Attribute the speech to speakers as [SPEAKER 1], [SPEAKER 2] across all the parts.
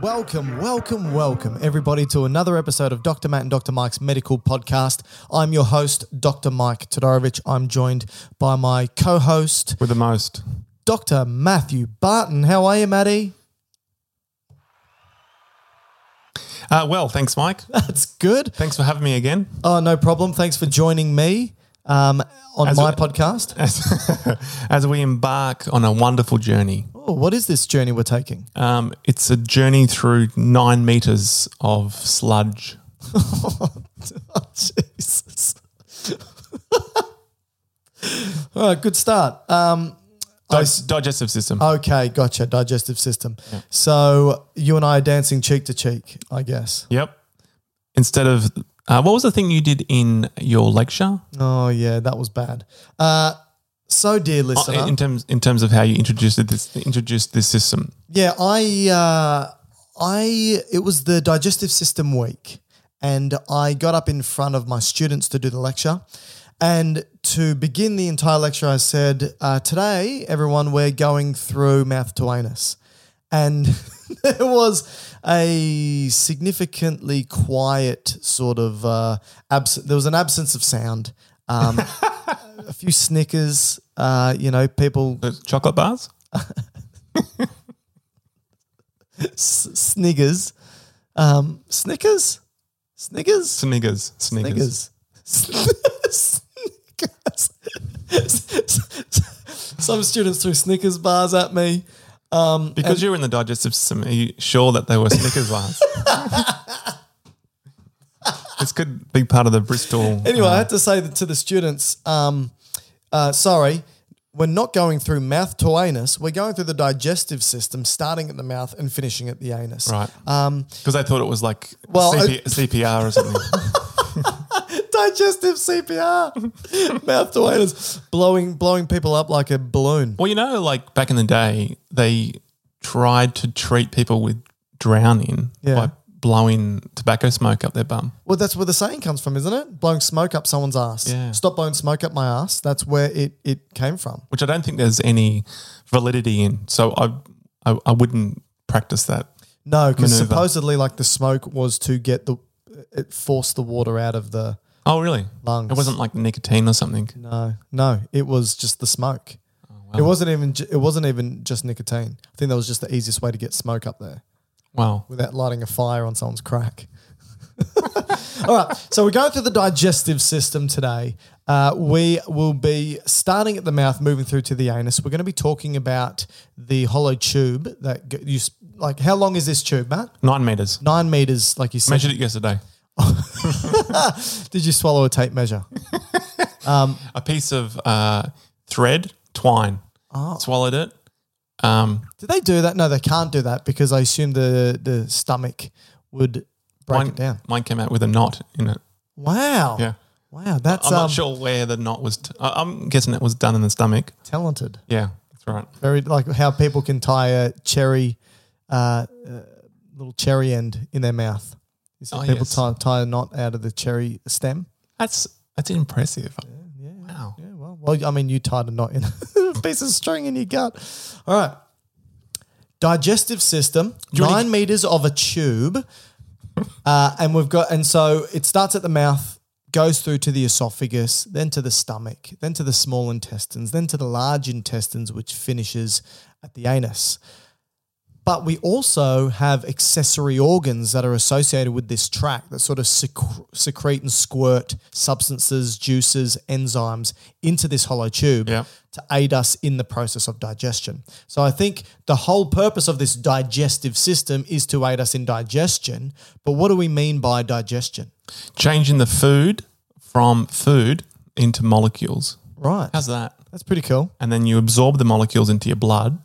[SPEAKER 1] Welcome, welcome, welcome, everybody, to another episode of Dr. Matt and Dr. Mike's Medical Podcast. I'm your host, Dr. Mike Todorovich. I'm joined by my co host,
[SPEAKER 2] With the most.
[SPEAKER 1] Dr. Matthew Barton. How are you, Matty?
[SPEAKER 2] Uh, well, thanks, Mike.
[SPEAKER 1] That's good.
[SPEAKER 2] thanks for having me again.
[SPEAKER 1] Oh, no problem. Thanks for joining me um, on
[SPEAKER 2] As
[SPEAKER 1] my
[SPEAKER 2] a-
[SPEAKER 1] podcast.
[SPEAKER 2] As, as we embark on a wonderful journey,
[SPEAKER 1] Oh, what is this journey we're taking?
[SPEAKER 2] um, it's a journey through nine meters of sludge.
[SPEAKER 1] Oh, Jesus. All right, good start. Um,
[SPEAKER 2] Di- digestive system.
[SPEAKER 1] okay, gotcha. Digestive system. So you and I are dancing cheek to cheek, I guess.
[SPEAKER 2] yep. Instead of, uh, what was the thing you did in your lecture
[SPEAKER 1] Oh yeah, that was bad. Uh, so dear
[SPEAKER 2] Uh,
[SPEAKER 1] listener,
[SPEAKER 2] in terms in terms of how you introduced it- this introduced this system?
[SPEAKER 1] yeah, I, uh, I, it was the digestive system week, and I got up in front of my students to do the lecture, and to begin the entire lecture, I said, uh, "Today, everyone, we're going through mouth to anus," and there was a significantly quiet sort of uh, absence. There was an absence of sound. Um, a few snickers, uh, you know, people
[SPEAKER 2] The chocolate bars.
[SPEAKER 1] S- Sniggers. Um, Snickers? Sniggers?
[SPEAKER 2] Snickers. Snickers.
[SPEAKER 1] Snickers. Snickers. Some students threw Snickers bars at me.
[SPEAKER 2] Because
[SPEAKER 1] Um,
[SPEAKER 2] you were in the digestive system, are you sure that they were Snickers bars? this could be part of the Bristol. uh,
[SPEAKER 1] Anyway, I had to say that to the students, um, uh, sorry, we're not going through mouth to anus. We're going through the digestive system, starting at the mouth and finishing at the anus.
[SPEAKER 2] Right. Because I thought it was like
[SPEAKER 1] um, Well,
[SPEAKER 2] CP, CPR or something.
[SPEAKER 1] Digestive CPR, mouth to anus, blowing blowing people up like a balloon.
[SPEAKER 2] well, you know, like back in the day, they tried to treat people with drowning
[SPEAKER 1] Yeah.
[SPEAKER 2] by blowing tobacco smoke up their bum.
[SPEAKER 1] Well, that's where the saying comes from, isn't it? Blowing smoke up someone's ass.
[SPEAKER 2] Yeah.
[SPEAKER 1] Stop blowing smoke up my ass. That's where it, it came from.
[SPEAKER 2] which I don't think there's any validity in. So I, I, I wouldn't practice that.
[SPEAKER 1] No, because
[SPEAKER 2] Maneuver.
[SPEAKER 1] supposedly, like the smoke was to get the it forced the water out of the
[SPEAKER 2] Oh, really?
[SPEAKER 1] Lungs.
[SPEAKER 2] It wasn't like nicotine or something.
[SPEAKER 1] no no. It was just the smoke.
[SPEAKER 2] Oh,
[SPEAKER 1] It wasn't even ju- it wasn't even just nicotine. I think that was just the easiest way to get smoke up there
[SPEAKER 2] Wow.
[SPEAKER 1] without lighting a fire on someone's crack. All right, so we're going through the digestive system today. Uh, we will be starting at the mouth, moving through to the anus. We're going to be talking about the hollow tube that g- you s- like. How long is this tube, Matt?
[SPEAKER 2] Nine meters.
[SPEAKER 1] Nine meters, like you said.
[SPEAKER 2] Measured it yesterday.
[SPEAKER 1] Did you swallow a tape measure?
[SPEAKER 2] A piece of uh, thread, twine.
[SPEAKER 1] Oh.
[SPEAKER 2] Swallowed it. Um,
[SPEAKER 1] Did they do that? No, they can't do that because I assume the the stomach would break
[SPEAKER 2] mine,
[SPEAKER 1] it down.
[SPEAKER 2] mine came out with a knot in it.
[SPEAKER 1] Wow.
[SPEAKER 2] Yeah.
[SPEAKER 1] Wow. That's
[SPEAKER 2] I'm
[SPEAKER 1] um,
[SPEAKER 2] not sure where the knot was. T- I- I'm guessing it was done in the stomach.
[SPEAKER 1] talented.
[SPEAKER 2] Yeah, that's right.
[SPEAKER 1] Very like how people can tie a cherry, uh, uh, little cherry end in their mouth. You see
[SPEAKER 2] Oh,
[SPEAKER 1] people
[SPEAKER 2] yes.
[SPEAKER 1] tie, tie a knot out of the cherry stem.
[SPEAKER 2] That's that's impressive. wow.
[SPEAKER 1] Yeah, well, well, I mean, you tied a knot in a piece of string in your gut. All right. Digestive system,
[SPEAKER 2] you wanna-
[SPEAKER 1] nine meters of a tube. Uh, and we've got, and so it starts at the mouth, goes through to the esophagus, then to the stomach, then to the small intestines, then to the large intestines, which finishes at the anus. But we also have accessory organs that are associated with this tract that sort of sec- secrete and squirt substances, juices, enzymes into this hollow tube
[SPEAKER 2] Yeah.
[SPEAKER 1] to aid us in the process of digestion. So I think the whole purpose of this digestive system is to aid us in digestion. But what do we mean by digestion?
[SPEAKER 2] Changing the food from food into molecules.
[SPEAKER 1] Right.
[SPEAKER 2] How's that?
[SPEAKER 1] That's pretty cool.
[SPEAKER 2] And then you absorb the molecules into your blood.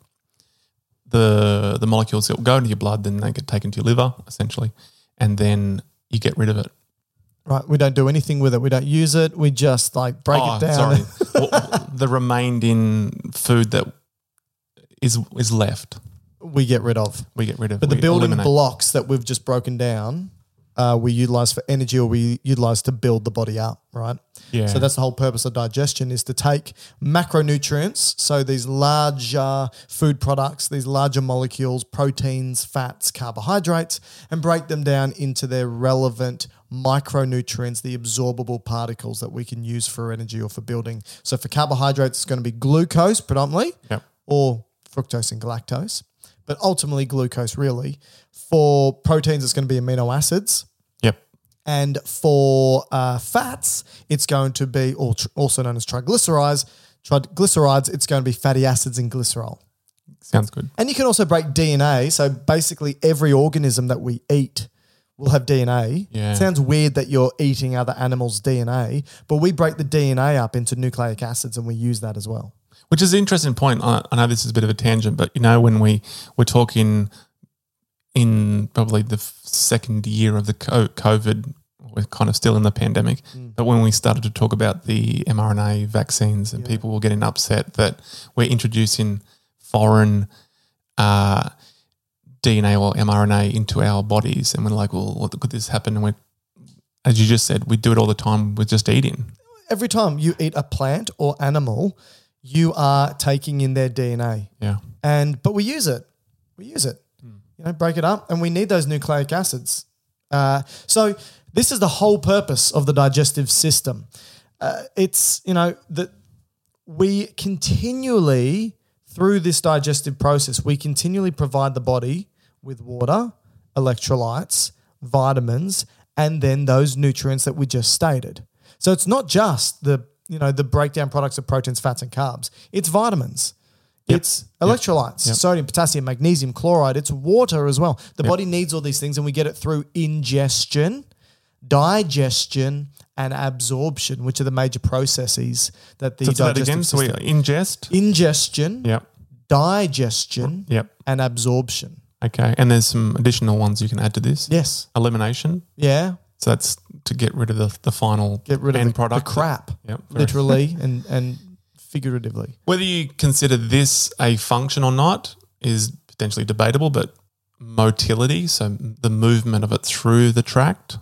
[SPEAKER 2] The the molecules that will go into your blood, then they get taken to your liver, essentially, and then you get rid of it.
[SPEAKER 1] Right. We don't do anything with it. We don't use it. We just like break
[SPEAKER 2] Oh,
[SPEAKER 1] it down.
[SPEAKER 2] Sorry, Well, the remained in food that is is left,
[SPEAKER 1] We get rid of.
[SPEAKER 2] we get rid of.
[SPEAKER 1] But the
[SPEAKER 2] we
[SPEAKER 1] building
[SPEAKER 2] eliminate.
[SPEAKER 1] blocks that we've just broken down, uh, we utilize for energy or we utilize to build the body up, right?
[SPEAKER 2] Yeah.
[SPEAKER 1] So that's the whole purpose of digestion is to take macronutrients, so these larger food products, these larger molecules, proteins, fats, carbohydrates, and break them down into their relevant micronutrients, the absorbable particles that we can use for energy or for building. So for carbohydrates, it's going to be glucose predominantly
[SPEAKER 2] Yep.
[SPEAKER 1] or fructose and galactose, but ultimately glucose really. For proteins, it's going to be amino acids.
[SPEAKER 2] Yep.
[SPEAKER 1] And for uh, fats, it's going to be or tr- also known as triglycerides. Triglycerides, it's going to be fatty acids and glycerol.
[SPEAKER 2] Sounds good.
[SPEAKER 1] And you can also break DNA. So basically, every organism that we eat will have DNA.
[SPEAKER 2] Yeah.
[SPEAKER 1] It sounds weird that you're eating other animals' DNA, but we break the DNA up into nucleic acids and we use that as well.
[SPEAKER 2] Which is an interesting point. I, I know this is a bit of a tangent, but you know, when we were talking in probably the f- second year of the co- COVID, we're kind of still in the pandemic, but when we started to talk about the mRNA vaccines and people were getting upset that we're introducing foreign uh, DNA or mRNA into our bodies, and we're like, well, what could this happen? And we're, as you just said, we do it all the time. We're just eating.
[SPEAKER 1] every time you eat a plant or animal, you are taking in their DNA.
[SPEAKER 2] Yeah.
[SPEAKER 1] And but we use it, we use it. You know, break it up, and we need those nucleic acids. Uh, so this is the whole purpose of the digestive system. Uh, it's you know that we continually through this digestive process we continually provide the body with water electrolytes vitamins and then those nutrients that we just stated so it's not just the you know the breakdown products of proteins fats and carbs it's vitamins it's electrolytes sodium potassium magnesium chloride it's water as well the body needs all these things and we get it through ingestion digestion and absorption, which are the major processes that the
[SPEAKER 2] So, that
[SPEAKER 1] digestive
[SPEAKER 2] again. So we
[SPEAKER 1] system.
[SPEAKER 2] ingest.
[SPEAKER 1] ingestion,
[SPEAKER 2] Yep.
[SPEAKER 1] digestion,
[SPEAKER 2] Yep.
[SPEAKER 1] and absorption.
[SPEAKER 2] Okay, and there's some additional ones you can add to this.
[SPEAKER 1] Yes,
[SPEAKER 2] Elimination.
[SPEAKER 1] yeah.
[SPEAKER 2] So that's to get rid of the, the final
[SPEAKER 1] Get rid of
[SPEAKER 2] end
[SPEAKER 1] the,
[SPEAKER 2] product.
[SPEAKER 1] the crap,
[SPEAKER 2] Yep. very-
[SPEAKER 1] literally and and figuratively.
[SPEAKER 2] Whether you consider this a function or not is potentially debatable, but motility, so the movement of it through the tract.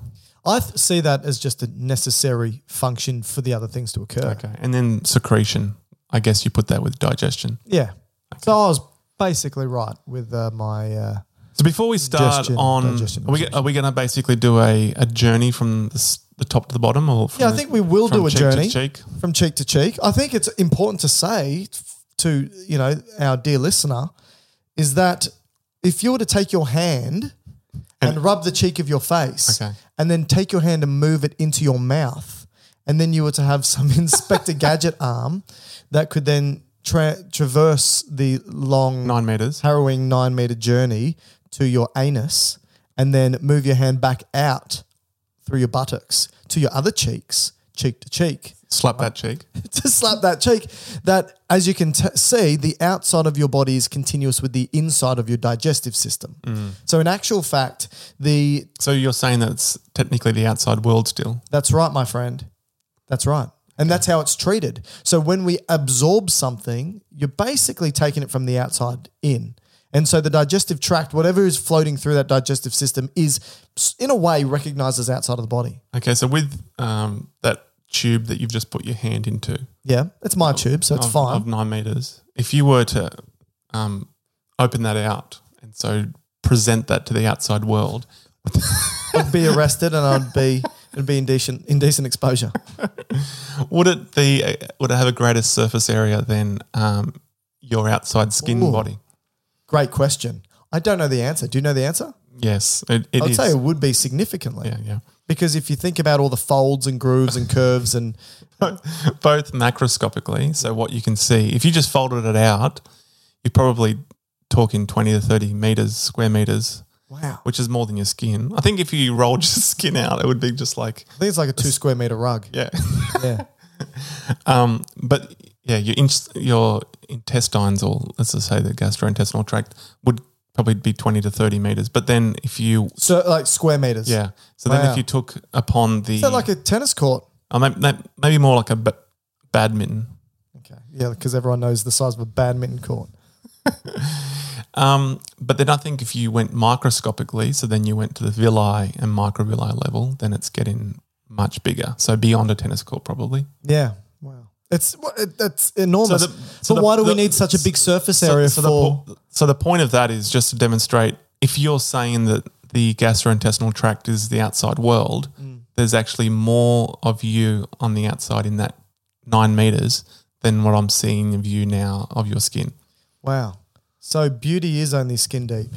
[SPEAKER 1] I th- see that as just a necessary function for the other things to occur.
[SPEAKER 2] Okay, and then secretion. I guess you put that with digestion.
[SPEAKER 1] Yeah. So I was basically right with uh, my. Uh,
[SPEAKER 2] So before we start
[SPEAKER 1] Digestion,
[SPEAKER 2] on,
[SPEAKER 1] digestion,
[SPEAKER 2] are we,
[SPEAKER 1] digestion.
[SPEAKER 2] are we going to basically do a, a journey from the, s- the top to the bottom, or from
[SPEAKER 1] yeah, I
[SPEAKER 2] the-
[SPEAKER 1] think we will
[SPEAKER 2] from
[SPEAKER 1] do a
[SPEAKER 2] cheek
[SPEAKER 1] journey.
[SPEAKER 2] To cheek?
[SPEAKER 1] from cheek to cheek. I think it's important to say to you know our dear listener is that if you were to take your hand and, rub the cheek of your face,
[SPEAKER 2] Okay.
[SPEAKER 1] and then take your hand and move it into your mouth, and then you were to have some Inspector Gadget arm that could then tra- traverse the long
[SPEAKER 2] Nine meters.
[SPEAKER 1] harrowing nine meter journey to your anus and then move your hand back out through your buttocks to your other cheeks, cheek to cheek,
[SPEAKER 2] Slap that cheek.
[SPEAKER 1] to slap that cheek. That, as you can t- see, the outside of your body is continuous with the inside of your digestive system. So, in actual fact, the
[SPEAKER 2] So you're saying that it's technically the outside world still.
[SPEAKER 1] That's right, my friend. That's right. And that's how it's treated. So when we absorb something, you're basically taking it from the outside in. And so the digestive tract, whatever is floating through that digestive system, is in a way recognized as outside of the body.
[SPEAKER 2] Okay, so with um, that tube that you've just put your hand into,
[SPEAKER 1] Yeah, it's
[SPEAKER 2] Oh,
[SPEAKER 1] my tube, so it's
[SPEAKER 2] of,
[SPEAKER 1] fine.
[SPEAKER 2] of nine meters, if you were to um, open that out and so present that to the outside world, oh.
[SPEAKER 1] I'd be arrested and I'd be it'd be indecent indecent exposure.
[SPEAKER 2] would it be would it have a greater surface area than um, your outside skin
[SPEAKER 1] Ooh.
[SPEAKER 2] body?
[SPEAKER 1] Great question. I don't know the answer. Do you know the answer?
[SPEAKER 2] Yes, it, it
[SPEAKER 1] I'd
[SPEAKER 2] is.
[SPEAKER 1] say it would be significantly.
[SPEAKER 2] yeah, yeah.
[SPEAKER 1] Because if you think about all the folds and grooves and curves and
[SPEAKER 2] both macroscopically, so what you can see. If you just folded it out, you're probably talking 20 to 30 meters, square meters,
[SPEAKER 1] wow.
[SPEAKER 2] which is more than your skin. I think if you rolled your skin out, it would be just like,
[SPEAKER 1] I think it's like a two square meter rug.
[SPEAKER 2] yeah.
[SPEAKER 1] Yeah.
[SPEAKER 2] Um, but yeah, your, in- your intestines, or let's just say the gastrointestinal tract, would probably be 20 to 30 meters. But then if you,
[SPEAKER 1] So like square meters.
[SPEAKER 2] yeah, so then
[SPEAKER 1] Wow.
[SPEAKER 2] if you took upon the,
[SPEAKER 1] Is that like a tennis court?
[SPEAKER 2] uh, may- may- maybe more like a b- badminton.
[SPEAKER 1] Okay. Yeah, because everyone knows the size of a badminton court.
[SPEAKER 2] Um, but then I think if you went microscopically, so then you went to the villi and microvilli level, then it's getting much bigger. So beyond a tennis court, probably.
[SPEAKER 1] Yeah. Wow. It's wha- it, that's enormous.
[SPEAKER 2] So the- so
[SPEAKER 1] but
[SPEAKER 2] the-
[SPEAKER 1] why do we
[SPEAKER 2] the-
[SPEAKER 1] need such a big surface
[SPEAKER 2] So-
[SPEAKER 1] area for?
[SPEAKER 2] so, the, po- so the point of that is just to demonstrate if you're saying that the gastrointestinal tract is the outside world,
[SPEAKER 1] Mm.
[SPEAKER 2] there's actually more of you on the outside in that nine meters than what I'm seeing of you now of your skin.
[SPEAKER 1] wow. So beauty is only skin deep.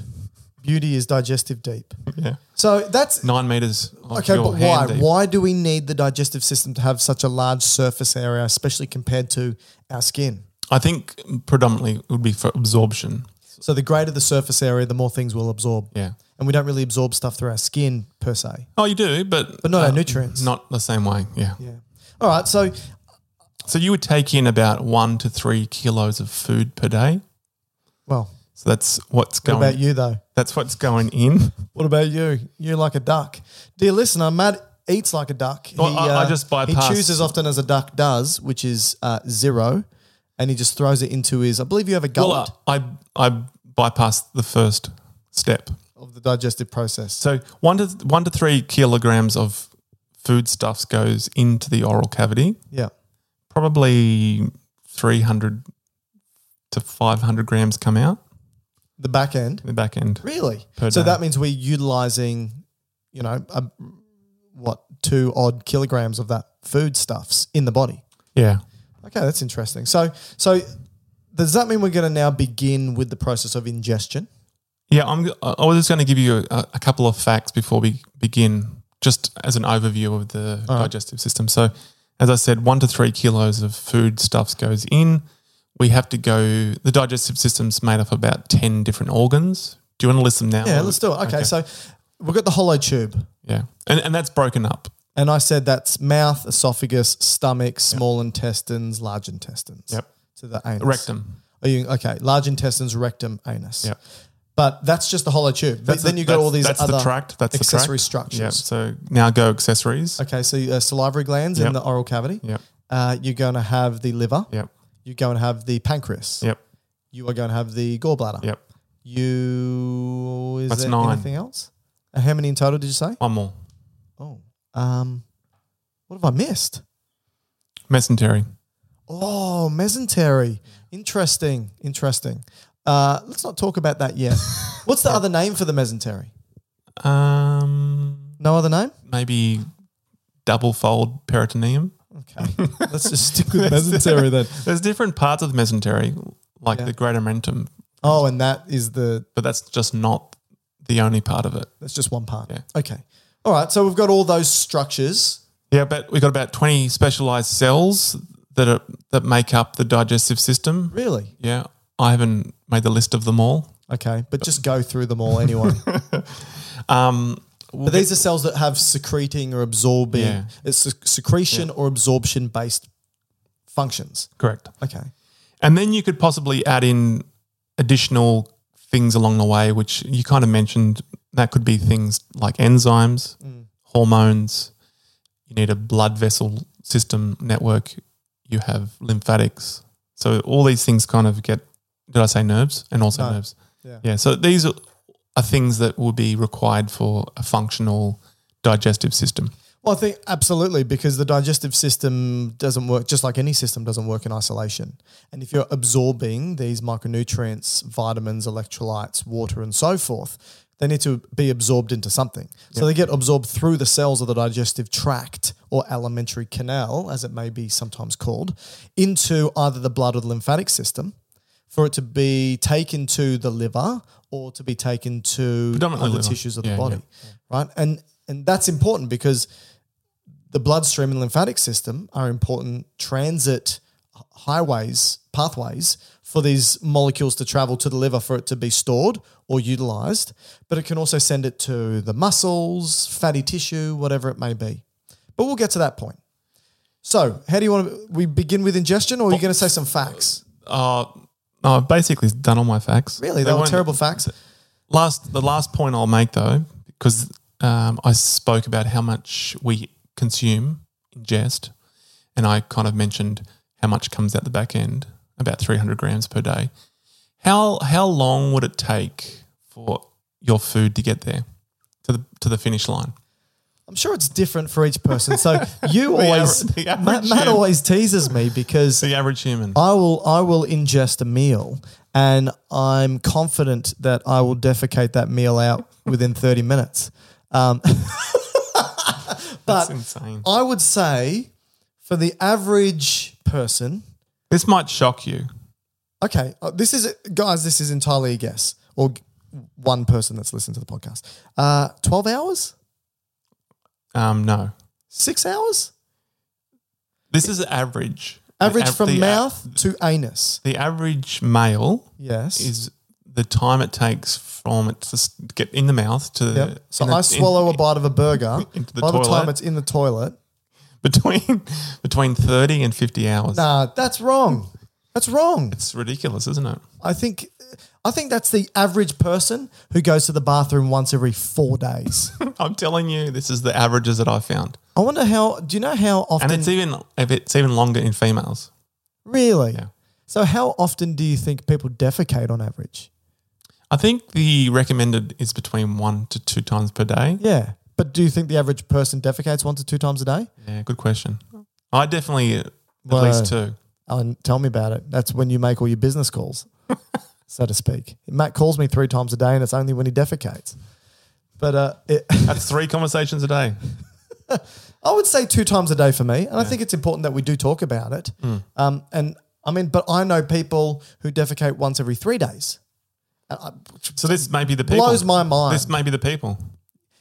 [SPEAKER 1] Beauty is digestive deep.
[SPEAKER 2] Yeah.
[SPEAKER 1] So that's
[SPEAKER 2] Nine meters. Of
[SPEAKER 1] okay.
[SPEAKER 2] your
[SPEAKER 1] But why?
[SPEAKER 2] hand deep.
[SPEAKER 1] Why do we need the digestive system to have such a large surface area, especially compared to our skin?
[SPEAKER 2] I think predominantly it would be for absorption.
[SPEAKER 1] So the greater the surface area, the more things we'll absorb.
[SPEAKER 2] Yeah.
[SPEAKER 1] And we don't really absorb stuff through our skin per se.
[SPEAKER 2] Oh, you do, but
[SPEAKER 1] But not our nutrients.
[SPEAKER 2] Not the same way. Yeah.
[SPEAKER 1] Yeah. All right. So
[SPEAKER 2] So you would take in about one to three kilos of food per day.
[SPEAKER 1] well,
[SPEAKER 2] So that's what's
[SPEAKER 1] what
[SPEAKER 2] going.
[SPEAKER 1] about you though?
[SPEAKER 2] That's what's going in.
[SPEAKER 1] What about you? You're like a duck. Dear listener, Matt eats like a duck.
[SPEAKER 2] Well, I- I just bypass-
[SPEAKER 1] He chews as often as a duck does, which is uh, zero, and he just throws it into his. I believe you have a gullet
[SPEAKER 2] Well, I I bypassed the first step.
[SPEAKER 1] of the digestive process.
[SPEAKER 2] So one to one to three kilograms of foodstuffs goes into the oral cavity.
[SPEAKER 1] Yeah.
[SPEAKER 2] Probably three hundred to five hundred grams come out
[SPEAKER 1] The back end.
[SPEAKER 2] the back end.
[SPEAKER 1] Really?
[SPEAKER 2] Per
[SPEAKER 1] so
[SPEAKER 2] day.
[SPEAKER 1] that means we're utilizing, you know, a, what two odd kilograms of that food stuffs in the body.
[SPEAKER 2] Yeah.
[SPEAKER 1] Okay, that's interesting. So, so does that mean we're going to now begin with the process of ingestion?
[SPEAKER 2] Yeah, I'm, I I was just going to give you a, a couple of facts before we begin, just as an overview of the digestive system. So, as I said, one to three kilos of food stuffs goes in. We have to go. The digestive system's made up of about ten different organs. Do you want to list them now?
[SPEAKER 1] Yeah, let's do it. Okay, so we've got the hollow tube,
[SPEAKER 2] yeah, and, and that's broken up.
[SPEAKER 1] and I said that's mouth, esophagus, stomach, small intestines, large intestines.
[SPEAKER 2] Yep.
[SPEAKER 1] So the anus.
[SPEAKER 2] Rectum.
[SPEAKER 1] Are you, okay, large intestines, rectum, anus.
[SPEAKER 2] Yep.
[SPEAKER 1] But that's just the hollow tube. But then you got
[SPEAKER 2] that's-
[SPEAKER 1] all these
[SPEAKER 2] That's
[SPEAKER 1] other
[SPEAKER 2] the tract. That's
[SPEAKER 1] accessory
[SPEAKER 2] the tract.
[SPEAKER 1] structures.
[SPEAKER 2] Yeah. So now go accessories.
[SPEAKER 1] Okay, so uh, salivary glands in
[SPEAKER 2] Yep.
[SPEAKER 1] the oral cavity.
[SPEAKER 2] Yep.
[SPEAKER 1] Uh, you're going to have the liver.
[SPEAKER 2] Yep.
[SPEAKER 1] You're going to have the pancreas.
[SPEAKER 2] Yep.
[SPEAKER 1] You are going to have the gallbladder.
[SPEAKER 2] Yep.
[SPEAKER 1] You is
[SPEAKER 2] That's
[SPEAKER 1] there
[SPEAKER 2] nine.
[SPEAKER 1] anything else? Uh, How many in total did you say?
[SPEAKER 2] One more.
[SPEAKER 1] Oh, um, what have I missed?
[SPEAKER 2] Mesentery.
[SPEAKER 1] Oh, mesentery. Interesting. Interesting. Uh, let's not talk about that yet. What's the other name for the mesentery?
[SPEAKER 2] Um,
[SPEAKER 1] No other name.
[SPEAKER 2] maybe double fold peritoneum.
[SPEAKER 1] Okay, let's just stick with mesentery then.
[SPEAKER 2] There's different parts of the mesentery, like
[SPEAKER 1] Yeah.
[SPEAKER 2] the greater mentum,
[SPEAKER 1] Oh, and that is the
[SPEAKER 2] but that's just not the only part of it.
[SPEAKER 1] that's just one part.
[SPEAKER 2] Yeah.
[SPEAKER 1] Okay. All right. So we've got all those structures.
[SPEAKER 2] Yeah, but we've got about 20 specialized cells that are that make up the digestive system.
[SPEAKER 1] Really?
[SPEAKER 2] Yeah, I haven't made the list of them all.
[SPEAKER 1] Okay, but just go through them all anyway.
[SPEAKER 2] Um,
[SPEAKER 1] But these are cells that have secreting or absorbing,
[SPEAKER 2] Yeah.
[SPEAKER 1] it's sec- secretion or absorption based functions.
[SPEAKER 2] correct.
[SPEAKER 1] Okay.
[SPEAKER 2] And then you could possibly add in additional things along the way, which you kind of mentioned. That could be things like enzymes,
[SPEAKER 1] Mm.
[SPEAKER 2] hormones. You need a blood vessel system network. You have lymphatics. So all these things kind of get. Did I say nerves and also
[SPEAKER 1] No.
[SPEAKER 2] nerves?
[SPEAKER 1] Yeah.
[SPEAKER 2] Yeah. So these are, are things that will be required for a functional digestive system.
[SPEAKER 1] Well, I think absolutely because the digestive system doesn't work just like any system doesn't work in isolation. And if you're absorbing these micronutrients, vitamins, electrolytes, water, and so forth, they need to be absorbed into something. So they get absorbed through the cells of the digestive tract or alimentary canal, as it may be sometimes called, into either the blood or the lymphatic system for it to be taken to the liver or to be taken to
[SPEAKER 2] Predominantly
[SPEAKER 1] other
[SPEAKER 2] liver.
[SPEAKER 1] tissues of the
[SPEAKER 2] Yeah,
[SPEAKER 1] body,
[SPEAKER 2] yeah.
[SPEAKER 1] right? And and that's important because the bloodstream and lymphatic system are important transit h- highways, pathways for these molecules to travel to the liver for it to be stored or utilized, but it can also send it to the muscles, fatty tissue, whatever it may be. But we'll get to that point. So, how do you want to? We begin with ingestion, or are you going to say some facts?
[SPEAKER 2] Uh, no, I've basically done all my facts.
[SPEAKER 1] Really,
[SPEAKER 2] They
[SPEAKER 1] they, were
[SPEAKER 2] weren't-
[SPEAKER 1] terrible facts.
[SPEAKER 2] Last, the last point I'll make though, because um, I spoke about how much we consume, ingest, and I kind of mentioned how much comes out the back end, about 300 grams per day. How how long would it take for your food to get there to the to the finish line?
[SPEAKER 1] I'm sure it's different for each person. So you
[SPEAKER 2] The
[SPEAKER 1] always,
[SPEAKER 2] aver- the
[SPEAKER 1] Matt,
[SPEAKER 2] average
[SPEAKER 1] Matt
[SPEAKER 2] human.
[SPEAKER 1] always teases me because
[SPEAKER 2] The average human.
[SPEAKER 1] I will I will ingest a meal and I'm confident that I will defecate that meal out within 30 minutes. Um,
[SPEAKER 2] That's
[SPEAKER 1] but
[SPEAKER 2] insane.
[SPEAKER 1] I would say for the average person,
[SPEAKER 2] This might shock you.
[SPEAKER 1] okay, uh, this is guys, this is entirely a guess or g- one person that's listened to the podcast. Uh, 12 hours?
[SPEAKER 2] Um, no,
[SPEAKER 1] 6 hours?
[SPEAKER 2] this is average. The
[SPEAKER 1] Average
[SPEAKER 2] av-
[SPEAKER 1] from
[SPEAKER 2] the a-
[SPEAKER 1] mouth to anus.
[SPEAKER 2] The average male
[SPEAKER 1] Yes.
[SPEAKER 2] is the time it takes from it to s- get in the mouth to
[SPEAKER 1] Yep. So
[SPEAKER 2] in the-
[SPEAKER 1] I
[SPEAKER 2] in-
[SPEAKER 1] swallow a bite of a burger.
[SPEAKER 2] Into the
[SPEAKER 1] By the time
[SPEAKER 2] toilet.
[SPEAKER 1] it's in the toilet,
[SPEAKER 2] between between thirty and fifty hours.
[SPEAKER 1] Nah, that's wrong. That's wrong.
[SPEAKER 2] It's ridiculous, isn't it?
[SPEAKER 1] I think I think that's the average person who goes to the bathroom once every four days.
[SPEAKER 2] I'm telling you, this is the averages that I found,
[SPEAKER 1] I wonder how do you know how often
[SPEAKER 2] and it's e- even if it's even longer in females.
[SPEAKER 1] really?
[SPEAKER 2] Yeah.
[SPEAKER 1] So how often do you think people defecate on average?
[SPEAKER 2] I think the recommended is between one to two times per day.
[SPEAKER 1] Yeah. But do you think the average person defecates one to two times a day?
[SPEAKER 2] Yeah, good question. I definitely uh, at
[SPEAKER 1] Well,
[SPEAKER 2] least two.
[SPEAKER 1] And tell me about it. That's when you make all your business calls, so to speak. Matt calls me three times a day and it's only when he defecates. But uh, it,
[SPEAKER 2] That's three conversations a day.
[SPEAKER 1] I would say two times a day for me, and I think it's important that we do talk about it. Um, and I mean, but I know people who defecate once every three days. And I-
[SPEAKER 2] So this may be the people.
[SPEAKER 1] Blows my mind.
[SPEAKER 2] This may be the people.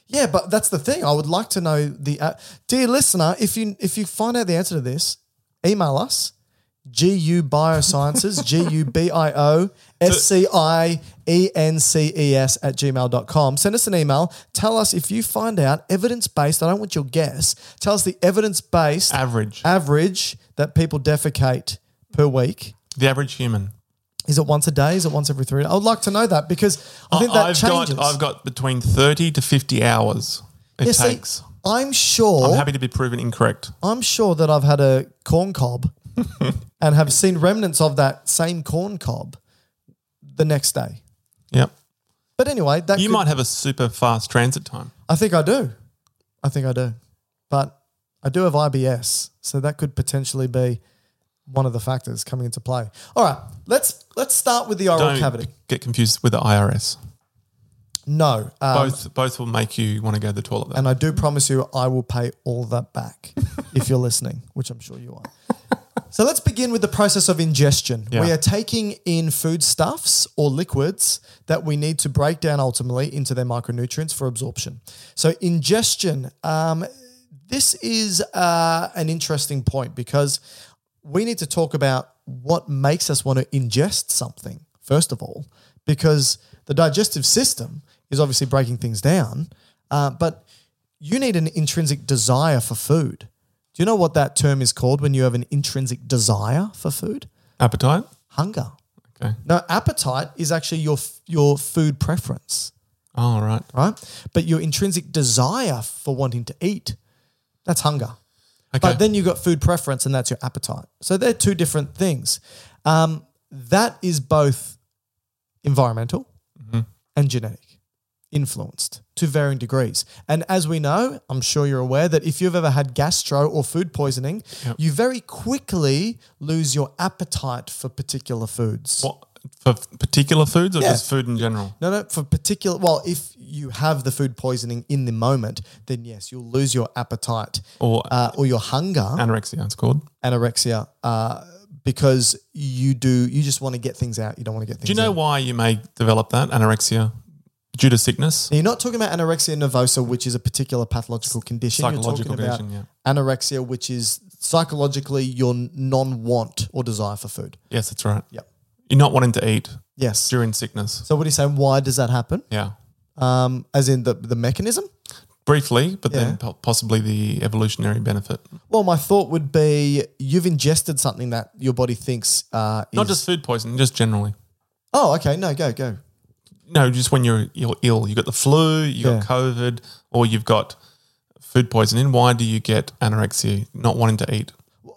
[SPEAKER 1] yeah, but that's the thing. I would like to know the uh, dear listener. If you if you find out the answer to this, email us. GU Biosciences, G U B I O S C I E N C E S at gmail.com. Send us an email. Tell us if you find out evidence based. I don't want your guess. Tell us the evidence based
[SPEAKER 2] Average.
[SPEAKER 1] average that people defecate per week?
[SPEAKER 2] the average human.
[SPEAKER 1] Is it once a day? Is it once every three? I would like to know that because I think that
[SPEAKER 2] have
[SPEAKER 1] changes.
[SPEAKER 2] Got, I've got between 30 to 50 hours it
[SPEAKER 1] Yeah, see,
[SPEAKER 2] takes.
[SPEAKER 1] I'm sure.
[SPEAKER 2] I'm
[SPEAKER 1] I'm,
[SPEAKER 2] happy to be proven incorrect.
[SPEAKER 1] sure that I've had a corn cob and have seen remnants of that same corn cob the next day.
[SPEAKER 2] Yep.
[SPEAKER 1] But anyway, that
[SPEAKER 2] You
[SPEAKER 1] could-
[SPEAKER 2] might have a super fast transit time.
[SPEAKER 1] I think I do. I think I do. But I do have IBS, so that could potentially be one of the factors coming into play. All right, let's let's start with the oral
[SPEAKER 2] Don't
[SPEAKER 1] cavity.
[SPEAKER 2] get confused with the IRS.
[SPEAKER 1] No, um,
[SPEAKER 2] both both will make you want to go to the toilet. Though.
[SPEAKER 1] And I do promise you, I will pay all that back if you're listening, which I'm sure you are. so let's begin with the process of ingestion.
[SPEAKER 2] Yeah.
[SPEAKER 1] We are taking in foodstuffs or liquids that we need to break down ultimately into their micronutrients for absorption. So, ingestion, um, this is uh, an interesting point because we need to talk about what makes us want to ingest something, first of all, because the digestive system is obviously breaking things down. Uh, but you need an intrinsic desire for food. Do you know what that term is called when you have an intrinsic desire for food?
[SPEAKER 2] Appetite?
[SPEAKER 1] Hunger.
[SPEAKER 2] Okay.
[SPEAKER 1] No, appetite is actually your f- your food preference,
[SPEAKER 2] Oh, right.
[SPEAKER 1] right? But your intrinsic desire for wanting to eat, that's hunger.
[SPEAKER 2] Okay.
[SPEAKER 1] But then you got food preference, and that's your appetite. So they're two different things. Um, that is both environmental
[SPEAKER 2] Mm-hmm.
[SPEAKER 1] and genetic, influenced to varying degrees. And as we know, I'm sure you're aware that if you've ever had gastro or food poisoning, you very quickly lose your appetite for particular foods.
[SPEAKER 2] what, for particular foods or
[SPEAKER 1] Yeah.
[SPEAKER 2] just food in general?
[SPEAKER 1] No, no, for particular. Well, if you have the food poisoning in the moment, then yes, you'll lose your appetite
[SPEAKER 2] Or
[SPEAKER 1] uh, or your hunger.
[SPEAKER 2] anorexia, it's called.
[SPEAKER 1] anorexia uh, because you do you just want to get things out. You don't want to get things.
[SPEAKER 2] Do you know
[SPEAKER 1] out.
[SPEAKER 2] why you may develop that anorexia due to sickness?
[SPEAKER 1] You're not talking about anorexia nervosa, which is a particular pathological condition.
[SPEAKER 2] Psychological
[SPEAKER 1] You're talking
[SPEAKER 2] condition, yeah.
[SPEAKER 1] about anorexia, which is psychologically your non-want or desire for food.
[SPEAKER 2] Yes, that's right.
[SPEAKER 1] Yep.
[SPEAKER 2] You're not wanting to eat
[SPEAKER 1] Yes.
[SPEAKER 2] during sickness.
[SPEAKER 1] So what are you saying? Why does that happen?
[SPEAKER 2] Yeah.
[SPEAKER 1] Um, as in the the mechanism?
[SPEAKER 2] Briefly, but
[SPEAKER 1] Yeah.
[SPEAKER 2] then po- possibly the evolutionary benefit.
[SPEAKER 1] Well, my thought would be you've ingested something that your body thinks uh, is
[SPEAKER 2] Not just food poisoning, just generally.
[SPEAKER 1] Oh, okay. No, go go.
[SPEAKER 2] No, just when you're you're ill, you got the flu, you
[SPEAKER 1] Yeah.
[SPEAKER 2] got COVID, or you've got food poisoning. Why do you get anorexia? Not wanting to eat.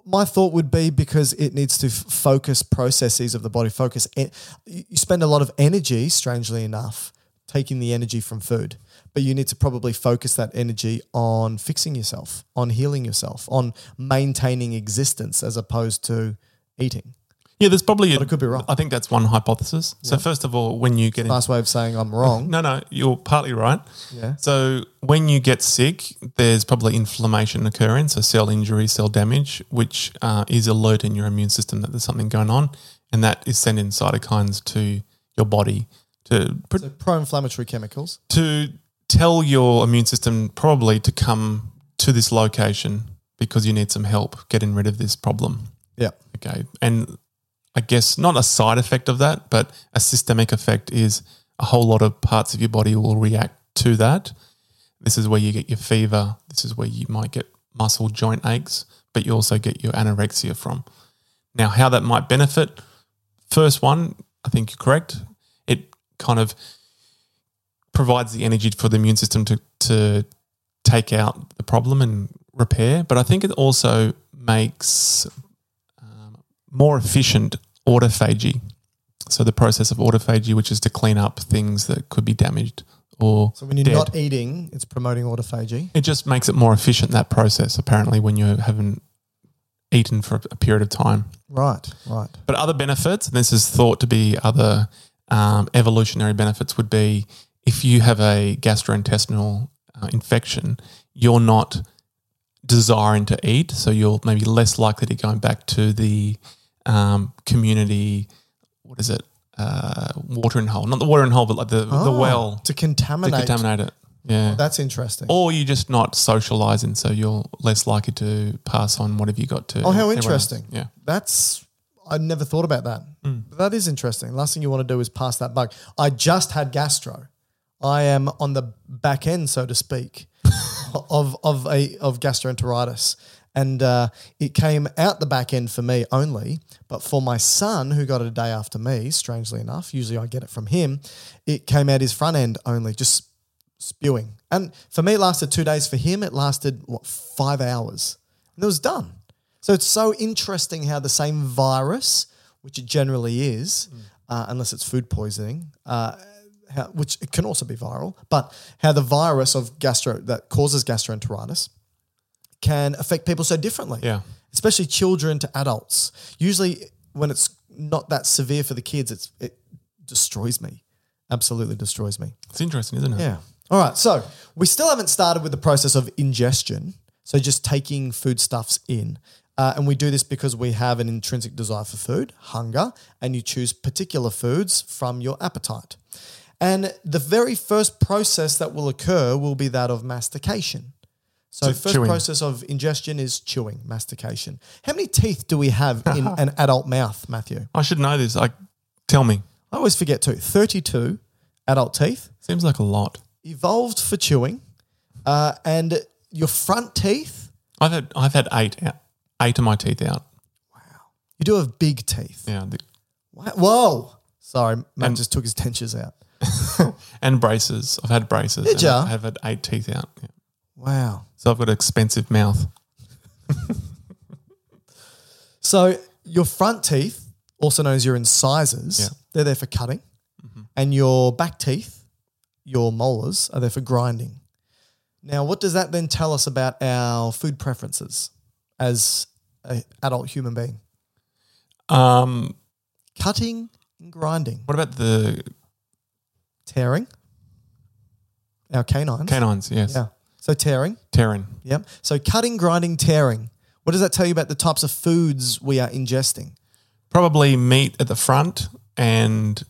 [SPEAKER 1] My thought would be because it needs to f- focus processes of the body. Focus. En- you you spend a lot of energy, strangely enough, taking the energy from food, but you need to probably focus that energy on fixing yourself, on healing yourself, on maintaining existence as opposed to eating.
[SPEAKER 2] Yeah, there's probably. But
[SPEAKER 1] I could be wrong.
[SPEAKER 2] I think that's one hypothesis. So first of all, when you get in-
[SPEAKER 1] Nice way of saying I'm wrong.
[SPEAKER 2] No, no, you're partly right.
[SPEAKER 1] Yeah.
[SPEAKER 2] So when you get sick, there's probably inflammation occurring, so cell injury, cell damage, which uh, is alerting your immune system that there's something going on, and that is sending cytokines to your body to pr-
[SPEAKER 1] So pro-inflammatory chemicals.
[SPEAKER 2] to tell your immune system probably to come to this location because you need some help getting rid of this problem.
[SPEAKER 1] Yeah.
[SPEAKER 2] Okay. And I guess not a side effect of that, but a systemic effect is a whole lot of parts of your body will react to that. This is where you get your fever. This is where you might get muscle joint aches, but you also get your anorexia from. Now, how that might benefit, first one, I think you're correct. It kind of provides the energy for the immune system to, to take out the problem and repair. But I think it also makes um, more efficient autophagy. So the process of autophagy, which is to clean up things that could be damaged or
[SPEAKER 1] So when you're
[SPEAKER 2] dead.
[SPEAKER 1] not eating, it's promoting autophagy.
[SPEAKER 2] it just makes it more efficient that process. Apparently, when you haven't eaten for a period of time.
[SPEAKER 1] Right. Right.
[SPEAKER 2] But other benefits, and this is thought to be other um, evolutionary benefits, would be if you have a gastrointestinal uh, infection, you're not desiring to eat, so you're maybe less likely to go back to the um, community. What is it? Uh, watering hole, not the watering hole, but like the, the
[SPEAKER 1] Oh,
[SPEAKER 2] well
[SPEAKER 1] to
[SPEAKER 2] to
[SPEAKER 1] contaminate.
[SPEAKER 2] contaminate it. Yeah.
[SPEAKER 1] That's interesting.
[SPEAKER 2] or you're just not socializing, so you're less likely to pass on whatever you got to.
[SPEAKER 1] Oh, how
[SPEAKER 2] everyone else.
[SPEAKER 1] interesting.
[SPEAKER 2] Yeah. Mm.
[SPEAKER 1] That's, I never thought about that. But that is interesting. Last thing you want to do is pass that bug. I just had gastro. I am on the back end, so to speak, of, of, a, of gastroenteritis. And uh, it came out the back end for me only, but for my son, who got it a day after me, strangely enough, usually I get it from him, it came out his front end only, just spewing. And for me, it lasted two days. For him, it lasted what five hours, and it was done. So it's so interesting how the same virus, which it generally is, uh, unless it's food poisoning, uh, how, which it can also be viral, but how the virus of gastro that causes gastroenteritis can affect people so differently.
[SPEAKER 2] Yeah.
[SPEAKER 1] especially children to adults. Usually, when it's not that severe for the kids, it's it destroys me. Absolutely destroys me.
[SPEAKER 2] It's interesting, isn't it?
[SPEAKER 1] Yeah. All right. So we still haven't started with the process of ingestion. So just taking foodstuffs in. Uh, and we do this because we have an intrinsic desire for food, hunger, and you choose particular foods from your appetite. And the very first process that will occur will be that of mastication. So,
[SPEAKER 2] So
[SPEAKER 1] first
[SPEAKER 2] chewing.
[SPEAKER 1] process of ingestion is chewing, mastication. How many teeth do we have in an adult mouth, Matthew?
[SPEAKER 2] I should know this. Like, tell me.
[SPEAKER 1] I always forget too. 32 adult teeth
[SPEAKER 2] Seems like a lot.
[SPEAKER 1] evolved for chewing Uh, and your front teeth,
[SPEAKER 2] I've had I've had eight out, eight of my teeth out.
[SPEAKER 1] you do have big teeth.
[SPEAKER 2] Yeah, the,
[SPEAKER 1] Wha- Whoa. Sorry, Matt
[SPEAKER 2] And-
[SPEAKER 1] just took his dentures out.
[SPEAKER 2] and braces. I've had braces.
[SPEAKER 1] Did
[SPEAKER 2] and
[SPEAKER 1] ya?
[SPEAKER 2] I've had eight teeth out. Yeah.
[SPEAKER 1] Wow.
[SPEAKER 2] So I've got an expensive mouth.
[SPEAKER 1] So your front teeth, also known as your incisors,
[SPEAKER 2] Yeah. Mm-hmm.
[SPEAKER 1] they're there for cutting, and your back teeth, your molars, are there for grinding. Now, what does that then tell us about our food preferences as an adult human being?
[SPEAKER 2] Um,
[SPEAKER 1] Cutting and grinding,
[SPEAKER 2] what about the
[SPEAKER 1] tearing, our canines.
[SPEAKER 2] canines? Yes,
[SPEAKER 1] Yeah. So tearing.
[SPEAKER 2] Terran.
[SPEAKER 1] Yep. So cutting, grinding, tearing. What does that tell you about the types of foods we are ingesting?
[SPEAKER 2] Probably meat at the front and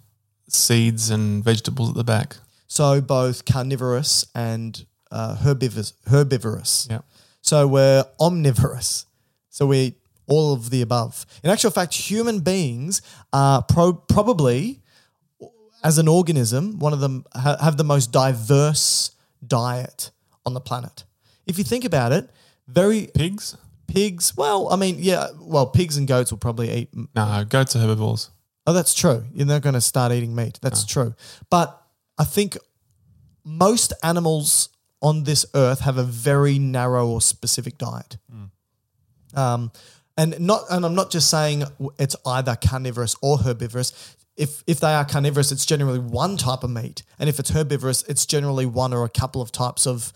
[SPEAKER 2] seeds and vegetables at the back.
[SPEAKER 1] So both carnivorous and uh, herbivorous. Herbivorous.
[SPEAKER 2] Yeah.
[SPEAKER 1] So we're omnivorous. So we eat all of the above. In actual fact, human beings are pro- probably, as an organism, one of them ha- have the most diverse diet on the planet. If you think about it, very
[SPEAKER 2] Pigs?
[SPEAKER 1] pigs. Well, I mean, yeah. Well, pigs and goats will probably eat
[SPEAKER 2] No, goats are herbivores.
[SPEAKER 1] Oh, that's true. You're not going to start eating meat. That's
[SPEAKER 2] Ah.
[SPEAKER 1] true. But I think most animals on this earth have a very narrow or specific diet.
[SPEAKER 2] Hmm.
[SPEAKER 1] Um, and not, and I'm not just saying w- it's either carnivorous or herbivorous. If if they are carnivorous, it's generally one type of meat, and if it's herbivorous, it's generally one or a couple of types of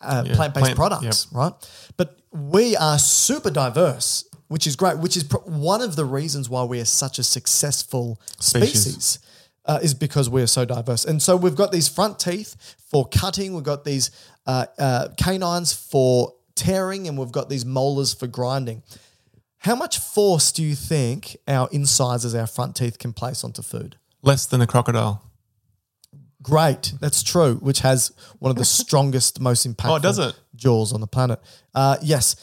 [SPEAKER 1] uh,
[SPEAKER 2] Yeah,
[SPEAKER 1] plant-based
[SPEAKER 2] plant-
[SPEAKER 1] products, right? But we are super diverse, which is great. Which is pr- one of the reasons why we are such a successful species,
[SPEAKER 2] Species.
[SPEAKER 1] uh, is because we are so diverse. And so we've got these front teeth for cutting, we've got these uh, uh, canines for tearing, and we've got these molars for grinding. How much force do you think our incisors, our front teeth, can place onto food?
[SPEAKER 2] Less than a crocodile.
[SPEAKER 1] Great, that's true. Which has one of the strongest, most impactful
[SPEAKER 2] Oh, does it?
[SPEAKER 1] jaws on the planet. Uh, yes,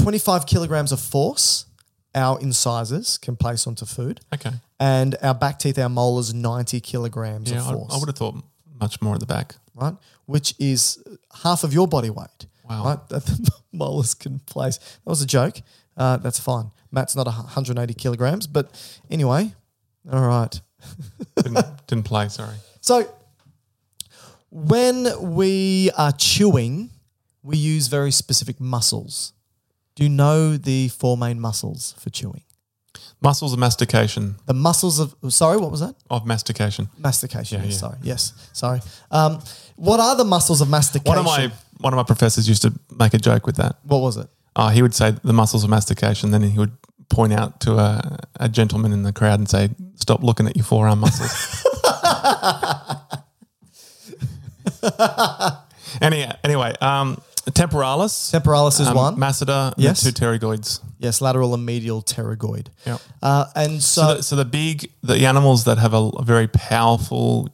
[SPEAKER 1] twenty-five kilograms of force our incisors can place onto food,
[SPEAKER 2] Okay.
[SPEAKER 1] and our back teeth, our molars, ninety kilograms
[SPEAKER 2] Yeah,
[SPEAKER 1] of
[SPEAKER 2] I,
[SPEAKER 1] force.
[SPEAKER 2] I would have thought much more at the back.
[SPEAKER 1] right? Which is half of your body weight.
[SPEAKER 2] Wow.
[SPEAKER 1] Right? That the molars can place. That was a joke. Uh, that's fine. Matt's not a hu- 180 kilograms, but anyway, all right.
[SPEAKER 2] Didn't, didn't play, sorry.
[SPEAKER 1] So when we are chewing, we use very specific muscles. Do you know the four main muscles for chewing?
[SPEAKER 2] Muscles of mastication.
[SPEAKER 1] The muscles of, sorry, what was that?
[SPEAKER 2] Of mastication.
[SPEAKER 1] Mastication.
[SPEAKER 2] Yeah,
[SPEAKER 1] yes,
[SPEAKER 2] yeah.
[SPEAKER 1] Sorry. Yes. Sorry. Um, what are the muscles of mastication?
[SPEAKER 2] One of my one of my professors used to make a joke with that.
[SPEAKER 1] what was it?
[SPEAKER 2] Uh, he would say the muscles of mastication, then he would point out to a, a gentleman in the crowd and say, "Stop looking at your forearm muscles." Any, anyway, um, temporalis,
[SPEAKER 1] Temporalis is
[SPEAKER 2] um,
[SPEAKER 1] one.
[SPEAKER 2] masseter, and
[SPEAKER 1] Yes.
[SPEAKER 2] the two pterygoids.
[SPEAKER 1] Yes, lateral and medial pterygoid.
[SPEAKER 2] Yeah.
[SPEAKER 1] Uh, and
[SPEAKER 2] So,
[SPEAKER 1] so,
[SPEAKER 2] the, so the big the animals that have a, a very powerful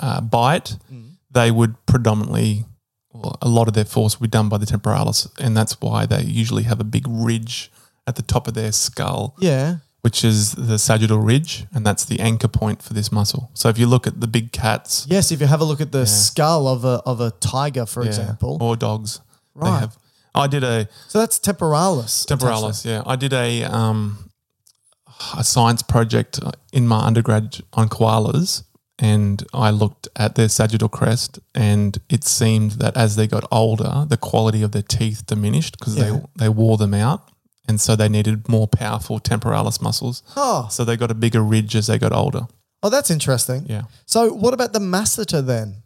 [SPEAKER 2] uh, bite,
[SPEAKER 1] Mm.
[SPEAKER 2] they would predominantly well, a lot of their force would be done by the temporalis, and that's why they usually have a big ridge at the top of their skull,
[SPEAKER 1] yeah,
[SPEAKER 2] which is the sagittal ridge, and that's the anchor point for this muscle. So if you look at the big cats,
[SPEAKER 1] yes, if you have a look at the skull of a of a tiger, for
[SPEAKER 2] yeah,
[SPEAKER 1] example,
[SPEAKER 2] or dogs,
[SPEAKER 1] Right.
[SPEAKER 2] they have. I did a
[SPEAKER 1] so that's temporalis.
[SPEAKER 2] Temporalis, yeah. I did a um, a science project in my undergrad on koalas, and I looked at their sagittal crest, and it seemed that as they got older, the quality of their teeth diminished because
[SPEAKER 1] Yeah.
[SPEAKER 2] they they wore them out, and so they needed more powerful temporalis muscles.
[SPEAKER 1] Oh,
[SPEAKER 2] So they got a bigger ridge as they got older.
[SPEAKER 1] oh, that's interesting.
[SPEAKER 2] Yeah.
[SPEAKER 1] So, what about the masseter then?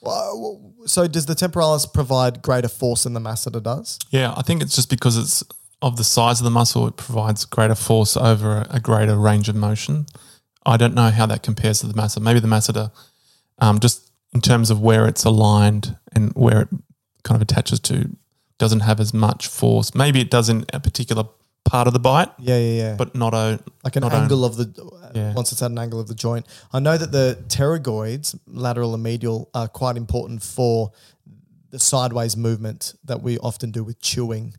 [SPEAKER 1] Well, So, does the temporalis provide greater force than the masseter does?
[SPEAKER 2] Yeah, I think it's just because it's of the size of the muscle, it provides greater force over a greater range of motion. I don't know how that compares to the masseter. Maybe the masseter, um, just in terms of where it's aligned and where it kind of attaches to, doesn't have as much force. Maybe it does in a particular part of the bite,
[SPEAKER 1] Yeah, yeah, yeah.
[SPEAKER 2] but not a
[SPEAKER 1] like an
[SPEAKER 2] not only-
[SPEAKER 1] angle of the
[SPEAKER 2] Yeah.
[SPEAKER 1] once it's at an angle of the joint. I know that the pterygoids, lateral and medial, are quite important for the sideways movement that we often do with chewing,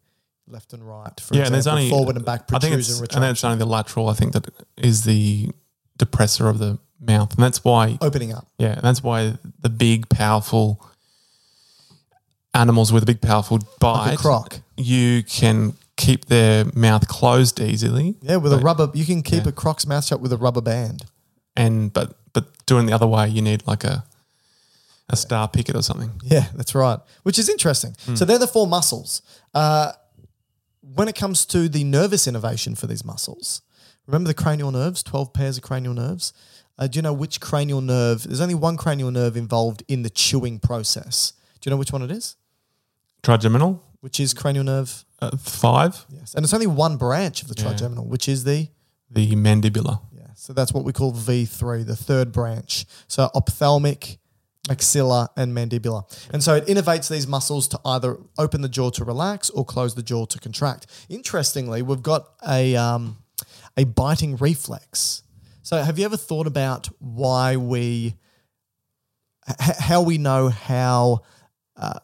[SPEAKER 1] left and right. For
[SPEAKER 2] yeah, and there's
[SPEAKER 1] example,
[SPEAKER 2] only
[SPEAKER 1] forward and back
[SPEAKER 2] I think
[SPEAKER 1] protrusion,
[SPEAKER 2] it's-
[SPEAKER 1] retraction,
[SPEAKER 2] and then it's only the lateral. I think that is the depressor of the mouth, and that's why
[SPEAKER 1] opening up.
[SPEAKER 2] Yeah, and that's why the big, powerful animals with a big powerful bite,
[SPEAKER 1] croc.
[SPEAKER 2] you can keep their mouth closed easily.
[SPEAKER 1] Yeah, with a rubber, you can keep a croc's mouth shut with a rubber band.
[SPEAKER 2] And but but doing the other way, you need like a a star picket or something.
[SPEAKER 1] Yeah, that's right. Which is interesting. So they're the four muscles. Uh, when it comes to the nervous innervation for these muscles, remember the cranial nerves, 12 pairs of cranial nerves? Uh, do you know which cranial nerve? There's only one cranial nerve involved in the chewing process. Do you know which one it is?
[SPEAKER 2] Trigeminal
[SPEAKER 1] Which is cranial nerve.
[SPEAKER 2] uh, five,
[SPEAKER 1] Yes. And it's only one branch of the trigeminal, which is the
[SPEAKER 2] the mandibular.
[SPEAKER 1] Yeah, so that's what we call V3, the third branch. So ophthalmic, maxilla, and mandibular. And so it innervates these muscles to either open the jaw to relax or close the jaw to contract. Interestingly, we've got a, um, a biting reflex. So have you ever thought about why we, h- how we know how uh,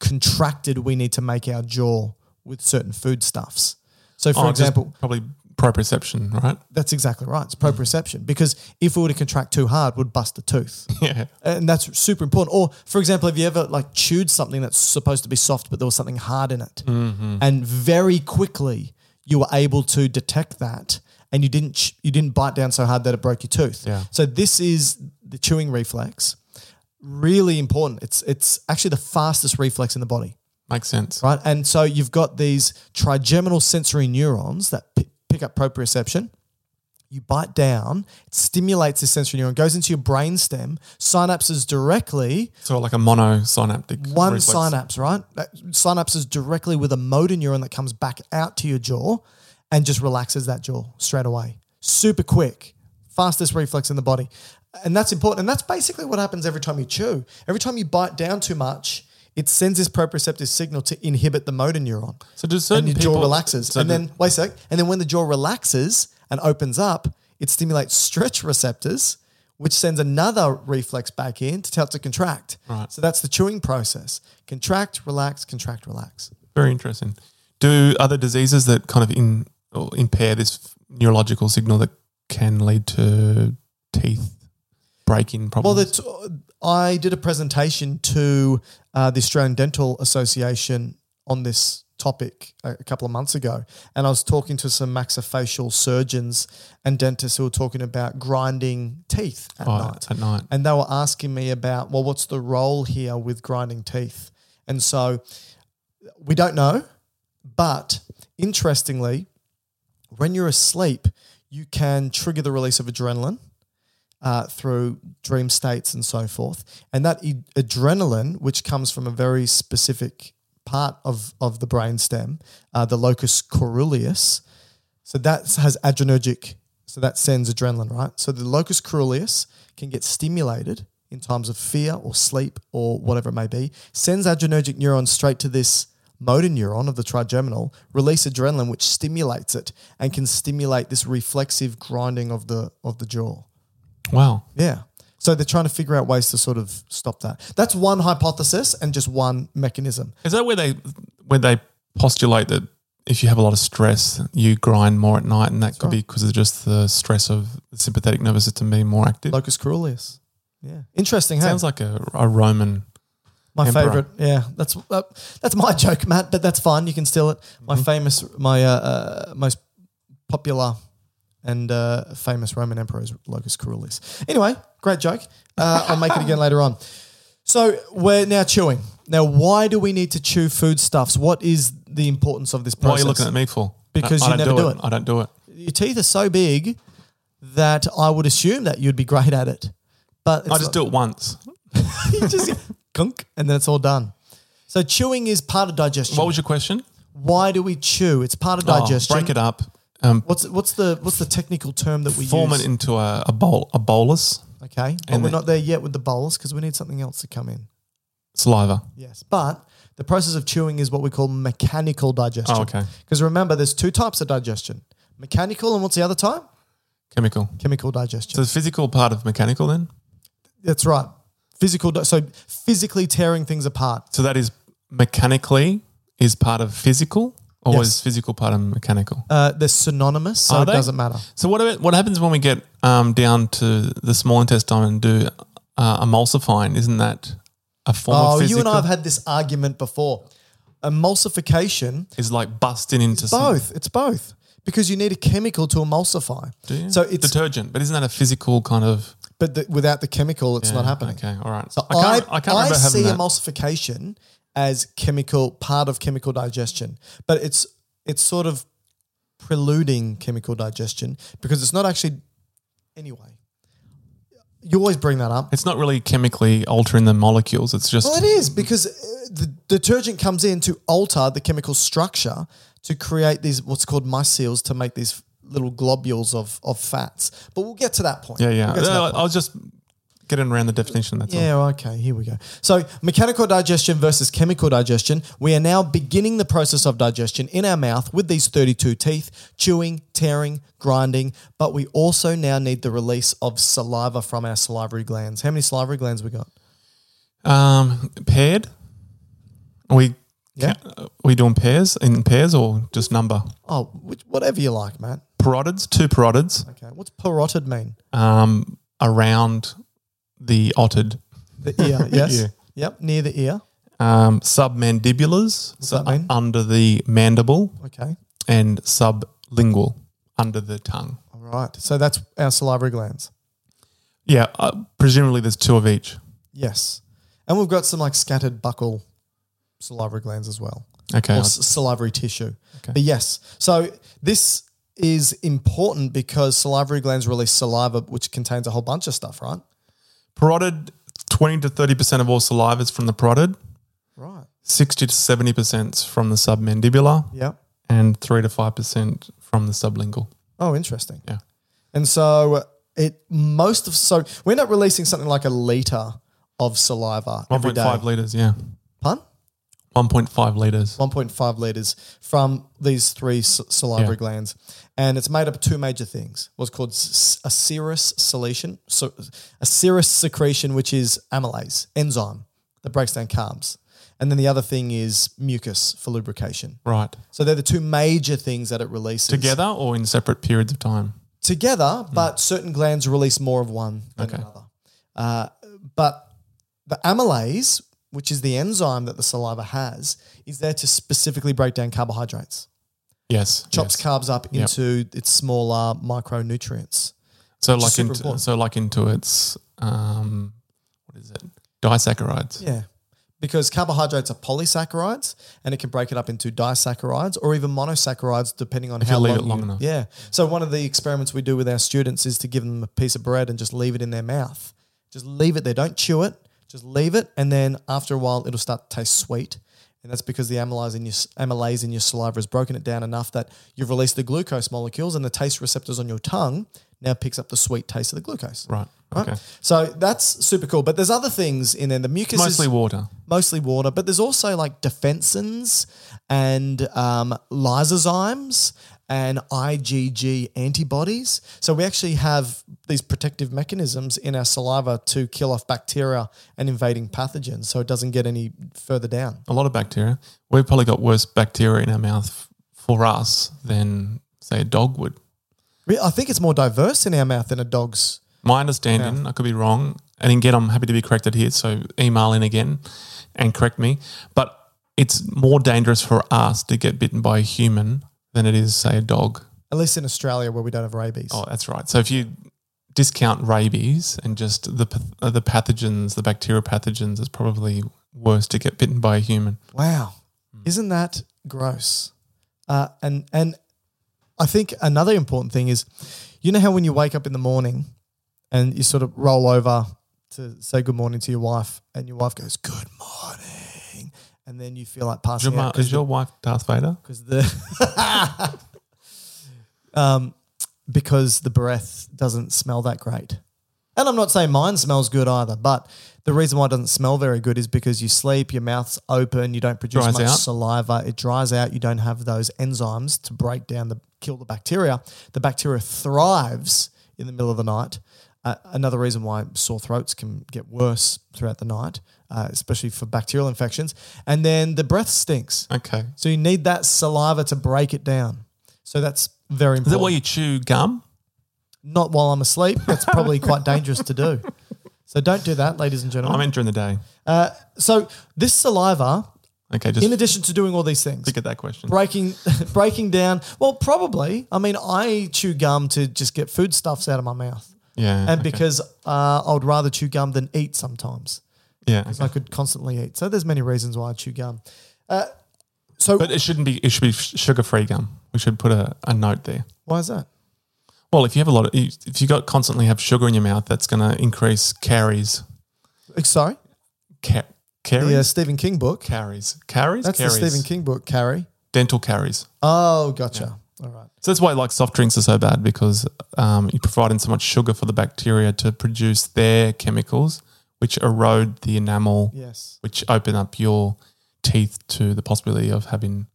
[SPEAKER 1] contracted we need to make our jaw with certain foodstuffs? So, for
[SPEAKER 2] Oh, just
[SPEAKER 1] example,
[SPEAKER 2] probably proprioception, right?
[SPEAKER 1] that's exactly right. It's proprioception because if we were to contract too hard, we'd bust a tooth,
[SPEAKER 2] Yeah.
[SPEAKER 1] and that's super important. Or, for example, have you ever like chewed something that's supposed to be soft, but there was something hard in it,
[SPEAKER 2] Mm-hmm.
[SPEAKER 1] and very quickly you were able to detect that, and you didn't ch- you didn't bite down so hard that it broke your tooth.
[SPEAKER 2] Yeah.
[SPEAKER 1] So this is the chewing reflex, really important. It's it's actually the fastest reflex in the body
[SPEAKER 2] Makes sense.
[SPEAKER 1] right? And so you've got these trigeminal sensory neurons that p- pick up proprioception. You bite down, it stimulates this sensory neuron, goes into your brainstem, synapses directly,
[SPEAKER 2] So like a monosynaptic.
[SPEAKER 1] one
[SPEAKER 2] reflex.
[SPEAKER 1] synapse, right? That synapses directly with a motor neuron that comes back out to your jaw and just relaxes that jaw straight away. Super quick, fastest reflex in the body. And that's important. And that's basically what happens every time you chew. Every time you bite down too much, it sends this proprioceptive signal to inhibit the motor neuron
[SPEAKER 2] So do certain
[SPEAKER 1] and your
[SPEAKER 2] people,
[SPEAKER 1] jaw relaxes.
[SPEAKER 2] so
[SPEAKER 1] and
[SPEAKER 2] do-
[SPEAKER 1] then wait a sec. And then when the jaw relaxes and opens up, it stimulates stretch receptors, which sends another reflex back in to tell it to contract. Right. So that's the chewing process: contract, relax, contract, relax.
[SPEAKER 2] Very interesting. Do other diseases that kind of in, or impair this neurological signal that can lead to teeth breaking
[SPEAKER 1] Well,
[SPEAKER 2] problems?
[SPEAKER 1] that's, I did a presentation to uh, the Australian Dental Association on this topic a, a couple of months ago, and I was talking to some maxillofacial surgeons and dentists who were talking about grinding teeth at
[SPEAKER 2] Oh,
[SPEAKER 1] night.
[SPEAKER 2] at night.
[SPEAKER 1] and they were asking me about well what's the role here with grinding teeth and so we don't know but interestingly when you're asleep you can trigger the release of adrenaline uh, through dream states and so forth and that e- adrenaline which comes from a very specific part of, of the brainstem uh, the locus coeruleus so that has adrenergic. So that sends adrenaline, right? So the locus coeruleus can get stimulated in times of fear or sleep or whatever it may be. Sends adrenergic neurons straight to this motor neuron of the trigeminal, release adrenaline, which stimulates it and can stimulate this reflexive grinding of the of the jaw.
[SPEAKER 2] wow.
[SPEAKER 1] Yeah. So they're trying to figure out ways to sort of stop that. That's one hypothesis and just one mechanism.
[SPEAKER 2] Is that where they where they postulate that if you have a lot of stress, you grind more at night, and that could be because of just the stress of the sympathetic nervous system being more active?
[SPEAKER 1] Locus coeruleus. Yeah. Interesting. hey?
[SPEAKER 2] Sounds like a, a Roman.
[SPEAKER 1] My
[SPEAKER 2] Emperor.
[SPEAKER 1] favorite, yeah, that's uh, that's my joke, Matt. But that's fine. You can steal it. My
[SPEAKER 2] Mm-hmm.
[SPEAKER 1] famous, my uh, uh, most popular and uh, famous Roman emperor is Locus Coeruleus. Anyway, great joke. Uh, I'll make it again later on. So we're now chewing. Now, why do we need to chew foodstuffs? What is the importance of this
[SPEAKER 2] What are
[SPEAKER 1] process?
[SPEAKER 2] you looking at me for?
[SPEAKER 1] Because
[SPEAKER 2] I,
[SPEAKER 1] you
[SPEAKER 2] I don't
[SPEAKER 1] never do it.
[SPEAKER 2] do I don't do it.
[SPEAKER 1] Your teeth are so big that I would assume that you'd be great at it. But
[SPEAKER 2] I
[SPEAKER 1] it's
[SPEAKER 2] just
[SPEAKER 1] not-
[SPEAKER 2] do it once.
[SPEAKER 1] you just gunk, and then it's all done. So chewing is part of digestion.
[SPEAKER 2] What was your question?
[SPEAKER 1] why do we chew? It's part of
[SPEAKER 2] Oh,
[SPEAKER 1] digestion.
[SPEAKER 2] break it up. Um,
[SPEAKER 1] What's what's the what's the technical term that we
[SPEAKER 2] form
[SPEAKER 1] use?
[SPEAKER 2] it into a, a bowl, a bolus
[SPEAKER 1] okay, but
[SPEAKER 2] and
[SPEAKER 1] we're
[SPEAKER 2] the-
[SPEAKER 1] not there yet with the bowls because we need something else to come in.
[SPEAKER 2] saliva.
[SPEAKER 1] Yes, but the process of chewing is what we call mechanical digestion.
[SPEAKER 2] Oh, okay.
[SPEAKER 1] Because remember, there's two types of digestion: mechanical, and what's the other type?
[SPEAKER 2] Chemical.
[SPEAKER 1] Chemical digestion.
[SPEAKER 2] So the physical part of mechanical then?
[SPEAKER 1] That's right. Physical. Di- so physically tearing things apart.
[SPEAKER 2] So that is mechanically is part of physical or
[SPEAKER 1] Yes.
[SPEAKER 2] is physical part of mechanical?
[SPEAKER 1] Uh, they're synonymous, so
[SPEAKER 2] Are
[SPEAKER 1] it
[SPEAKER 2] they?
[SPEAKER 1] doesn't matter.
[SPEAKER 2] So what about, what happens when we get um, down to the small intestine and do uh, emulsifying? Isn't that a form
[SPEAKER 1] Oh,
[SPEAKER 2] of physical
[SPEAKER 1] you and I have had this argument before. Emulsification
[SPEAKER 2] is like busting into some
[SPEAKER 1] both. It's both because you need a chemical to emulsify.
[SPEAKER 2] Yeah.
[SPEAKER 1] So it's
[SPEAKER 2] detergent, but isn't that a physical kind of?
[SPEAKER 1] but the, without the chemical, it's not
[SPEAKER 2] Yeah,
[SPEAKER 1] happening.
[SPEAKER 2] Okay, all right.
[SPEAKER 1] So
[SPEAKER 2] I can't. I, can't remember
[SPEAKER 1] see
[SPEAKER 2] having that.
[SPEAKER 1] emulsification as chemical part of chemical digestion, but it's it's sort of preluding chemical digestion because it's not actually. Anyway, you always bring that up.
[SPEAKER 2] it's not really chemically altering the molecules. It's just
[SPEAKER 1] Well, it is because uh, the detergent comes in to alter the chemical structure to create these what's called myceles to make these little globules of of fats. But we'll get to that point.
[SPEAKER 2] yeah,
[SPEAKER 1] We'll
[SPEAKER 2] yeah.
[SPEAKER 1] get to that
[SPEAKER 2] I,
[SPEAKER 1] point.
[SPEAKER 2] I was just getting around the definition. That's all.
[SPEAKER 1] Yeah, okay, here we go. So, mechanical digestion versus chemical digestion. We are now beginning the process of digestion in our mouth with these 32 teeth, chewing, tearing, grinding, but we also now need the release of saliva from our salivary glands. How many salivary glands we got?
[SPEAKER 2] Um, paired. Are we
[SPEAKER 1] Yeah.
[SPEAKER 2] are we doing pairs in pairs or just number?
[SPEAKER 1] Oh, which, whatever you like, Matt.
[SPEAKER 2] Parotids, two parotids,
[SPEAKER 1] Okay. What's parotid mean?
[SPEAKER 2] um, around the otted.
[SPEAKER 1] The ear, yes.
[SPEAKER 2] ear.
[SPEAKER 1] Yep, near the ear.
[SPEAKER 2] Um, submandibulars, so
[SPEAKER 1] that mean?
[SPEAKER 2] under the mandible,
[SPEAKER 1] Okay.
[SPEAKER 2] and sublingual, under the tongue.
[SPEAKER 1] All right. So that's our salivary glands.
[SPEAKER 2] Yeah, uh, presumably there's two of each.
[SPEAKER 1] Yes. And we've got some like scattered buccal salivary glands as well.
[SPEAKER 2] Okay,
[SPEAKER 1] or
[SPEAKER 2] I-
[SPEAKER 1] s- salivary tissue. But yes, so this is important because salivary glands release saliva, which contains a whole bunch of stuff, right?
[SPEAKER 2] parotid. Twenty to thirty percent of all saliva is from the parotid.
[SPEAKER 1] Right.
[SPEAKER 2] Sixty to seventy percent from the submandibular,
[SPEAKER 1] Yeah.
[SPEAKER 2] and three to five percent from the sublingual.
[SPEAKER 1] Oh, interesting.
[SPEAKER 2] Yeah.
[SPEAKER 1] And so it most of so we're not releasing something like a liter of saliva
[SPEAKER 2] One
[SPEAKER 1] every
[SPEAKER 2] point
[SPEAKER 1] day.
[SPEAKER 2] five liters. Yeah,
[SPEAKER 1] Pun.
[SPEAKER 2] one point five liters.
[SPEAKER 1] 1.5 liters from these three s- salivary
[SPEAKER 2] Yeah.
[SPEAKER 1] glands. And it's made up of two major things what's called s- a serous solution, so a serous secretion, which is amylase, enzyme that breaks down carbs. And then the other thing is mucus for lubrication.
[SPEAKER 2] Right.
[SPEAKER 1] So they're the two major things that it releases
[SPEAKER 2] Together Hmm. or in separate periods of time?
[SPEAKER 1] Together, but certain glands release more of one than another. Uh, but the amylase, which is the enzyme that the saliva has, is there to specifically break down carbohydrates
[SPEAKER 2] Yes.
[SPEAKER 1] chops
[SPEAKER 2] yes.
[SPEAKER 1] carbs up
[SPEAKER 2] Yep.
[SPEAKER 1] into its smaller micronutrients.
[SPEAKER 2] So
[SPEAKER 1] is
[SPEAKER 2] like
[SPEAKER 1] super
[SPEAKER 2] into,
[SPEAKER 1] important.
[SPEAKER 2] so like into its um, what is it? Disaccharides.
[SPEAKER 1] Yeah. Because carbohydrates are polysaccharides and it can break it up into disaccharides or even monosaccharides depending on
[SPEAKER 2] If you
[SPEAKER 1] how
[SPEAKER 2] leave
[SPEAKER 1] long,
[SPEAKER 2] it long enough.
[SPEAKER 1] Yeah. So one of the experiments we do with our students is to give them a piece of bread and just leave it in their mouth. Just leave it there. Don't chew it. Just leave it and then after a while it'll start to taste sweet. And that's because the amylase in your amylase in your saliva has broken it down enough that you've released the glucose molecules and the taste receptors on your tongue now picks up the sweet taste of the glucose.
[SPEAKER 2] Right.
[SPEAKER 1] Right?
[SPEAKER 2] Okay.
[SPEAKER 1] So that's super cool. But there's other things in there. The mucus
[SPEAKER 2] Mostly
[SPEAKER 1] is
[SPEAKER 2] water.
[SPEAKER 1] mostly water, but there's also like defensins and um, lysozymes and IgG antibodies. So we actually have these protective mechanisms in our saliva to kill off bacteria and invading pathogens so it doesn't get any further down.
[SPEAKER 2] A lot of bacteria. We've probably got worse bacteria in our mouth f- for us than say a dog would.
[SPEAKER 1] Re- I think it's more diverse in our mouth than a dog's.
[SPEAKER 2] My understanding, I could be wrong, and again, I'm happy to be corrected here. So email in again and correct me. But it's more dangerous for us to get bitten by a human than it is, say, a dog.
[SPEAKER 1] At least in Australia, where we don't have rabies.
[SPEAKER 2] Oh, that's right. So if you discount rabies and just the path- uh, the pathogens, the bacterial pathogens, it's probably worse to get bitten by a human.
[SPEAKER 1] Wow,
[SPEAKER 2] Hmm.
[SPEAKER 1] isn't that gross? Uh, and and I think another important thing is, you know how when you wake up in the morning and you sort of roll over to say good morning to your wife, and your wife goes good morning, and then you feel like
[SPEAKER 2] Is
[SPEAKER 1] passing
[SPEAKER 2] your,
[SPEAKER 1] out
[SPEAKER 2] ma- is your wife Darth Vader?
[SPEAKER 1] because the um, because the breath doesn't smell that great. And I'm not saying mine smells good either, but the reason why it doesn't smell very good is because you sleep, your mouth's open, you don't produce
[SPEAKER 2] Dries
[SPEAKER 1] much
[SPEAKER 2] out.
[SPEAKER 1] saliva, it dries out, you don't have those enzymes to break down the kill the bacteria. The bacteria thrives in the middle of the night. Uh, another reason why sore throats can get worse throughout the night, uh, especially for bacterial infections. And then the breath stinks.
[SPEAKER 2] Okay.
[SPEAKER 1] So you need that saliva to break it down. So that's very important.
[SPEAKER 2] Is that why you chew gum?
[SPEAKER 1] Not while I'm asleep. That's probably quite dangerous to do. So don't do that, ladies and
[SPEAKER 2] I
[SPEAKER 1] gentlemen. Uh,
[SPEAKER 2] meant during the day.
[SPEAKER 1] so this saliva,
[SPEAKER 2] Okay, just
[SPEAKER 1] in addition to doing all these things,
[SPEAKER 2] look at that question.
[SPEAKER 1] breaking breaking down. Well, probably. I mean, I chew gum to just get foodstuffs out of my mouth,
[SPEAKER 2] Yeah.
[SPEAKER 1] and
[SPEAKER 2] okay.
[SPEAKER 1] because uh, I would rather chew gum than eat sometimes.
[SPEAKER 2] yeah,
[SPEAKER 1] I
[SPEAKER 2] okay.
[SPEAKER 1] could constantly eat. So there's many reasons why I chew gum. Uh, so
[SPEAKER 2] but it shouldn't be. It should be sugar free gum. We should put a, a note there.
[SPEAKER 1] why is that?
[SPEAKER 2] Well, if you have a lot of, if you got constantly have sugar in your mouth, that's going to increase caries.
[SPEAKER 1] Uh, Sorry,
[SPEAKER 2] Ca- caries?
[SPEAKER 1] the uh, Stephen King book.
[SPEAKER 2] Caries. Caries?
[SPEAKER 1] That's
[SPEAKER 2] caries.
[SPEAKER 1] the Stephen King book. Carrie.
[SPEAKER 2] Dental caries.
[SPEAKER 1] Oh, gotcha. All right.
[SPEAKER 2] So that's why like soft drinks are so bad because um, you provide in so much sugar for the bacteria to produce their chemicals, which erode the enamel,
[SPEAKER 1] Yes.
[SPEAKER 2] which open up your teeth to the possibility of having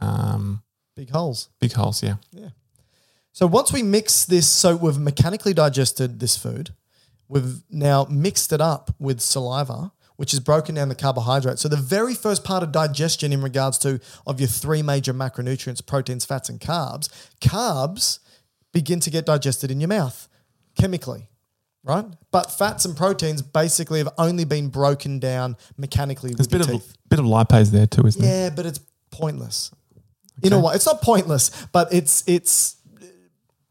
[SPEAKER 2] um,
[SPEAKER 1] Big holes.
[SPEAKER 2] big holes. Yeah.
[SPEAKER 1] So once we mix this, so we've mechanically digested this food, we've now mixed it up with saliva, which has broken down the carbohydrate. So the very first part of digestion in regards to of your three major macronutrients, proteins, fats, and carbs, carbs begin to get digested in your mouth chemically. Right, but fats and proteins basically have only been broken down mechanically
[SPEAKER 2] There's
[SPEAKER 1] with
[SPEAKER 2] a bit
[SPEAKER 1] your
[SPEAKER 2] of,
[SPEAKER 1] teeth.
[SPEAKER 2] bit of lipase there too, isn't there?
[SPEAKER 1] Yeah, but it's pointless. In a way, it's not pointless, but it's it's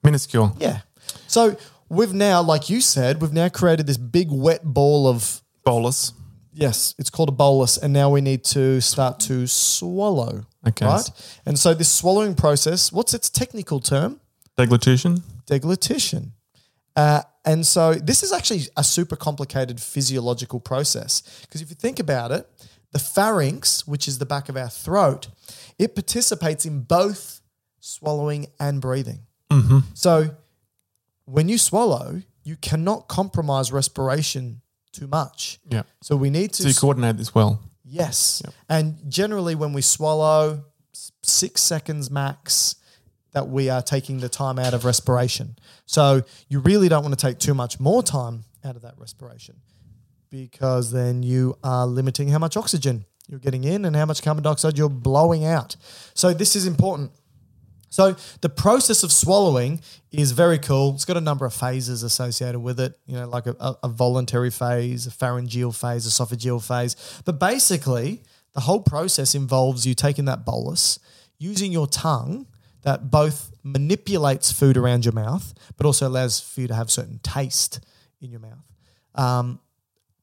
[SPEAKER 2] Minuscule.
[SPEAKER 1] yeah. So we've now, like you said, we've now created this big wet ball of
[SPEAKER 2] Bolus.
[SPEAKER 1] yes, it's called a bolus, and now we need to start to swallow.
[SPEAKER 2] Okay.
[SPEAKER 1] Right. And so this swallowing process, what's its technical term?
[SPEAKER 2] Deglutition.
[SPEAKER 1] Deglutition. Uh, and so this is actually a super complicated physiological process because if you think about it, the pharynx, which is the back of our throat, it participates in both swallowing and breathing.
[SPEAKER 2] Mm-hmm.
[SPEAKER 1] So when you swallow, you cannot compromise respiration too much.
[SPEAKER 2] Yeah.
[SPEAKER 1] So we need to
[SPEAKER 2] So you coordinate this well.
[SPEAKER 1] Yes. And generally, when we swallow, s- six seconds max that we are taking the time out of respiration. So you really don't want to take too much more time out of that respiration because then you are limiting how much oxygen you're getting in and how much carbon dioxide you're blowing out. So this is important. So the process of swallowing is very cool. It's got a number of phases associated with it, you know, like a, a- a voluntary phase, a pharyngeal phase, esophageal phase. But basically, the whole process involves you taking that bolus, using your tongue that both manipulates food around your mouth, but also allows for you to have certain taste in your mouth. Um,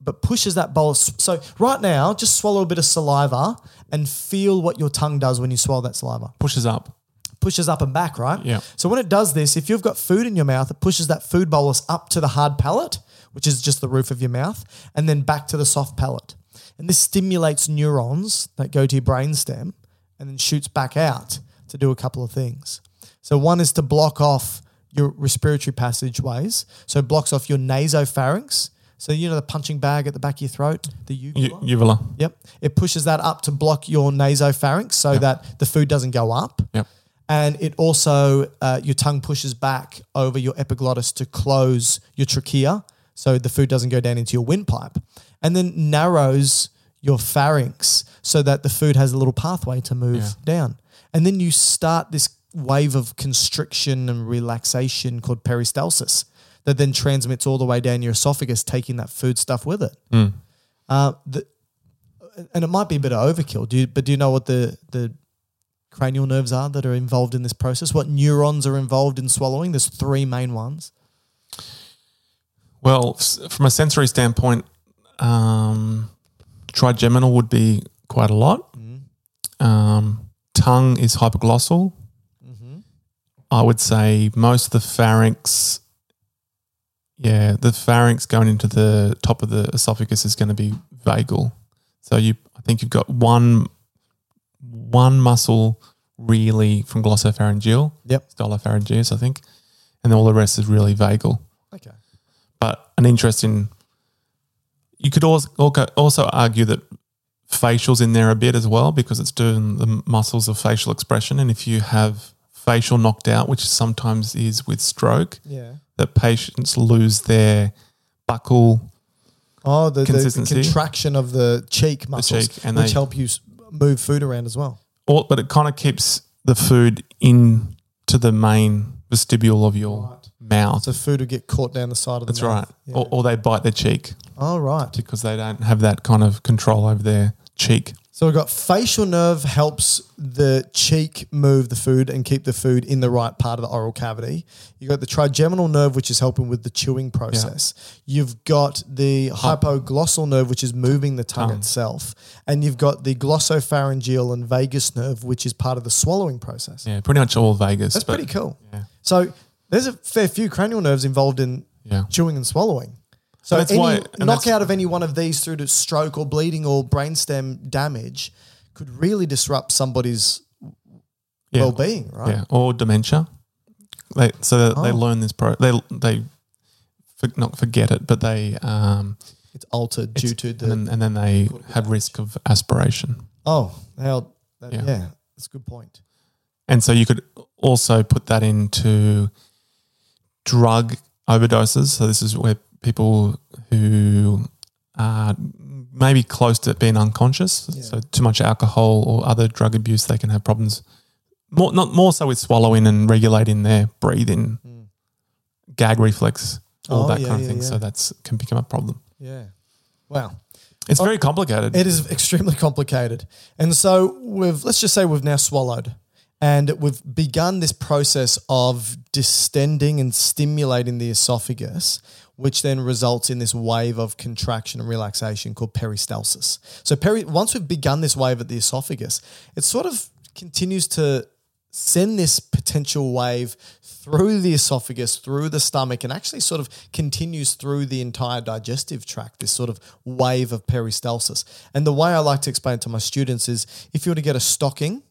[SPEAKER 1] but pushes that bolus. So right now, just swallow a bit of saliva and feel what your tongue does when you swallow that saliva
[SPEAKER 2] Pushes up.
[SPEAKER 1] pushes up and back, right?
[SPEAKER 2] Yeah.
[SPEAKER 1] So when it does this, if you've got food in your mouth, it pushes that food bolus up to the hard palate, which is just the roof of your mouth, and then back to the soft palate. And this stimulates neurons that go to your brainstem and then shoots back out to do a couple of things. So one is to block off your respiratory passageways. So it blocks off your nasopharynx. So you know the punching bag at the back of your throat, the uvula.
[SPEAKER 2] U- uvula.
[SPEAKER 1] Yep. It pushes that up to block your nasopharynx so that the food doesn't go up.
[SPEAKER 2] Yep.
[SPEAKER 1] And it also, uh, your tongue pushes back over your epiglottis to close your trachea so the food doesn't go down into your windpipe. And then narrows your pharynx so that the food has a little pathway to move down. And then you start this wave of constriction and relaxation called peristalsis that then transmits all the way down your esophagus, taking that food stuff with it. Uh, the, and it might be a bit of overkill. Do you, but do you know what the the cranial nerves are that are involved in this process? What neurons are involved in swallowing? There's three main ones.
[SPEAKER 2] Well, s- from a sensory standpoint, um, trigeminal would be quite a lot. Um, tongue is hypoglossal. Mm-hmm. I would say most of the pharynx, yeah, the pharynx going into the top of the esophagus is going to be vagal. So you, I think you've got one, one muscle really from glossopharyngeal,
[SPEAKER 1] Yep.
[SPEAKER 2] stylopharyngeus, I think, and then all the rest is really vagal
[SPEAKER 1] Okay.
[SPEAKER 2] but an interesting. You could also also argue that facials in there a bit as well because it's doing the muscles of facial expression, and if you have facial knocked out, which sometimes is with stroke,
[SPEAKER 1] Yeah.
[SPEAKER 2] that patients lose their buckle.
[SPEAKER 1] Oh, the, the
[SPEAKER 2] Consistency.
[SPEAKER 1] contraction of the cheek muscles,
[SPEAKER 2] cheek, and
[SPEAKER 1] which
[SPEAKER 2] they-
[SPEAKER 1] help you s- move food around as well.
[SPEAKER 2] Or, but it kind of keeps the food in to the main vestibule of your mouth.
[SPEAKER 1] So food would get caught down the side of the
[SPEAKER 2] That's right.
[SPEAKER 1] mouth.
[SPEAKER 2] Or, or they bite their cheek
[SPEAKER 1] All right.
[SPEAKER 2] because they don't have that kind of control over their cheek.
[SPEAKER 1] So we've got facial nerve helps the cheek move the food and keep the food in the right part of the oral cavity. You've got the trigeminal nerve, which is helping with the chewing process. You've got the hypoglossal nerve, which is moving the tongue itself. And you've got the glossopharyngeal and vagus nerve, which is part of the swallowing process.
[SPEAKER 2] Yeah, pretty much all Vegas.
[SPEAKER 1] That's
[SPEAKER 2] but-
[SPEAKER 1] pretty cool. So there's a fair few cranial nerves involved in
[SPEAKER 2] Yeah.
[SPEAKER 1] chewing and swallowing. So
[SPEAKER 2] And that's
[SPEAKER 1] any
[SPEAKER 2] why- and that's-
[SPEAKER 1] knockout of any one of these through to stroke or bleeding or brainstem damage could really disrupt somebody's
[SPEAKER 2] Yeah.
[SPEAKER 1] well-being, right? Oh.
[SPEAKER 2] Yeah, or dementia. They so they learn this pro. They they for, not forget it, but they um
[SPEAKER 1] It's altered due to the
[SPEAKER 2] and then, and then they have risk of aspiration.
[SPEAKER 1] oh, how that, yeah.
[SPEAKER 2] Yeah.
[SPEAKER 1] that's a good point.
[SPEAKER 2] And so you could also put that into drug overdoses. So this is where people who are maybe close to being unconscious, so too much alcohol or other drug abuse, they can have problems. More not more so with swallowing and regulating their breathing, gag reflex,
[SPEAKER 1] Hmm.
[SPEAKER 2] all
[SPEAKER 1] Oh,
[SPEAKER 2] that
[SPEAKER 1] yeah,
[SPEAKER 2] kind of
[SPEAKER 1] yeah,
[SPEAKER 2] thing.
[SPEAKER 1] yeah.
[SPEAKER 2] So that's can become a problem.
[SPEAKER 1] Yeah, wow.
[SPEAKER 2] It's very complicated.
[SPEAKER 1] Oh, It is extremely complicated. And so we've let's just say we've now swallowed and we've begun this process of distending and stimulating the esophagus, which then results in this wave of contraction and relaxation called peristalsis. So peri- once we've begun this wave at the esophagus, it sort of continues to send this potential wave through the esophagus, through the stomach, and actually sort of continues through the entire digestive tract, this sort of wave of peristalsis. And the way I like to explain it to my students is if you were to get a stocking,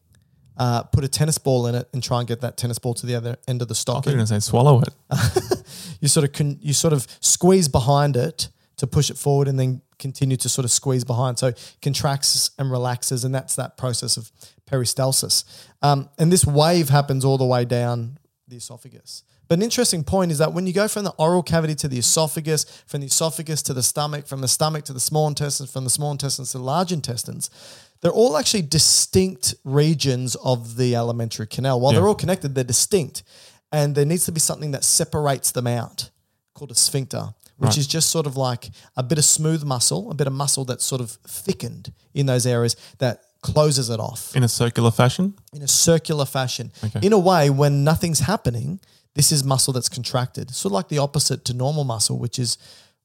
[SPEAKER 1] uh, put a tennis ball in it and try and get that tennis ball to the other end of the
[SPEAKER 2] You're
[SPEAKER 1] stocking.
[SPEAKER 2] going to say swallow it.
[SPEAKER 1] You sort of con- you sort of squeeze behind it to push it forward, and then continue to sort of squeeze behind. So it contracts and relaxes, and that's that process of peristalsis. Um, and this wave happens all the way down the esophagus. But an interesting point is that when you go from the oral cavity to the esophagus, from the esophagus to the stomach, from the stomach to the small intestines, from the small intestines to the large intestines, they're all actually distinct regions of the alimentary canal. While they're all connected, they're distinct. And there needs to be something that separates them out called a sphincter, which is just sort of like a bit of smooth muscle, a bit of muscle that's sort of thickened in those areas that closes it off
[SPEAKER 2] in a circular fashion.
[SPEAKER 1] in a circular fashion. In a way, when nothing's happening, this is muscle that's contracted. Sort of like the opposite to normal muscle, which is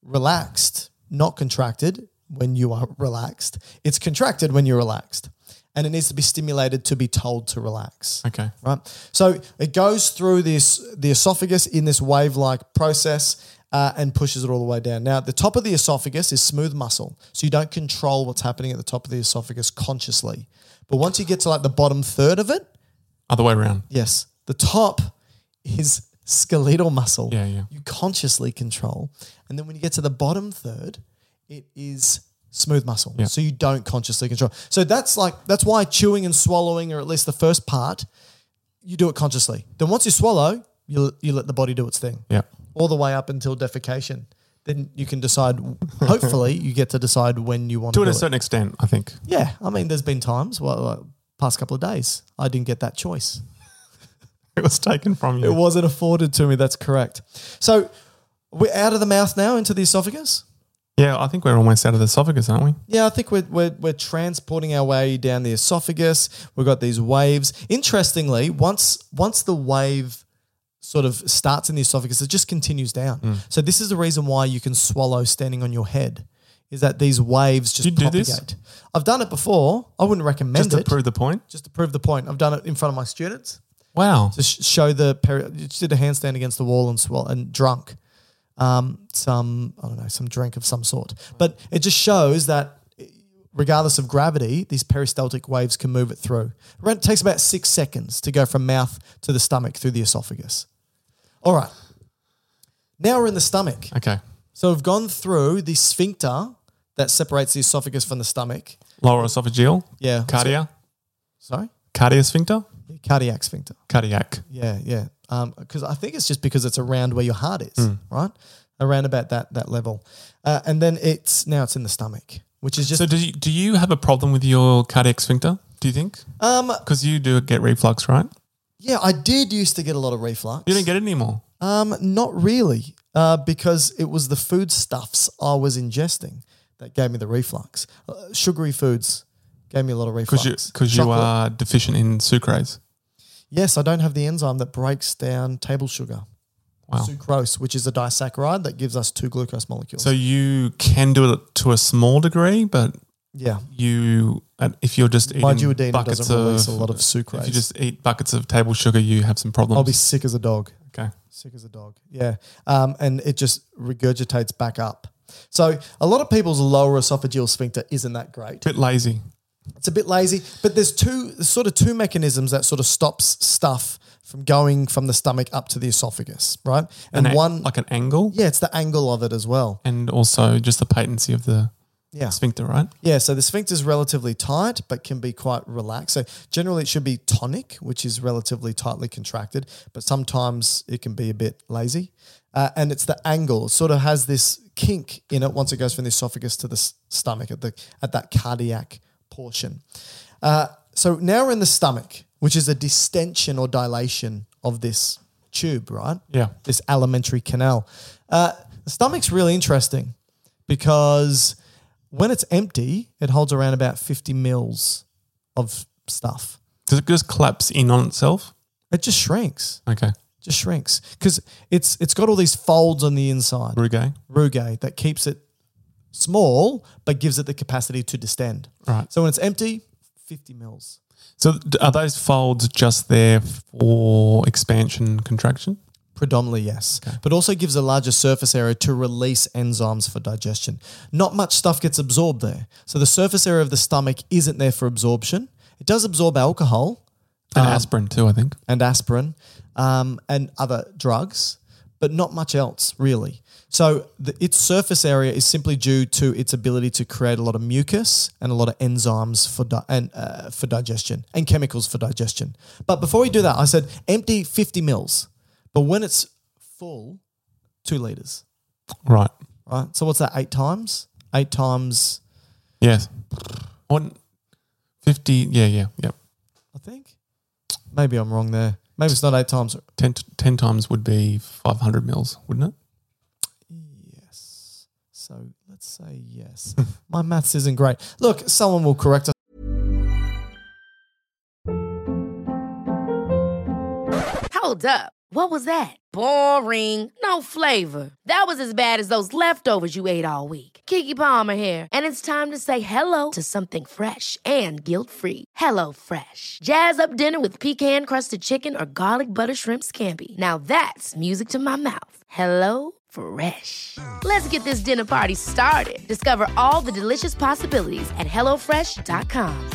[SPEAKER 1] relaxed, not contracted when you are relaxed. It's contracted when you're relaxed. And it needs to be stimulated to be told to relax
[SPEAKER 2] Okay.
[SPEAKER 1] right? So it goes through this the esophagus in this wave-like process uh, and pushes it all the way down. Now, at the top of the esophagus is smooth muscle, so you don't control what's happening at the top of the esophagus consciously. But once you get to like the bottom third of it,
[SPEAKER 2] Other way around.
[SPEAKER 1] yes, the top is skeletal muscle.
[SPEAKER 2] Yeah, yeah.
[SPEAKER 1] You consciously control, and then when you get to the bottom third, it is smooth muscle. So you don't consciously control. So that's like that's why chewing and swallowing, or at least the first part, you do it consciously. Then once you swallow, you, you let the body do its thing
[SPEAKER 2] Yeah.
[SPEAKER 1] all the way up until defecation. Then you can decide, hopefully, you get to decide when you want
[SPEAKER 2] To
[SPEAKER 1] to
[SPEAKER 2] a
[SPEAKER 1] do it.
[SPEAKER 2] certain extent, I think.
[SPEAKER 1] yeah. I mean, there's been times, well, like, past couple of days, I didn't get that choice.
[SPEAKER 2] It was taken from you.
[SPEAKER 1] It wasn't afforded to me. That's correct. So we're out of the mouth now into the esophagus.
[SPEAKER 2] Yeah, I think we're almost out of the esophagus, aren't we?
[SPEAKER 1] Yeah, I think we're, we're, we're transporting our way down the esophagus. We've got these waves. Interestingly, once once the wave sort of starts in the esophagus, it just continues down.
[SPEAKER 2] Hmm.
[SPEAKER 1] So this is the reason why you can swallow standing on your head, is that these waves just
[SPEAKER 2] You do
[SPEAKER 1] propagate.
[SPEAKER 2] this?
[SPEAKER 1] I've done it before. I wouldn't recommend
[SPEAKER 2] Just to
[SPEAKER 1] it.
[SPEAKER 2] prove the point.
[SPEAKER 1] just to prove the point. I've done it in front of my students
[SPEAKER 2] Wow.
[SPEAKER 1] to sh- show the peri- you just did a handstand against the wall and swell and drunk um, some I don't know some drink of some sort. But it just shows that regardless of gravity, these peristaltic waves can move it through. Around- It takes about six seconds to go from mouth to the stomach through the esophagus. All right. Now we're in the stomach.
[SPEAKER 2] Okay.
[SPEAKER 1] So we've gone through the sphincter that separates the esophagus from the stomach.
[SPEAKER 2] Lower esophageal.
[SPEAKER 1] Yeah.
[SPEAKER 2] Cardia.
[SPEAKER 1] Sorry?
[SPEAKER 2] Cardia sphincter.
[SPEAKER 1] Cardiac sphincter.
[SPEAKER 2] Cardiac.
[SPEAKER 1] Yeah, yeah. Because I think it's just because it's around where your heart is,
[SPEAKER 2] Hmm.
[SPEAKER 1] right? Around about that that level, uh, and then it's now it's in the stomach, which is just
[SPEAKER 2] So do you, do you have a problem with your cardiac sphincter? Do you think?
[SPEAKER 1] um
[SPEAKER 2] Because you do get reflux, right?
[SPEAKER 1] yeah. I did used to get a lot of reflux.
[SPEAKER 2] You don't get it anymore.
[SPEAKER 1] Um, not really, uh, because it was the foodstuffs I was ingesting that gave me the reflux. Uh, sugary foods gave me a lot of reflux.
[SPEAKER 2] Because you, cause you uh,
[SPEAKER 1] Chocolate.
[SPEAKER 2] are deficient in sucrase.
[SPEAKER 1] Yes, I don't have the enzyme that breaks down table sugar.
[SPEAKER 2] Wow.
[SPEAKER 1] Sucrose, which is a disaccharide that gives us two glucose molecules.
[SPEAKER 2] So you can do it to a small degree, but
[SPEAKER 1] yeah,
[SPEAKER 2] you and if you're just eating
[SPEAKER 1] Mydudina
[SPEAKER 2] buckets
[SPEAKER 1] doesn't
[SPEAKER 2] of
[SPEAKER 1] release a lot of
[SPEAKER 2] If
[SPEAKER 1] sucrase.
[SPEAKER 2] you just eat buckets of table sugar, you have some problems.
[SPEAKER 1] I'll be sick as a dog.
[SPEAKER 2] okay.
[SPEAKER 1] Sick as a dog. Yeah. Um, and it just regurgitates back up. So a lot of people's lower esophageal sphincter isn't that great.
[SPEAKER 2] Bit lazy.
[SPEAKER 1] It's a bit lazy, but there's two there's sort of two mechanisms that sort of stops stuff from going from the stomach up to the esophagus, right? And
[SPEAKER 2] An a-
[SPEAKER 1] one
[SPEAKER 2] like an angle,
[SPEAKER 1] yeah, it's the angle of it as well.
[SPEAKER 2] and also just the patency of the
[SPEAKER 1] Yeah.
[SPEAKER 2] sphincter, right?
[SPEAKER 1] Yeah, so the sphincter is relatively tight, but can be quite relaxed. So generally, it should be tonic, which is relatively tightly contracted, but sometimes it can be a bit lazy. Uh, and it's the angle; it sort of has this kink in it once it goes from the esophagus to the s- stomach at the at that cardiac portion. Uh, so now we're in the stomach, which is a distension or dilation of this tube, right?
[SPEAKER 2] Yeah.
[SPEAKER 1] This alimentary canal. Uh, the stomach's really interesting because when it's empty, it holds around about 50 mils of stuff.
[SPEAKER 2] Does it just collapse in on itself?
[SPEAKER 1] It just shrinks,
[SPEAKER 2] Okay.
[SPEAKER 1] just shrinks because it's it's got all these folds on the inside,
[SPEAKER 2] Brugay.
[SPEAKER 1] rugae that keeps it small but gives it the capacity to distend.
[SPEAKER 2] Right.
[SPEAKER 1] So when it's empty, 50 mils.
[SPEAKER 2] So d- are those folds just there for expansion contraction?
[SPEAKER 1] Predominantly, yes, but also gives a larger surface area to release enzymes for digestion. Not much stuff gets absorbed there. So the surface area of the stomach isn't there for absorption. It does absorb alcohol, Um,
[SPEAKER 2] And aspirin too, I think.
[SPEAKER 1] and aspirin um, and other drugs, but not much else really. So the, its surface area is simply due to its ability to create a lot of mucus and a lot of enzymes for di- and uh, for digestion and chemicals for digestion. But before we do that, I said empty fifty mils, but when it's full, two liters.
[SPEAKER 2] Right.
[SPEAKER 1] Right. So what's that? Eight times. Eight times.
[SPEAKER 2] Yes. On 50, yeah, yeah, yeah.
[SPEAKER 1] I think. Maybe I'm wrong there. Maybe it's not eight times.
[SPEAKER 2] 10, t- 10 times would be 500 mils, wouldn't it?
[SPEAKER 1] Yes. So let's say yes. My maths isn't great. Look, someone will correct us.
[SPEAKER 3] Hold up. What was that? Boring. No flavor. That was as bad as those leftovers you ate all week. Kiki Palmer here, and it's time to say hello to something fresh and guilt-free. Hello Fresh. Jazz up dinner with pecan-crusted chicken or garlic butter shrimp scampi. Now that's music to my mouth. Hello Fresh. Let's get this dinner party started. Discover all the delicious possibilities at hellofresh.com.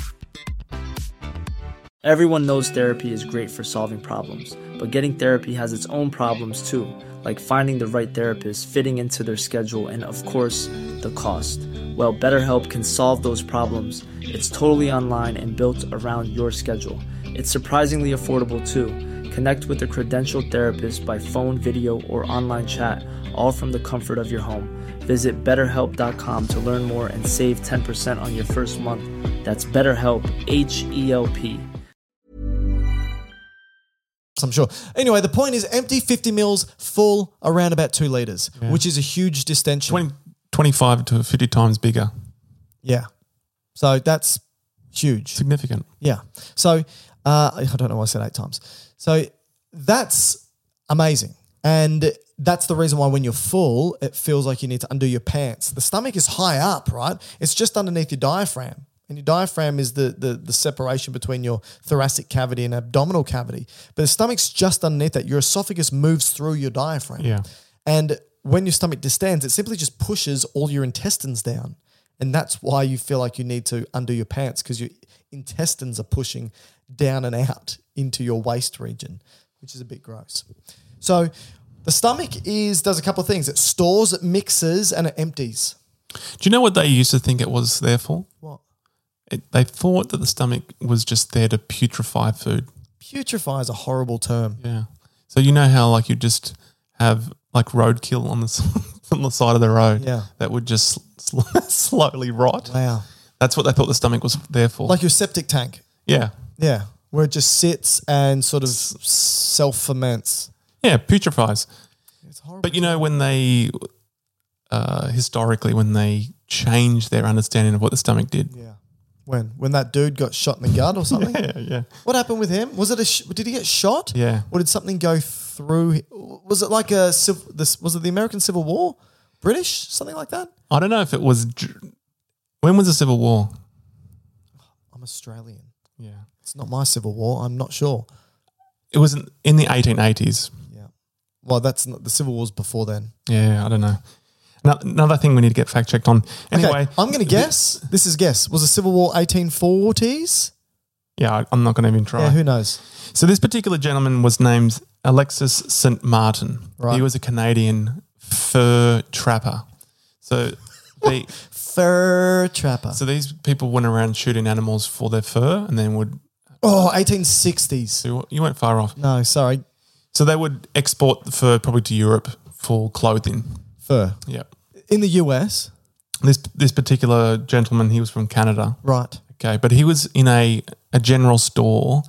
[SPEAKER 4] Everyone knows therapy is great for solving problems, but getting therapy has its own problems too, like finding the right therapist, fitting into their schedule, and of course, the cost. Well, BetterHelp can solve those problems. It's totally online and built around your schedule. It's surprisingly affordable too. Connect with a credentialed therapist by phone, video, or online chat, all from the comfort of your home. Visit betterhelp.com to learn more and save 10% on your first month. That's BetterHelp, H E L P.
[SPEAKER 1] I'm sure. Anyway, the point is empty 50 mils, full around about two liters, which is a huge distension.
[SPEAKER 2] 20, 25 to 50 times bigger.
[SPEAKER 1] Yeah. So that's huge.
[SPEAKER 2] Significant.
[SPEAKER 1] Yeah. So uh, I don't know why I said eight times. So that's amazing. And that's the reason why when you're full, it feels like you need to undo your pants. The stomach is high up, right? It's just underneath your diaphragm. And your diaphragm is the, the, the separation between your thoracic cavity and abdominal cavity. But the stomach's just underneath that. Your esophagus moves through your diaphragm.
[SPEAKER 2] Yeah.
[SPEAKER 1] And when your stomach distends, it simply just pushes all your intestines down. And that's why you feel like you need to undo your pants because your intestines are pushing down and out into your waist region, which is a bit gross. So the stomach is does a couple of things. It stores, it mixes, and it empties.
[SPEAKER 2] Do you know what they used to think it was there for?
[SPEAKER 1] What?
[SPEAKER 2] It, they thought that the stomach was just there to putrefy food.
[SPEAKER 1] Putrefy is a horrible term.
[SPEAKER 2] Yeah. So you know how like you just have like roadkill on the s- on the side of the road.
[SPEAKER 1] Yeah.
[SPEAKER 2] That would just sl- slowly rot.
[SPEAKER 1] Wow.
[SPEAKER 2] That's what they thought the stomach was there for.
[SPEAKER 1] Like your septic tank.
[SPEAKER 2] yeah.
[SPEAKER 1] Yeah. Where it just sits and sort of self ferments.
[SPEAKER 2] Yeah, putrefies.
[SPEAKER 1] It's horrible.
[SPEAKER 2] But you know, when they uh, historically, when they changed their understanding of what the stomach did,
[SPEAKER 1] yeah. When when that dude got shot in the gut or something.
[SPEAKER 2] yeah, yeah,
[SPEAKER 1] What happened with him? Was it a? Sh- did he get shot?
[SPEAKER 2] Yeah.
[SPEAKER 1] Or did something go through? hi- Was it like a civ- this? Was it the American Civil War? British something like that?
[SPEAKER 2] I don't know if it was. dr- When was the Civil War?
[SPEAKER 1] I'm Australian.
[SPEAKER 2] Yeah,
[SPEAKER 1] It's not my Civil War. I'm not sure.
[SPEAKER 2] it was in- in the 1880s.
[SPEAKER 1] Yeah. Well, that's not the Civil War's before then.
[SPEAKER 2] Yeah, I don't know. Ano- Another thing we need to get fact checked on. Anyway,
[SPEAKER 1] okay, I'm going to guess. This is guess. Was the Civil War 1840s?
[SPEAKER 2] Yeah, I- I'm not going to even try.
[SPEAKER 1] Yeah, who knows?
[SPEAKER 2] So this particular gentleman was named Alexis St. Martin.
[SPEAKER 1] Right.
[SPEAKER 2] He was a Canadian fur trapper. So they
[SPEAKER 1] Fur trapper.
[SPEAKER 2] so these people went around shooting animals for their fur and then would
[SPEAKER 1] oh, 1860s.
[SPEAKER 2] so you weren't far off.
[SPEAKER 1] No, sorry,
[SPEAKER 2] So they would export the fur probably to Europe for clothing.
[SPEAKER 1] fur.
[SPEAKER 2] Yeah.
[SPEAKER 1] In the US,
[SPEAKER 2] This this particular gentleman, he was from Canada.
[SPEAKER 1] right?
[SPEAKER 2] Okay, but he was in a, a general store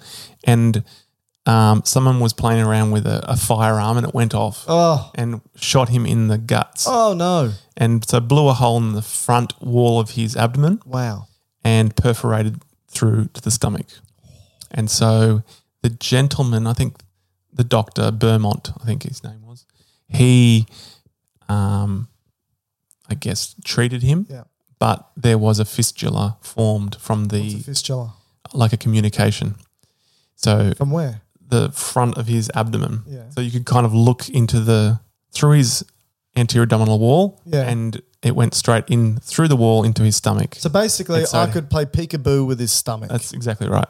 [SPEAKER 2] and um, someone was playing around with a, a firearm and it went off
[SPEAKER 1] Oh,
[SPEAKER 2] and shot him in the guts.
[SPEAKER 1] oh no!
[SPEAKER 2] and so blew a hole in the front wall of his abdomen
[SPEAKER 1] Wow.
[SPEAKER 2] and perforated through to the stomach. And so the gentleman, I think the doctor Bermont, I think his name was, he, um, I guess, treated him.
[SPEAKER 1] Yeah.
[SPEAKER 2] But there was a fistula formed from
[SPEAKER 1] It's a
[SPEAKER 2] the
[SPEAKER 1] fistula.
[SPEAKER 2] like a communication. So
[SPEAKER 1] From where?
[SPEAKER 2] the front of his abdomen.
[SPEAKER 1] Yeah.
[SPEAKER 2] So you could kind of look into the through his anterior abdominal wall.
[SPEAKER 1] Yeah.
[SPEAKER 2] And it went straight in through the wall into his stomach.
[SPEAKER 1] So basically,
[SPEAKER 2] It's
[SPEAKER 1] I
[SPEAKER 2] a-
[SPEAKER 1] could play peekaboo with his stomach.
[SPEAKER 2] That's exactly right.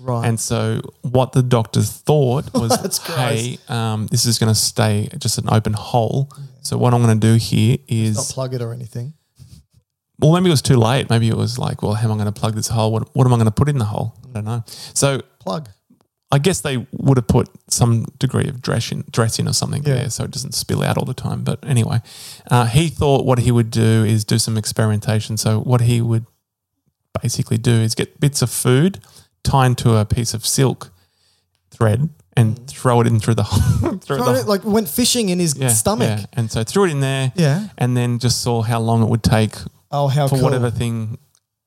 [SPEAKER 1] right.
[SPEAKER 2] And so what the doctors thought was,
[SPEAKER 1] That's gross.
[SPEAKER 2] hey, um, this is going to stay just an open hole. So what I'm going to do here
[SPEAKER 1] not
[SPEAKER 2] is,
[SPEAKER 1] plug it or anything.
[SPEAKER 2] well, maybe it was too late. Maybe it was like, well, how am I going to plug this hole? What, what am I going to put in the hole? I don't know. So
[SPEAKER 1] Plug.
[SPEAKER 2] I guess they would have put some degree of dressing, dressing or something
[SPEAKER 1] Yeah.
[SPEAKER 2] there so it doesn't spill out all the time. But anyway, uh, he thought what he would do is do some experimentation. So, what he would basically do is get bits of food tied to a piece of silk thread and throw it in through the hole. through
[SPEAKER 1] Mm. Throw it, like went fishing in his
[SPEAKER 2] yeah,
[SPEAKER 1] stomach.
[SPEAKER 2] yeah. And so, threw it in there
[SPEAKER 1] Yeah.
[SPEAKER 2] and then just saw how long it would take
[SPEAKER 1] Oh, how
[SPEAKER 2] for
[SPEAKER 1] cool!
[SPEAKER 2] whatever thing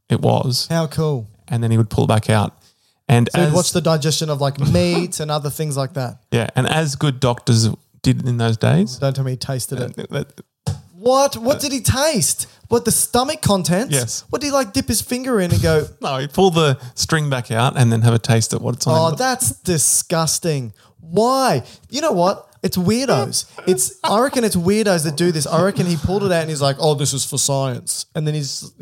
[SPEAKER 2] it was.
[SPEAKER 1] How cool!
[SPEAKER 2] And then he would pull back out. And
[SPEAKER 1] So
[SPEAKER 2] as-
[SPEAKER 1] he'd watch the digestion of like meat and other things like that.
[SPEAKER 2] Yeah, and as good doctors did in those days.
[SPEAKER 1] Don't tell me he tasted it.
[SPEAKER 2] that-
[SPEAKER 1] What? What did he taste? What the stomach contents?
[SPEAKER 2] Yes.
[SPEAKER 1] What did he like dip his finger in and go?
[SPEAKER 2] No, you pull the string back out and then have a taste at what it's on.
[SPEAKER 1] Oh, that's disgusting. Why? You know what? It's weirdos. It's I reckon it's weirdos that do this. I reckon he pulled it out and he's like, "Oh, this is for science," and then he's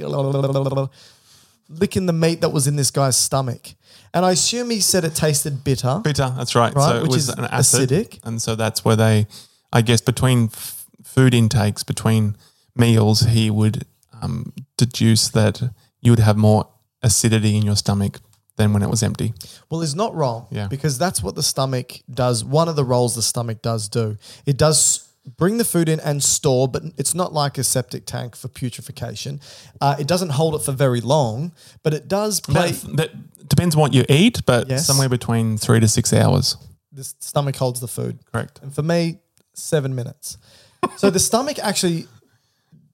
[SPEAKER 1] licking the meat that was in this guy's stomach. And I assume he said it tasted bitter.
[SPEAKER 2] bitter. That's right.
[SPEAKER 1] Right,
[SPEAKER 2] so it
[SPEAKER 1] which is
[SPEAKER 2] was an acid,
[SPEAKER 1] acidic.
[SPEAKER 2] and so that's where they, I guess, between f- food intakes, between meals, he would um, deduce that you would have more acidity in your stomach than when it was empty.
[SPEAKER 1] Well, it's not wrong
[SPEAKER 2] Yeah.
[SPEAKER 1] because that's what the stomach does. One of the roles the stomach does do. It does bring the food in and store, but it's not like a septic tank for putrefaction. Uh, it doesn't hold it for very long, but it does play.
[SPEAKER 2] That, that depends what you eat, but
[SPEAKER 1] Yes.
[SPEAKER 2] somewhere between three to six hours.
[SPEAKER 1] the stomach holds the food.
[SPEAKER 2] Correct.
[SPEAKER 1] And for me, seven minutes. so the stomach actually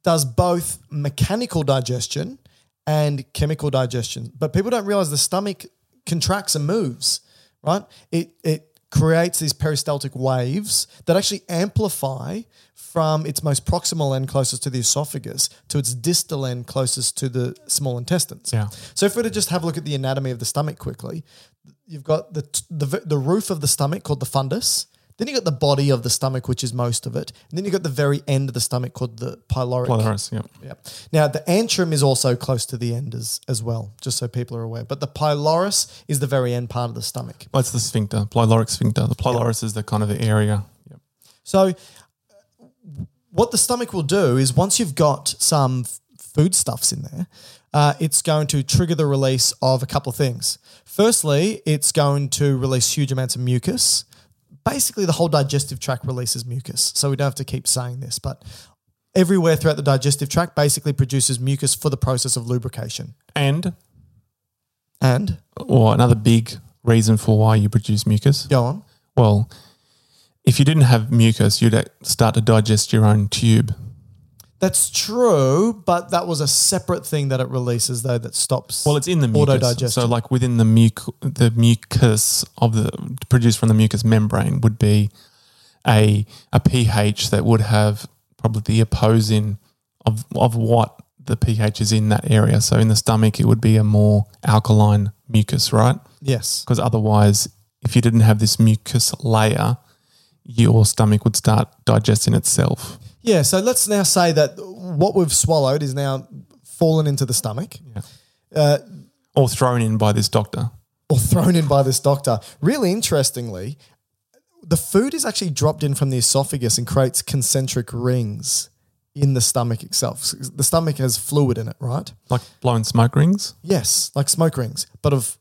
[SPEAKER 1] does both mechanical digestion and chemical digestion. But people don't realize the stomach contracts and moves, right? It it creates these peristaltic waves that actually amplify from its most proximal end closest to the esophagus to its distal end closest to the small intestines.
[SPEAKER 2] Yeah.
[SPEAKER 1] So if we were to just have a look at the anatomy of the stomach quickly, you've got the, t- the v- the roof of the stomach called the fundus. Then you've got the body of the stomach, which is most of it. And then you've got the very end of the stomach called the pyloric.
[SPEAKER 2] Pylorus, yeah.
[SPEAKER 1] Yep. Now, the antrum is also close to the end as, as well, just so people are aware. But the pylorus is the very end part of the stomach.
[SPEAKER 2] Well, it's the sphincter, pyloric sphincter. The pylorus is the kind of the area. Yep.
[SPEAKER 1] So, uh, what the stomach will do is once you've got some f- foodstuffs in there, uh, it's going to trigger the release of a couple of things. Firstly, it's going to release huge amounts of mucus. Basically, the whole digestive tract releases mucus. So, we don't have to keep saying this, but everywhere throughout the digestive tract basically produces mucus for the process of lubrication.
[SPEAKER 2] And
[SPEAKER 1] And
[SPEAKER 2] or another big reason for why you produce mucus.
[SPEAKER 1] go on.
[SPEAKER 2] Well, if you didn't have mucus, you'd act- start to digest your own tube.
[SPEAKER 1] That's true, but that was a separate thing that it releases though that stops.
[SPEAKER 2] Well, it's in the mucus.
[SPEAKER 1] autodigestion.
[SPEAKER 2] So, like within the muc- the mucus of the produced from the mucus membrane would be a a pH that would have probably the opposing of of what the pH is in that area. So, in the stomach, it would be a more alkaline mucus, right?
[SPEAKER 1] yes,
[SPEAKER 2] Because otherwise, if you didn't have this mucus layer, your stomach would start digesting itself.
[SPEAKER 1] yeah. So let's now say that what we've swallowed is now fallen into the stomach
[SPEAKER 2] or thrown in by this doctor.
[SPEAKER 1] or thrown in by this doctor. Really interestingly, the food is actually dropped in from the esophagus and creates concentric rings in the stomach itself. So The stomach has fluid in it, right?
[SPEAKER 2] Like blowing smoke rings.
[SPEAKER 1] Yes, like smoke rings, but of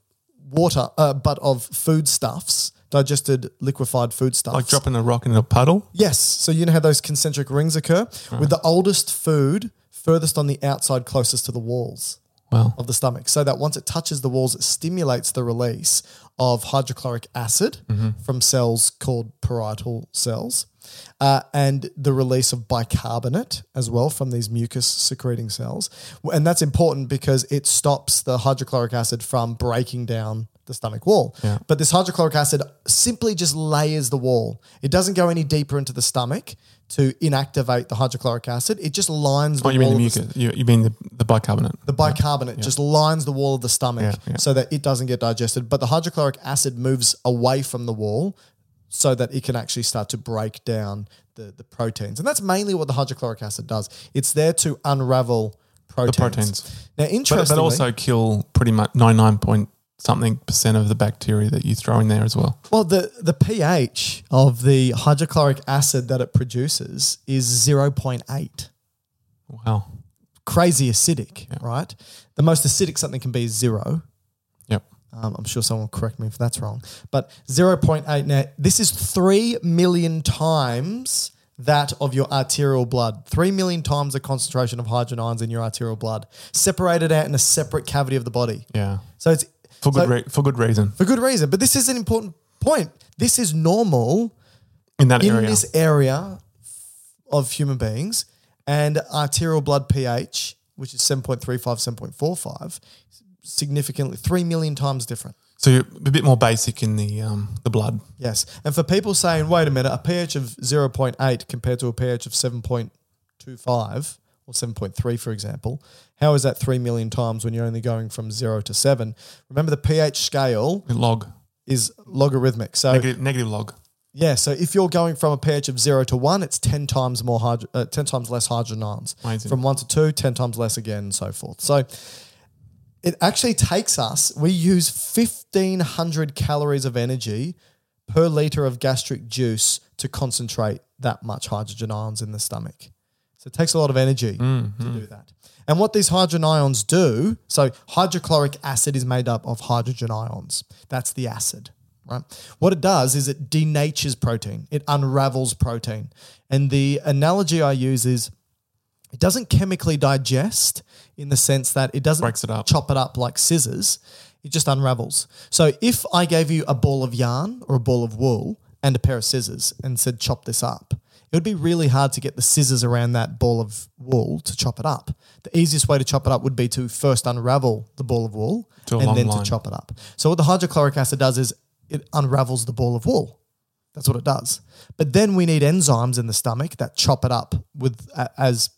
[SPEAKER 1] water, uh, but of foodstuffs, digested liquefied foodstuffs.
[SPEAKER 2] Like dropping a rock in a puddle.
[SPEAKER 1] Yes. So you know how those concentric rings occur
[SPEAKER 2] Uh-huh.
[SPEAKER 1] with the oldest food furthest on the outside, closest to the walls
[SPEAKER 2] Wow.
[SPEAKER 1] of the stomach. So that once it touches the walls, it stimulates the release of hydrochloric acid
[SPEAKER 2] Mm-hmm.
[SPEAKER 1] from cells called parietal cells. Uh, and the release of bicarbonate as well from these mucus secreting cells. And that's important because it stops the hydrochloric acid from breaking down the stomach wall. But this hydrochloric acid simply just layers the wall. It doesn't go any deeper into the stomach to inactivate the hydrochloric acid. It just lines the
[SPEAKER 2] Oh, you mean
[SPEAKER 1] wall
[SPEAKER 2] the
[SPEAKER 1] of the
[SPEAKER 2] mucus? You, you mean the, the bicarbonate?
[SPEAKER 1] the bicarbonate just lines the wall of the stomach
[SPEAKER 2] Yeah, yeah.
[SPEAKER 1] so that it doesn't get digested. But the hydrochloric acid moves away from the wall so that it can actually start to break down the, the proteins. And that's mainly what the hydrochloric acid does. It's there to unravel proteins.
[SPEAKER 2] proteins.
[SPEAKER 1] Now,
[SPEAKER 2] but,
[SPEAKER 1] interestingly,
[SPEAKER 2] but also kill pretty much 99 point something percent of the bacteria that you throw in there as well.
[SPEAKER 1] well, the, the pH of the hydrochloric acid that it produces is 0.8.
[SPEAKER 2] Wow.
[SPEAKER 1] Crazy acidic, right? The most acidic something can be is zero.
[SPEAKER 2] Yep.
[SPEAKER 1] Um, I'm sure someone will correct me if that's wrong. But 0.8 now, this is 3 million times that of your arterial blood. 3 million times the concentration of hydrogen ions in your arterial blood, separated out in a separate cavity of the body.
[SPEAKER 2] Yeah.
[SPEAKER 1] So it's
[SPEAKER 2] For good,
[SPEAKER 1] so-
[SPEAKER 2] re- for good reason
[SPEAKER 1] for good reason. But this is an important point. This is normal
[SPEAKER 2] in that
[SPEAKER 1] in
[SPEAKER 2] area.
[SPEAKER 1] this area of human beings and arterial blood pH, which is 7.35, 7.45, significantly 3 million times different.
[SPEAKER 2] so you're a bit more basic in the um, the blood.
[SPEAKER 1] Yes. And for people saying, wait a minute, a pH of 0.8 compared to a pH of 7.25 or 7.3, for example, how is that 3 million times when you're only going from 0 to 7? Remember, the pH scale
[SPEAKER 2] Log.
[SPEAKER 1] is logarithmic. So,
[SPEAKER 2] Negative, negative log.
[SPEAKER 1] yeah, so if you're going from a pH of 0 to 1, it's 10 times more hyd- uh, 10 times less hydrogen ions.
[SPEAKER 2] Amazing.
[SPEAKER 1] From 1 to 2, 10 times less again, and so forth. So, it actually takes us, we use 1500 calories of energy per liter of gastric juice to concentrate that much hydrogen ions in the stomach. So it takes a lot of energy to do that. And what these hydrogen ions do, so hydrochloric acid is made up of hydrogen ions. That's the acid, right? What it does is it denatures protein, it unravels protein. And the analogy I use is it doesn't chemically digest in the sense that it doesn't
[SPEAKER 2] Breaks it up.
[SPEAKER 1] chop it up like scissors. It just unravels. So if I gave you a ball of yarn or a ball of wool and a pair of scissors and said chop this up, it would be really hard to get the scissors around that ball of wool to chop it up. The easiest way to chop it up would be to first unravel the ball of wool
[SPEAKER 2] To a
[SPEAKER 1] and
[SPEAKER 2] long
[SPEAKER 1] then
[SPEAKER 2] line.
[SPEAKER 1] to chop it up. So what the hydrochloric acid does is it unravels the ball of wool. That's what it does. But then we need enzymes in the stomach that chop it up with a- as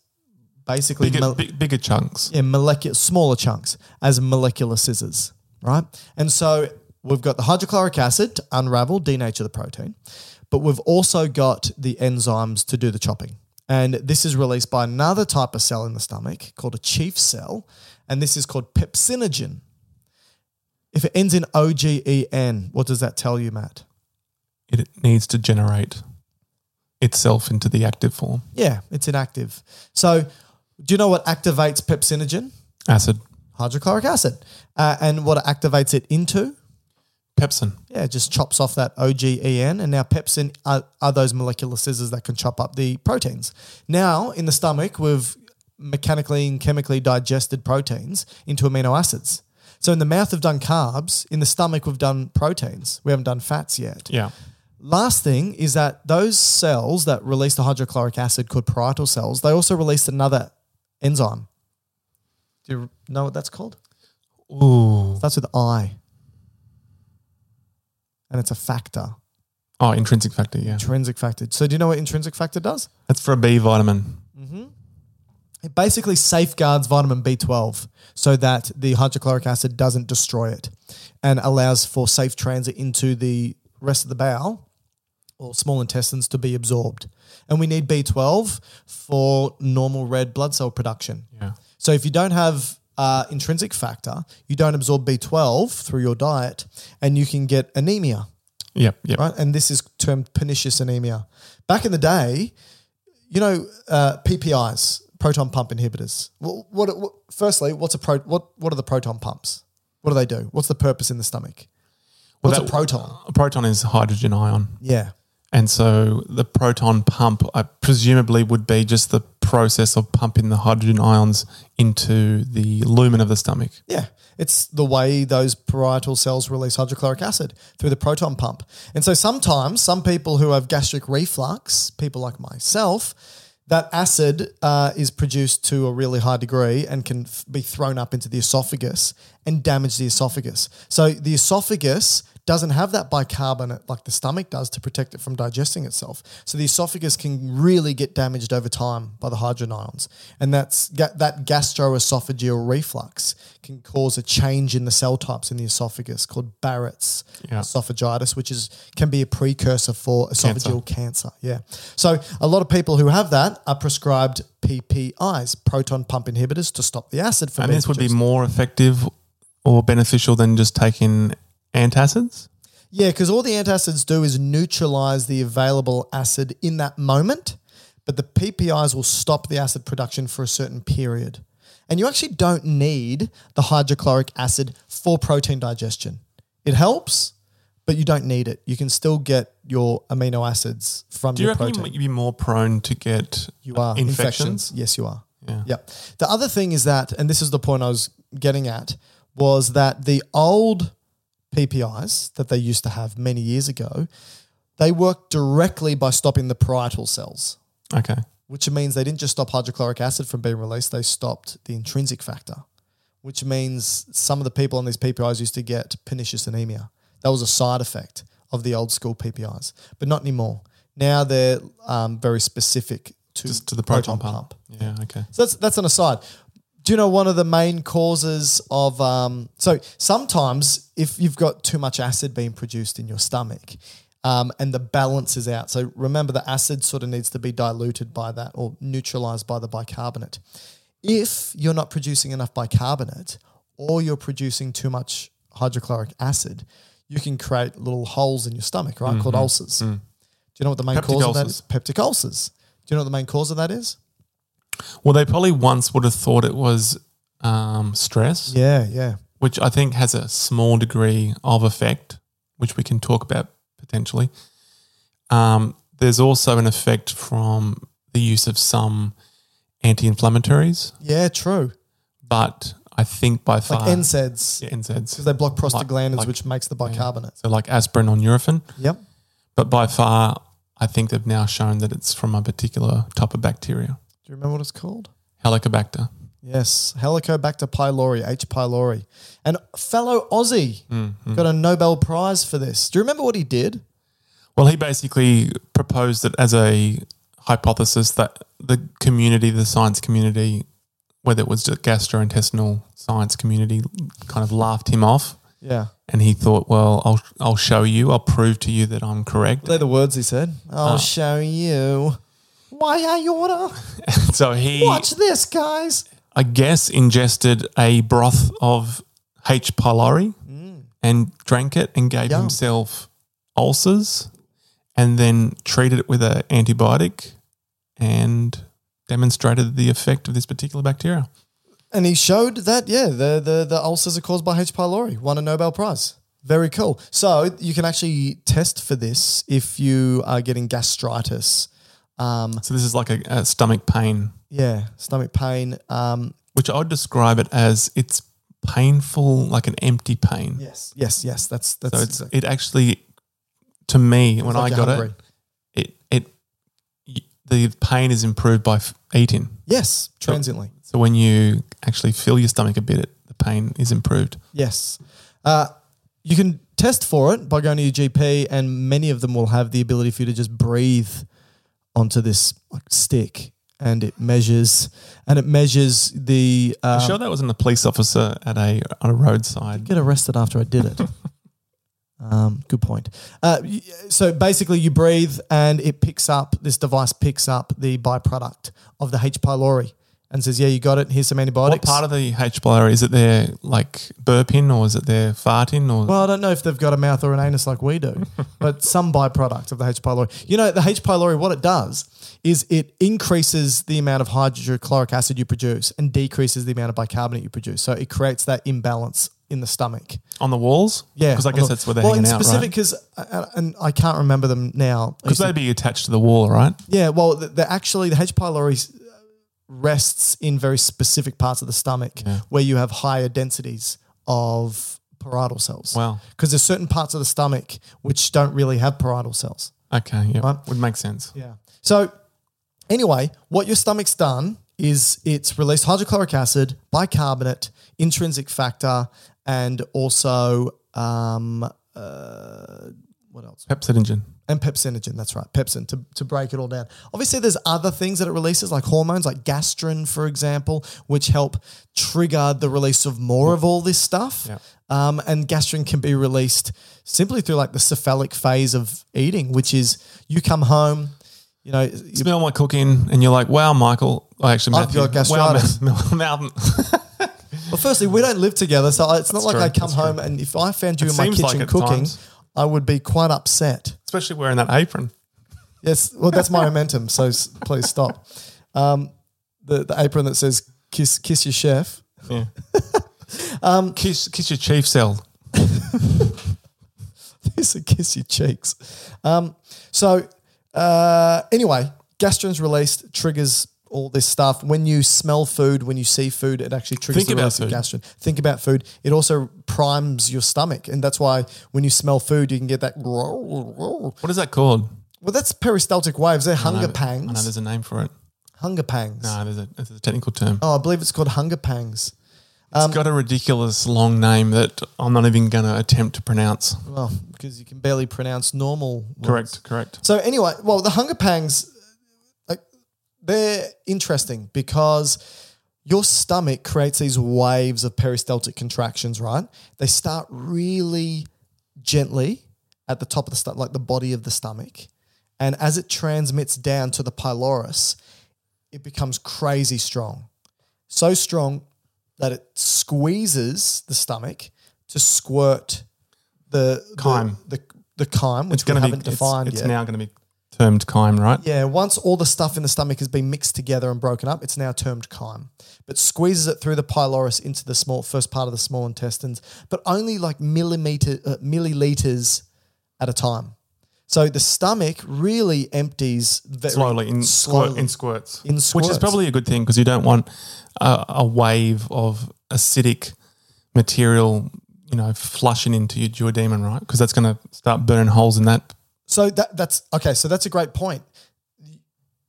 [SPEAKER 1] basically
[SPEAKER 2] Bigger,
[SPEAKER 1] mel-
[SPEAKER 2] big, bigger chunks.
[SPEAKER 1] in molecular smaller chunks as molecular scissors, right? And so we've got the hydrochloric acid to unravel, denature the protein, but we've also got the enzymes to do the chopping. And this is released by another type of cell in the stomach called a chief cell, and this is called pepsinogen. If it ends in O G E N, what does that tell you, Matt?
[SPEAKER 2] It needs to generate itself into the active form.
[SPEAKER 1] Yeah, it's inactive. So, do you know what activates pepsinogen?
[SPEAKER 2] Acid.
[SPEAKER 1] Hydrochloric acid. Uh, and what it activates it into?
[SPEAKER 2] Pepsin.
[SPEAKER 1] Yeah, it just chops off that OGEN, and now pepsin are, are those molecular scissors that can chop up the proteins. Now, in the stomach, we've mechanically and chemically digested proteins into amino acids. So, in the mouth, we've done carbs. In the stomach, we've done proteins. We haven't done fats yet.
[SPEAKER 2] Yeah.
[SPEAKER 1] Last thing is that those cells that release the hydrochloric acid called parietal cells, they also released another enzyme. Do you know what that's called?
[SPEAKER 2] Ooh.
[SPEAKER 1] That's with I. And it's a factor,
[SPEAKER 2] Oh, intrinsic factor. Yeah,
[SPEAKER 1] intrinsic factor. So do you know what intrinsic factor does?
[SPEAKER 2] that's for a B vitamin.
[SPEAKER 1] It basically safeguards vitamin B12 so that the hydrochloric acid doesn't destroy it and allows for safe transit into the rest of the bowel or small intestines to be absorbed. And we need B12 for normal red blood cell production.
[SPEAKER 2] Yeah.
[SPEAKER 1] So if you don't have uh, intrinsic factor, you don't absorb B12 through your diet and you can get anemia
[SPEAKER 2] Yep. Yep.
[SPEAKER 1] right? And this is termed pernicious anemia. Back in the day, you know, uh, PPIs, proton pump inhibitors. What, what, what firstly, what's a pro, what what are the proton pumps? What do they do? What's the purpose in the stomach?
[SPEAKER 2] Well,
[SPEAKER 1] What's
[SPEAKER 2] that-
[SPEAKER 1] a proton?
[SPEAKER 2] A proton is a hydrogen ion,
[SPEAKER 1] Yeah.
[SPEAKER 2] and so the proton pump, I presumably, would be just the process of pumping the hydrogen ions into the lumen of the stomach.
[SPEAKER 1] Yeah, it's the way those parietal cells release hydrochloric acid through the proton pump. And so sometimes some people who have gastric reflux, people like myself, that acid uh, is produced to a really high degree and can f- be thrown up into the esophagus and damage the esophagus. So the esophagus doesn't have that bicarbonate like the stomach does to protect it from digesting itself. So the esophagus can really get damaged over time by the hydrogen ions. And that's ga- that gastroesophageal reflux can cause a change in the cell types in the esophagus called Barrett's
[SPEAKER 2] Yeah.
[SPEAKER 1] esophagitis, which is can be a precursor for esophageal cancer. Yeah. So a lot of people who have that are prescribed PPIs, proton pump inhibitors to stop the acid from
[SPEAKER 2] And
[SPEAKER 1] being
[SPEAKER 2] this would be
[SPEAKER 1] produced.
[SPEAKER 2] more effective or beneficial than just taking antacids.
[SPEAKER 1] Yeah, because all the antacids do is neutralize the available acid in that moment, but the PPIs will stop the acid production for a certain period. And you actually don't need the hydrochloric acid for protein digestion. It helps, but you don't need it. You can still get your amino acids from
[SPEAKER 2] Do you
[SPEAKER 1] your
[SPEAKER 2] reckon
[SPEAKER 1] protein.
[SPEAKER 2] you'd be more prone to get
[SPEAKER 1] You are
[SPEAKER 2] infections?
[SPEAKER 1] Yes, you are.
[SPEAKER 2] Yeah.
[SPEAKER 1] Yep. The other thing is that, and this is the point I was getting at, was that the old PPIs that they used to have many years ago, they worked directly by stopping the parietal cells,
[SPEAKER 2] Okay.
[SPEAKER 1] which means they didn't just stop hydrochloric acid from being released, they stopped the intrinsic factor, which means some of the people on these PPIs used to get pernicious anemia. That was a side effect of the old school PPIs, but not anymore. Now they're um, very specific to,
[SPEAKER 2] Just to the proton, pump. Yeah. Okay.
[SPEAKER 1] so that's that's an aside. Do you know one of the main causes of um, so sometimes if you've got too much acid being produced in your stomach, um, and the balance is out. So remember, the acid sort of needs to be diluted by that or neutralized by the bicarbonate. If you're not producing enough bicarbonate, or you're producing too much hydrochloric acid, you can create little holes in your stomach, right? Called ulcers. Do you know what the main
[SPEAKER 2] Mm-hmm. Mm.
[SPEAKER 1] cause
[SPEAKER 2] Peptic
[SPEAKER 1] of that
[SPEAKER 2] ulcers.
[SPEAKER 1] is? Peptic ulcers. Do you know what the main cause of that is?
[SPEAKER 2] Well, they probably once would have thought it was um, stress,
[SPEAKER 1] Yeah, yeah.
[SPEAKER 2] which I think has a small degree of effect, which we can talk about potentially. Um, there's also an effect from the use of some anti-inflammatories,
[SPEAKER 1] Yeah, true.
[SPEAKER 2] but I think by far
[SPEAKER 1] Like NSAIDs
[SPEAKER 2] Yeah, NSAIDs.
[SPEAKER 1] because they block prostaglandins,
[SPEAKER 2] like-
[SPEAKER 1] which makes the bicarbonate.
[SPEAKER 2] So like aspirin on urethrin,
[SPEAKER 1] Yep.
[SPEAKER 2] but by far, I think they've now shown that it's from a particular type of bacteria,
[SPEAKER 1] Do you remember what it's called?
[SPEAKER 2] Helicobacter.
[SPEAKER 1] Yes, Helicobacter pylori, H. pylori, and fellow Aussie got a Nobel Prize for this. Do you remember what he did?
[SPEAKER 2] Well, he basically proposed it as a hypothesis that the community, the science community, whether it was the gastrointestinal science community, kind of laughed him off.
[SPEAKER 1] Yeah,
[SPEAKER 2] And he thought, well, I'll, I'll show you, I'll prove to you that I'm correct.
[SPEAKER 1] they're the words he said. I'll show you. Why are you order?
[SPEAKER 2] so he,
[SPEAKER 1] Watch this, guys.
[SPEAKER 2] I guess, ingested a broth of H. pylori and drank it and gave
[SPEAKER 1] Mm. Yum.
[SPEAKER 2] himself ulcers and then treated it with an antibiotic and demonstrated the effect of this particular bacteria.
[SPEAKER 1] And he showed that, yeah, the, the, the ulcers are caused by H. pylori, won a Nobel Prize. Very cool. So you can actually test for this if you are getting gastritis. Um,
[SPEAKER 2] So this is like a, a stomach pain,
[SPEAKER 1] yeah, stomach pain. Um,
[SPEAKER 2] which I would describe it as it's painful, like an empty pain.
[SPEAKER 1] yes, yes, yes. That's that's
[SPEAKER 2] so it's
[SPEAKER 1] exact-
[SPEAKER 2] it actually to me when
[SPEAKER 1] like
[SPEAKER 2] I
[SPEAKER 1] you're
[SPEAKER 2] got
[SPEAKER 1] hungry.
[SPEAKER 2] it, it, it, the pain is improved by f- eating.
[SPEAKER 1] Yes, transiently.
[SPEAKER 2] So when you actually fill your stomach a bit, it, the pain is improved.
[SPEAKER 1] Yes. Uh, you can test for it by going to your GP, and many of them will have the ability for you to just breathe onto this like, stick, and it measures and it measures the. Uh,
[SPEAKER 2] I'm sure that wasn't a police officer at a on a roadside.
[SPEAKER 1] get arrested after I did it. um, good point. Uh, y- so basically, you breathe, and it picks up this device picks up the byproduct of the H. pylori, and says, "Yeah, you got it. Here's some
[SPEAKER 2] What
[SPEAKER 1] antibiotics."
[SPEAKER 2] part of the H. pylori is it? Their like burping, or is it their farting, or
[SPEAKER 1] Well, I don't know if they've got a mouth or an anus like we do, but some byproduct of the H. pylori. You know, the H. pylori, what it does is it increases the amount of hydrochloric acid you produce and decreases the amount of bicarbonate you produce. So it creates that imbalance in the stomach.
[SPEAKER 2] on the walls?
[SPEAKER 1] Yeah,
[SPEAKER 2] because I
[SPEAKER 1] on
[SPEAKER 2] guess
[SPEAKER 1] the-
[SPEAKER 2] that's where they're
[SPEAKER 1] well,
[SPEAKER 2] hanging
[SPEAKER 1] in
[SPEAKER 2] out,
[SPEAKER 1] specific
[SPEAKER 2] right?
[SPEAKER 1] because and I can't remember them now. I
[SPEAKER 2] Because
[SPEAKER 1] used to-
[SPEAKER 2] they'd be attached to the wall, right?
[SPEAKER 1] yeah, well, the, the actually the H. pylori uh, rests in very specific parts of the stomach where you have higher densities of parietal cells.
[SPEAKER 2] Wow.
[SPEAKER 1] Because there's certain parts of the stomach which don't really have parietal cells.
[SPEAKER 2] Okay, yeah,
[SPEAKER 1] Right.
[SPEAKER 2] would make sense.
[SPEAKER 1] Yeah. So anyway, what your stomach's done is it's released hydrochloric acid, bicarbonate, intrinsic factor, and also um, uh, what else?
[SPEAKER 2] Pepsodentine.
[SPEAKER 1] and pepsinogen. That's right, pepsin to, to break it all down. Obviously, there's other things that it releases, like hormones, like gastrin, for example, which help trigger the release of more of all this stuff. Um, and gastrin can be released simply through like the cephalic phase of eating, which is you come home, you know, you-
[SPEAKER 2] Smell my cooking, and you're like, "Wow, Michael!" I actually,
[SPEAKER 1] I've
[SPEAKER 2] Matthew,
[SPEAKER 1] got gastritis.
[SPEAKER 2] Wow, Mal- Mal- Mal-
[SPEAKER 1] well, firstly, we don't live together, so it's not like
[SPEAKER 2] true,
[SPEAKER 1] I come
[SPEAKER 2] that's true.
[SPEAKER 1] home and if I found you
[SPEAKER 2] It
[SPEAKER 1] in my
[SPEAKER 2] seems
[SPEAKER 1] kitchen
[SPEAKER 2] like at
[SPEAKER 1] cooking,
[SPEAKER 2] times.
[SPEAKER 1] I would be quite upset.
[SPEAKER 2] especially wearing that apron.
[SPEAKER 1] Yes, well, that's my momentum. So s- please stop. Um, the the apron that says "kiss kiss your chef."
[SPEAKER 2] Yeah. kiss, kiss your chief cell.
[SPEAKER 1] This is kiss your cheeks. Um, so uh, anyway, gastrin's released triggers all this stuff. When you smell food, when you see food, it actually triggers
[SPEAKER 2] Think
[SPEAKER 1] the release
[SPEAKER 2] about
[SPEAKER 1] of gastrin.
[SPEAKER 2] food.
[SPEAKER 1] Think about food. It also primes your stomach, and that's why when you smell food, you can get that. Well,
[SPEAKER 2] What is that called?
[SPEAKER 1] that's peristaltic waves. They're
[SPEAKER 2] I
[SPEAKER 1] hunger
[SPEAKER 2] know- I know
[SPEAKER 1] pangs.
[SPEAKER 2] there's a name for it.
[SPEAKER 1] Hunger pangs.
[SPEAKER 2] No, there's a, there's a technical term.
[SPEAKER 1] Oh, I believe it's called hunger pangs.
[SPEAKER 2] it's got a ridiculous long name that I'm not even going to attempt to pronounce.
[SPEAKER 1] Well, because you can barely pronounce normal. words.
[SPEAKER 2] Correct, correct.
[SPEAKER 1] So anyway, well, the hunger pangs, like they're interesting because your stomach creates these waves of peristaltic contractions. Right? They start really gently at the top of the stomach, like the body of the stomach, and as it transmits down to the pylorus, it becomes crazy strong, so strong that it squeezes the stomach to squirt the the-
[SPEAKER 2] Chyme.
[SPEAKER 1] The, the chyme, which
[SPEAKER 2] It's going
[SPEAKER 1] we
[SPEAKER 2] to be
[SPEAKER 1] haven't
[SPEAKER 2] it's,
[SPEAKER 1] defined
[SPEAKER 2] it's
[SPEAKER 1] yet.
[SPEAKER 2] now going to be termed chyme, right?
[SPEAKER 1] Yeah, once all the stuff in the stomach has been mixed together and broken up, it's now termed chyme. But squeezes it through the pylorus into the small first part of the small intestines, but only like millimeter uh, milliliters at a time. So the stomach really empties very
[SPEAKER 2] Slowly in squirt,
[SPEAKER 1] slowly.
[SPEAKER 2] in squirts,
[SPEAKER 1] In
[SPEAKER 2] which
[SPEAKER 1] squirts.
[SPEAKER 2] is probably a good thing because you don't want a, a wave of acidic material, you know, flushing into your duodenum, right? Because that's going to start burning holes in that.
[SPEAKER 1] So that that's okay. So that's a great point.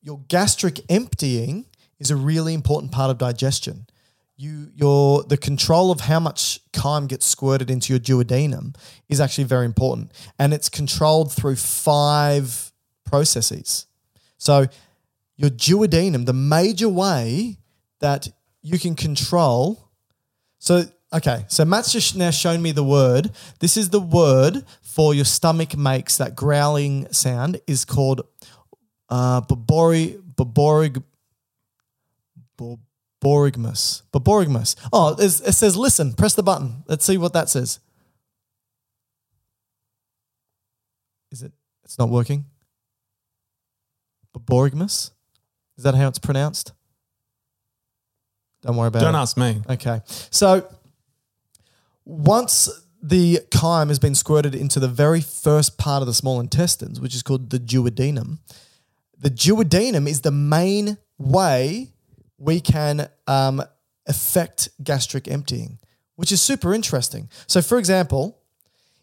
[SPEAKER 1] Your gastric emptying is a really important part of digestion. You your the control of how much chyme gets squirted into your duodenum is actually very important, and it's controlled through five processes. So your duodenum, the major way that you can control. So, okay. So, Matt's just now shown me the word. This is the word for your stomach makes that growling sound is called uh, bobori, boborig, bo- borigmus. Boborigmus. Oh, it's- it says listen, press the button. Let's see what that says. Is it? It's not working. Boborigmus? Is that how it's pronounced? Don't worry about it.
[SPEAKER 2] Don't ask me.
[SPEAKER 1] Okay. So once the chyme has been squirted into the very first part of the small intestines, which is called the duodenum, the duodenum is the main way we can um, affect gastric emptying, which is super interesting. So, for example,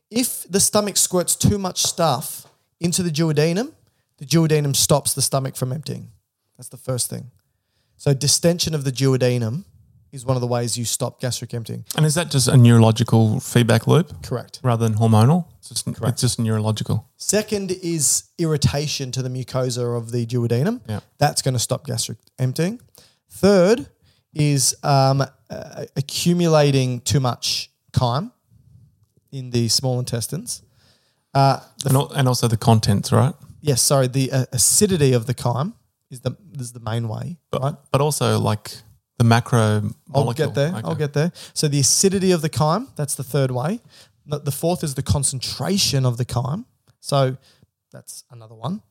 [SPEAKER 1] if the stomach squirts too much stuff into the duodenum, the duodenum stops the stomach from emptying. That's the first thing. So distension of the duodenum is one of the ways you stop gastric emptying.
[SPEAKER 2] And is that just a neurological feedback loop
[SPEAKER 1] Correct.
[SPEAKER 2] rather than hormonal? It's just, it's just neurological.
[SPEAKER 1] Second is irritation to the mucosa of the duodenum.
[SPEAKER 2] Yeah.
[SPEAKER 1] That's going to stop gastric emptying. Third is um, uh, accumulating too much chyme in the small intestines. Uh,
[SPEAKER 2] And, al- and also the contents, right?
[SPEAKER 1] Yes, sorry, the uh, acidity of the chyme is the is the main way.
[SPEAKER 2] But,
[SPEAKER 1] right?
[SPEAKER 2] but also like the macro
[SPEAKER 1] I'll
[SPEAKER 2] molecule.
[SPEAKER 1] get there. I'll
[SPEAKER 2] Okay.
[SPEAKER 1] get there. So the acidity of the chyme, that's the third way. The the fourth is the concentration of the chyme. So that's another one.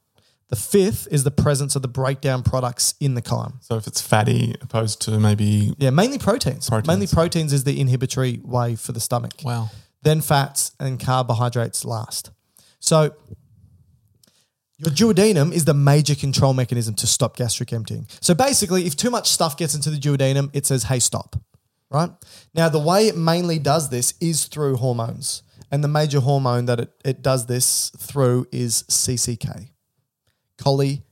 [SPEAKER 1] The fifth is the presence of the breakdown products in the chyme.
[SPEAKER 2] So if it's fatty opposed to maybe,
[SPEAKER 1] Yeah, mainly proteins.
[SPEAKER 2] Proteins.
[SPEAKER 1] Mainly proteins is the inhibitory way for the stomach.
[SPEAKER 2] wow.
[SPEAKER 1] Then fats and carbohydrates last. So your duodenum is the major control mechanism to stop gastric emptying. So basically, if too much stuff gets into the duodenum, it says, hey, stop, right? Now, the way it mainly does this is through hormones. And the major hormone that it, it does this through is CCK,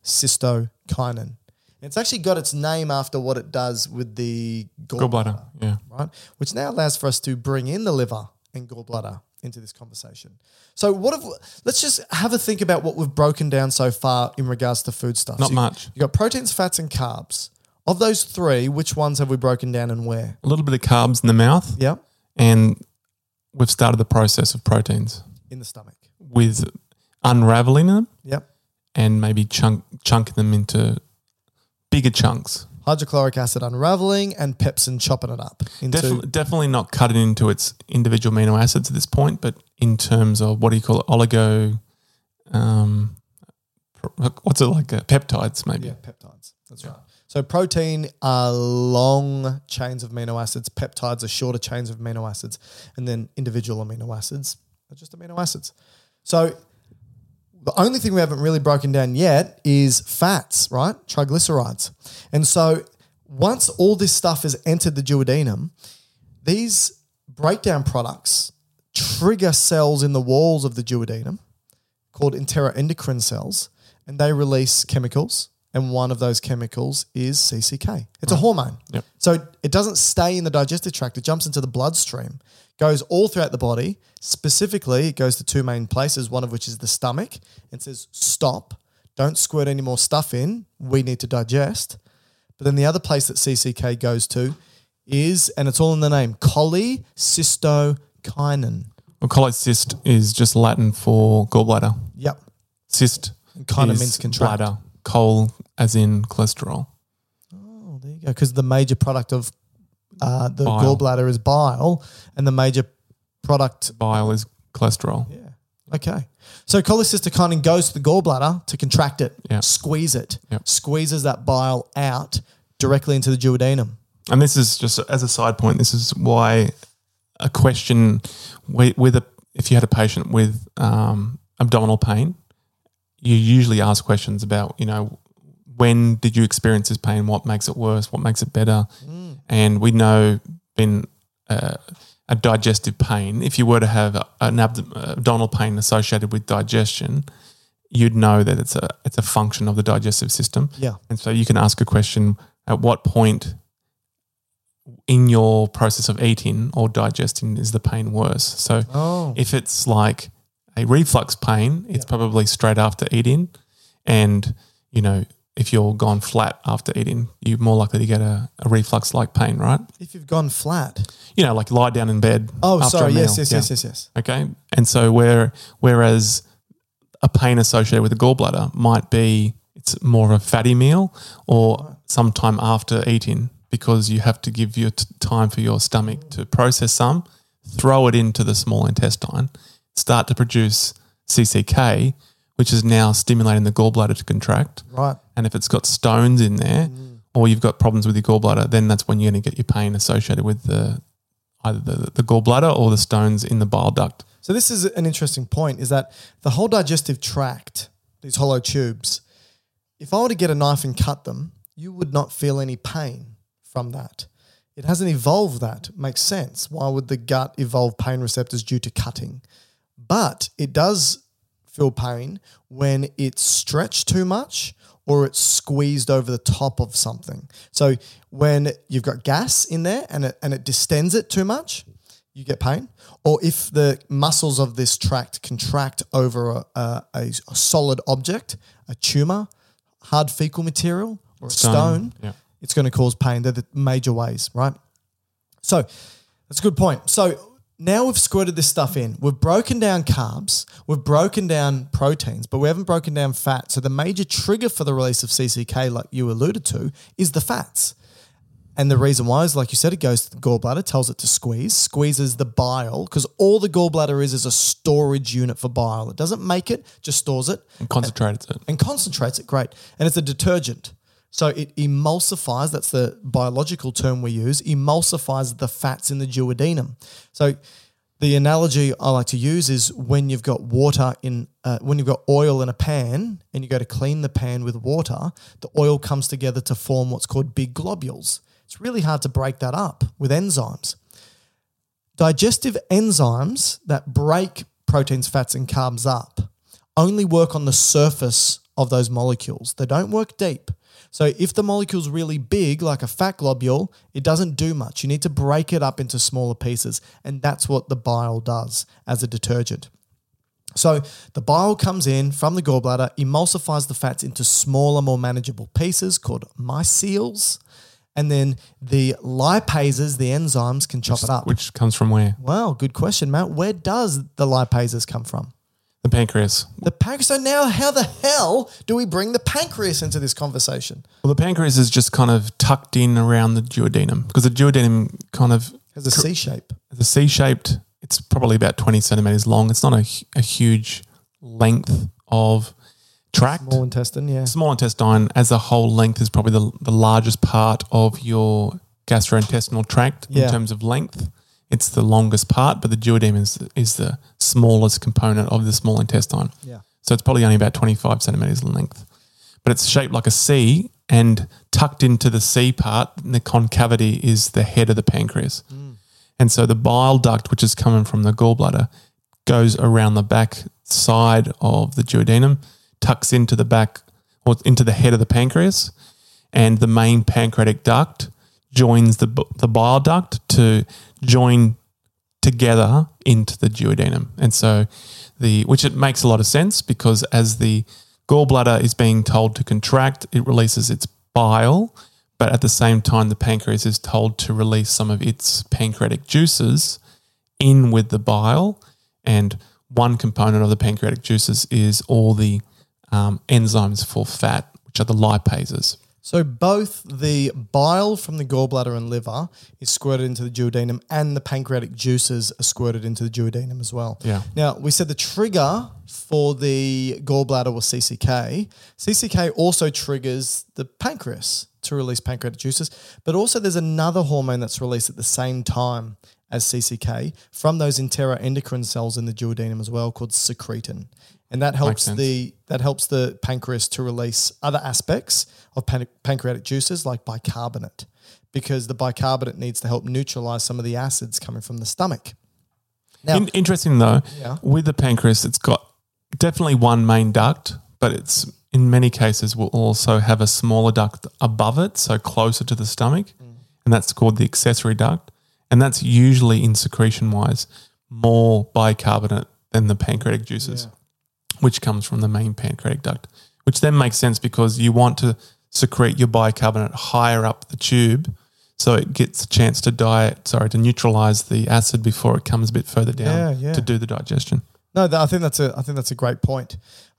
[SPEAKER 1] cholecystokinin. It's actually got its name after what it does with the
[SPEAKER 2] Gallbladder. Yeah.
[SPEAKER 1] right? Which now allows for us to bring in the liver and gallbladder into this conversation. So, what have let's just have a think about what we've broken down so far in regards to food stuff.
[SPEAKER 2] Not much.
[SPEAKER 1] You got proteins, fats, and carbs. Of those three, which ones have we broken down and where?
[SPEAKER 2] A little bit of carbs in the mouth.
[SPEAKER 1] Yeah,
[SPEAKER 2] And we've started the process of proteins
[SPEAKER 1] in the stomach.
[SPEAKER 2] with unraveling them
[SPEAKER 1] Yep.
[SPEAKER 2] and maybe chunk chunking them into bigger chunks.
[SPEAKER 1] Hydrochloric acid unraveling and pepsin chopping it up into
[SPEAKER 2] Defi- definitely not cut it into its individual amino acids at this point, but in terms of what do you call it, oligo, um, pro- what's it like, uh, peptides maybe.
[SPEAKER 1] yeah, peptides. That's right. So protein are long chains of amino acids. Peptides are shorter chains of amino acids, and then individual amino acids are just amino acids. So the only thing we haven't really broken down yet is fats, right? Triglycerides, and so once all this stuff has entered the duodenum, these breakdown products trigger cells in the walls of the duodenum called enteroendocrine cells, and they release chemicals. And one of those chemicals is CCK. It's a hormone.
[SPEAKER 2] Yep.
[SPEAKER 1] So it- it doesn't stay in the digestive tract, it jumps into the bloodstream, goes all throughout the body. Specifically, it goes to two main places, one of which is the stomach, and says, Stop, don't squirt any more stuff in. We need to digest. But then the other place that CCK goes to is, and it's all in the name, cholecystokinin.
[SPEAKER 2] Well, cholecyst is just Latin for gallbladder.
[SPEAKER 1] Yep.
[SPEAKER 2] Cyst
[SPEAKER 1] Kind of
[SPEAKER 2] is
[SPEAKER 1] means contract.
[SPEAKER 2] bladder. Coal as in cholesterol.
[SPEAKER 1] Well, there you go. Because the major product of uh, the
[SPEAKER 2] Bile.
[SPEAKER 1] gallbladder is bile, and the major product.
[SPEAKER 2] Bile is cholesterol.
[SPEAKER 1] Yeah. Okay. So cholecystokinin goes to the gallbladder to contract it,
[SPEAKER 2] Yeah.
[SPEAKER 1] squeeze it,
[SPEAKER 2] Yeah.
[SPEAKER 1] squeezes that bile out directly into the duodenum.
[SPEAKER 2] And this is just as a side point. This is why a question with, with a if you had a patient with um, abdominal pain, you usually ask questions about you know when did you experience this pain? What makes it worse? What makes it better? And we know been uh, a digestive pain. If you were to have a- an abd- abdominal pain associated with digestion, you'd know that it's a it's a function of the digestive system.
[SPEAKER 1] Yeah.
[SPEAKER 2] And so you can ask a question at what point in your process of eating or digesting is the pain worse? So
[SPEAKER 1] Oh.
[SPEAKER 2] if it's like a reflux pain, it's probably straight after eating. And, you know, if you're gone flat after eating, you're more likely to get a, a reflux like pain, right?
[SPEAKER 1] If you've gone flat.
[SPEAKER 2] You know, like lie down in bed.
[SPEAKER 1] Oh,
[SPEAKER 2] after a
[SPEAKER 1] sorry. Yes,
[SPEAKER 2] meal.
[SPEAKER 1] yes,
[SPEAKER 2] Yeah.
[SPEAKER 1] yes, yes, yes.
[SPEAKER 2] Okay. And so where whereas a pain associated with the gallbladder might be it's more of a fatty meal or sometime after eating because you have to give your t- time for your stomach to process some, throw it into the small intestine, start to produce CCK, which is now stimulating the gallbladder to contract.
[SPEAKER 1] Right.
[SPEAKER 2] And if it's got stones in there
[SPEAKER 1] Mm.
[SPEAKER 2] or you've got problems with your gallbladder, then that's when you're going to get your pain associated with the either the, the gallbladder or the stones in the bile duct.
[SPEAKER 1] So this is an interesting point: is that the whole digestive tract, these hollow tubes, if I were to get a knife and cut them, you would not feel any pain from that. It hasn't evolved that. Makes sense. Why would the gut evolve pain receptors due to cutting? But it does feel pain when it's stretched too much or it's squeezed over the top of something. So when you've got gas in there and it, and it distends it too much, you get pain. Or if the muscles of this tract contract over a, a, a solid object, a tumor, hard fecal material, or a stone,
[SPEAKER 2] Stone, yeah.
[SPEAKER 1] it's going to cause pain. They're the major ways, right? So that's a good point. So now we've squirted this stuff in. We've broken down carbs, we've broken down proteins, but we haven't broken down fat. So the major trigger for the release of CCK, like you alluded to, is the fats. And the reason why is, like you said, it goes to the gallbladder, tells it to squeeze, squeezes the bile, because all the gallbladder is is a storage unit for bile. It doesn't make it, just stores it
[SPEAKER 2] and concentrated it.
[SPEAKER 1] and concentrates it great and it's a detergent so it emulsifies that's the biological term we use emulsifies the fats in the duodenum so the analogy i like to use is when you've got water in uh, when you've got oil in a pan and you go to clean the pan with water the oil comes together to form what's called big globules it's really hard to break that up with enzymes digestive enzymes that break proteins, fats, and carbs up only work on the surface of those molecules. They don't work deep. So if the molecule's really big, like a fat globule, it doesn't do much. You need to break it up into smaller pieces. And that's what the bile does as a detergent. So the bile comes in from the gallbladder, emulsifies the fats into smaller, more manageable pieces called myceles. And then the lipases, the enzymes, can chop it up.
[SPEAKER 2] Which comes from where?
[SPEAKER 1] Wow, good question, Matt. Where does the lipases come from?
[SPEAKER 2] The pancreas.
[SPEAKER 1] The pancreas. So now, how the hell do we bring the pancreas into this conversation?
[SPEAKER 2] Well, the pancreas is just kind of tucked in around the duodenum because the duodenum kind of
[SPEAKER 1] Has a C shape.
[SPEAKER 2] the C shaped. It's probably about twenty centimeters long. It's not a, hu- a huge length of tract.
[SPEAKER 1] Small intestine, yeah.
[SPEAKER 2] small intestine as a whole length is probably the, the largest part of your gastrointestinal tract
[SPEAKER 1] Yeah.
[SPEAKER 2] in terms of length. It's the longest part, but the duodenum is, is the smallest component of the small intestine.
[SPEAKER 1] Yeah.
[SPEAKER 2] So it's probably only about 25 centimeters in length. But it's shaped like a C, and tucked into the C part, in the concavity is the head of the pancreas. And so the bile duct, which is coming from the gallbladder, goes around the back side of the duodenum, tucks into the back or into the head of the pancreas, and the main pancreatic duct joins the, b- the bile duct to join together into the duodenum. And so the which it makes a lot of sense because as the gallbladder is being told to contract, it releases its bile, but at the same time the pancreas is told to release some of its pancreatic juices in with the bile. And one component of the pancreatic juices is all the um, enzymes for fat, which are the lipases.
[SPEAKER 1] So both the bile from the gallbladder and liver is squirted into the duodenum, and the pancreatic juices are squirted into the duodenum as well.
[SPEAKER 2] Yeah.
[SPEAKER 1] Now we said the trigger for the gallbladder was CCK. CCK also triggers the pancreas to release pancreatic juices, but also there's another hormone that's released at the same time as CCK from those enteroendocrine cells in the duodenum as well, called secretin, and that helps
[SPEAKER 2] sense.
[SPEAKER 1] the that helps the pancreas to release other aspects of pan- pancreatic juices like bicarbonate, because the bicarbonate needs to help neutralize some of the acids coming from the stomach. Now-
[SPEAKER 2] In- interesting though,
[SPEAKER 1] Yeah.
[SPEAKER 2] with the pancreas, it's got definitely one main duct, but it's in many cases will also have a smaller duct above it, so closer to the stomach, and that's called the accessory duct, and that's usually in secretion wise more bicarbonate than the pancreatic juices, which comes from the main pancreatic duct, which then makes sense because you want to secrete your bicarbonate higher up the tube. So it gets a chance to diet, sorry, to neutralize the acid before it comes a bit further down
[SPEAKER 1] Yeah, yeah.
[SPEAKER 2] to do the digestion. Oh,
[SPEAKER 1] No, that, I think that's a I think that's a great point.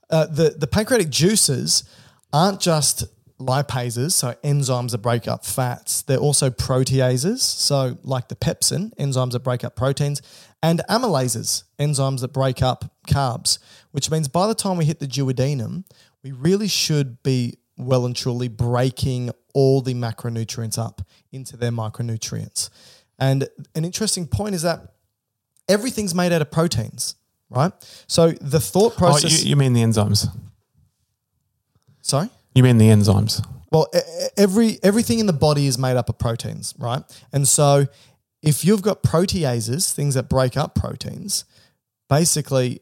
[SPEAKER 1] Uh, the the pancreatic juices aren't just lipases, so enzymes that break up fats. They're also proteases, so like the pepsin, enzymes that break up proteins, and amylases, enzymes that break up carbs. Which means by the time we hit the duodenum, we really should be well and truly breaking all the macronutrients up into their micronutrients. And an interesting point is that everything's made out of proteins, right? So the thought
[SPEAKER 2] Oh,
[SPEAKER 1] process.
[SPEAKER 2] you, you mean the enzymes?
[SPEAKER 1] sorry.
[SPEAKER 2] You mean the enzymes?
[SPEAKER 1] Well, e- e- every everything in the body is made up of proteins, right? And so, if you've got proteases, things that break up proteins, basically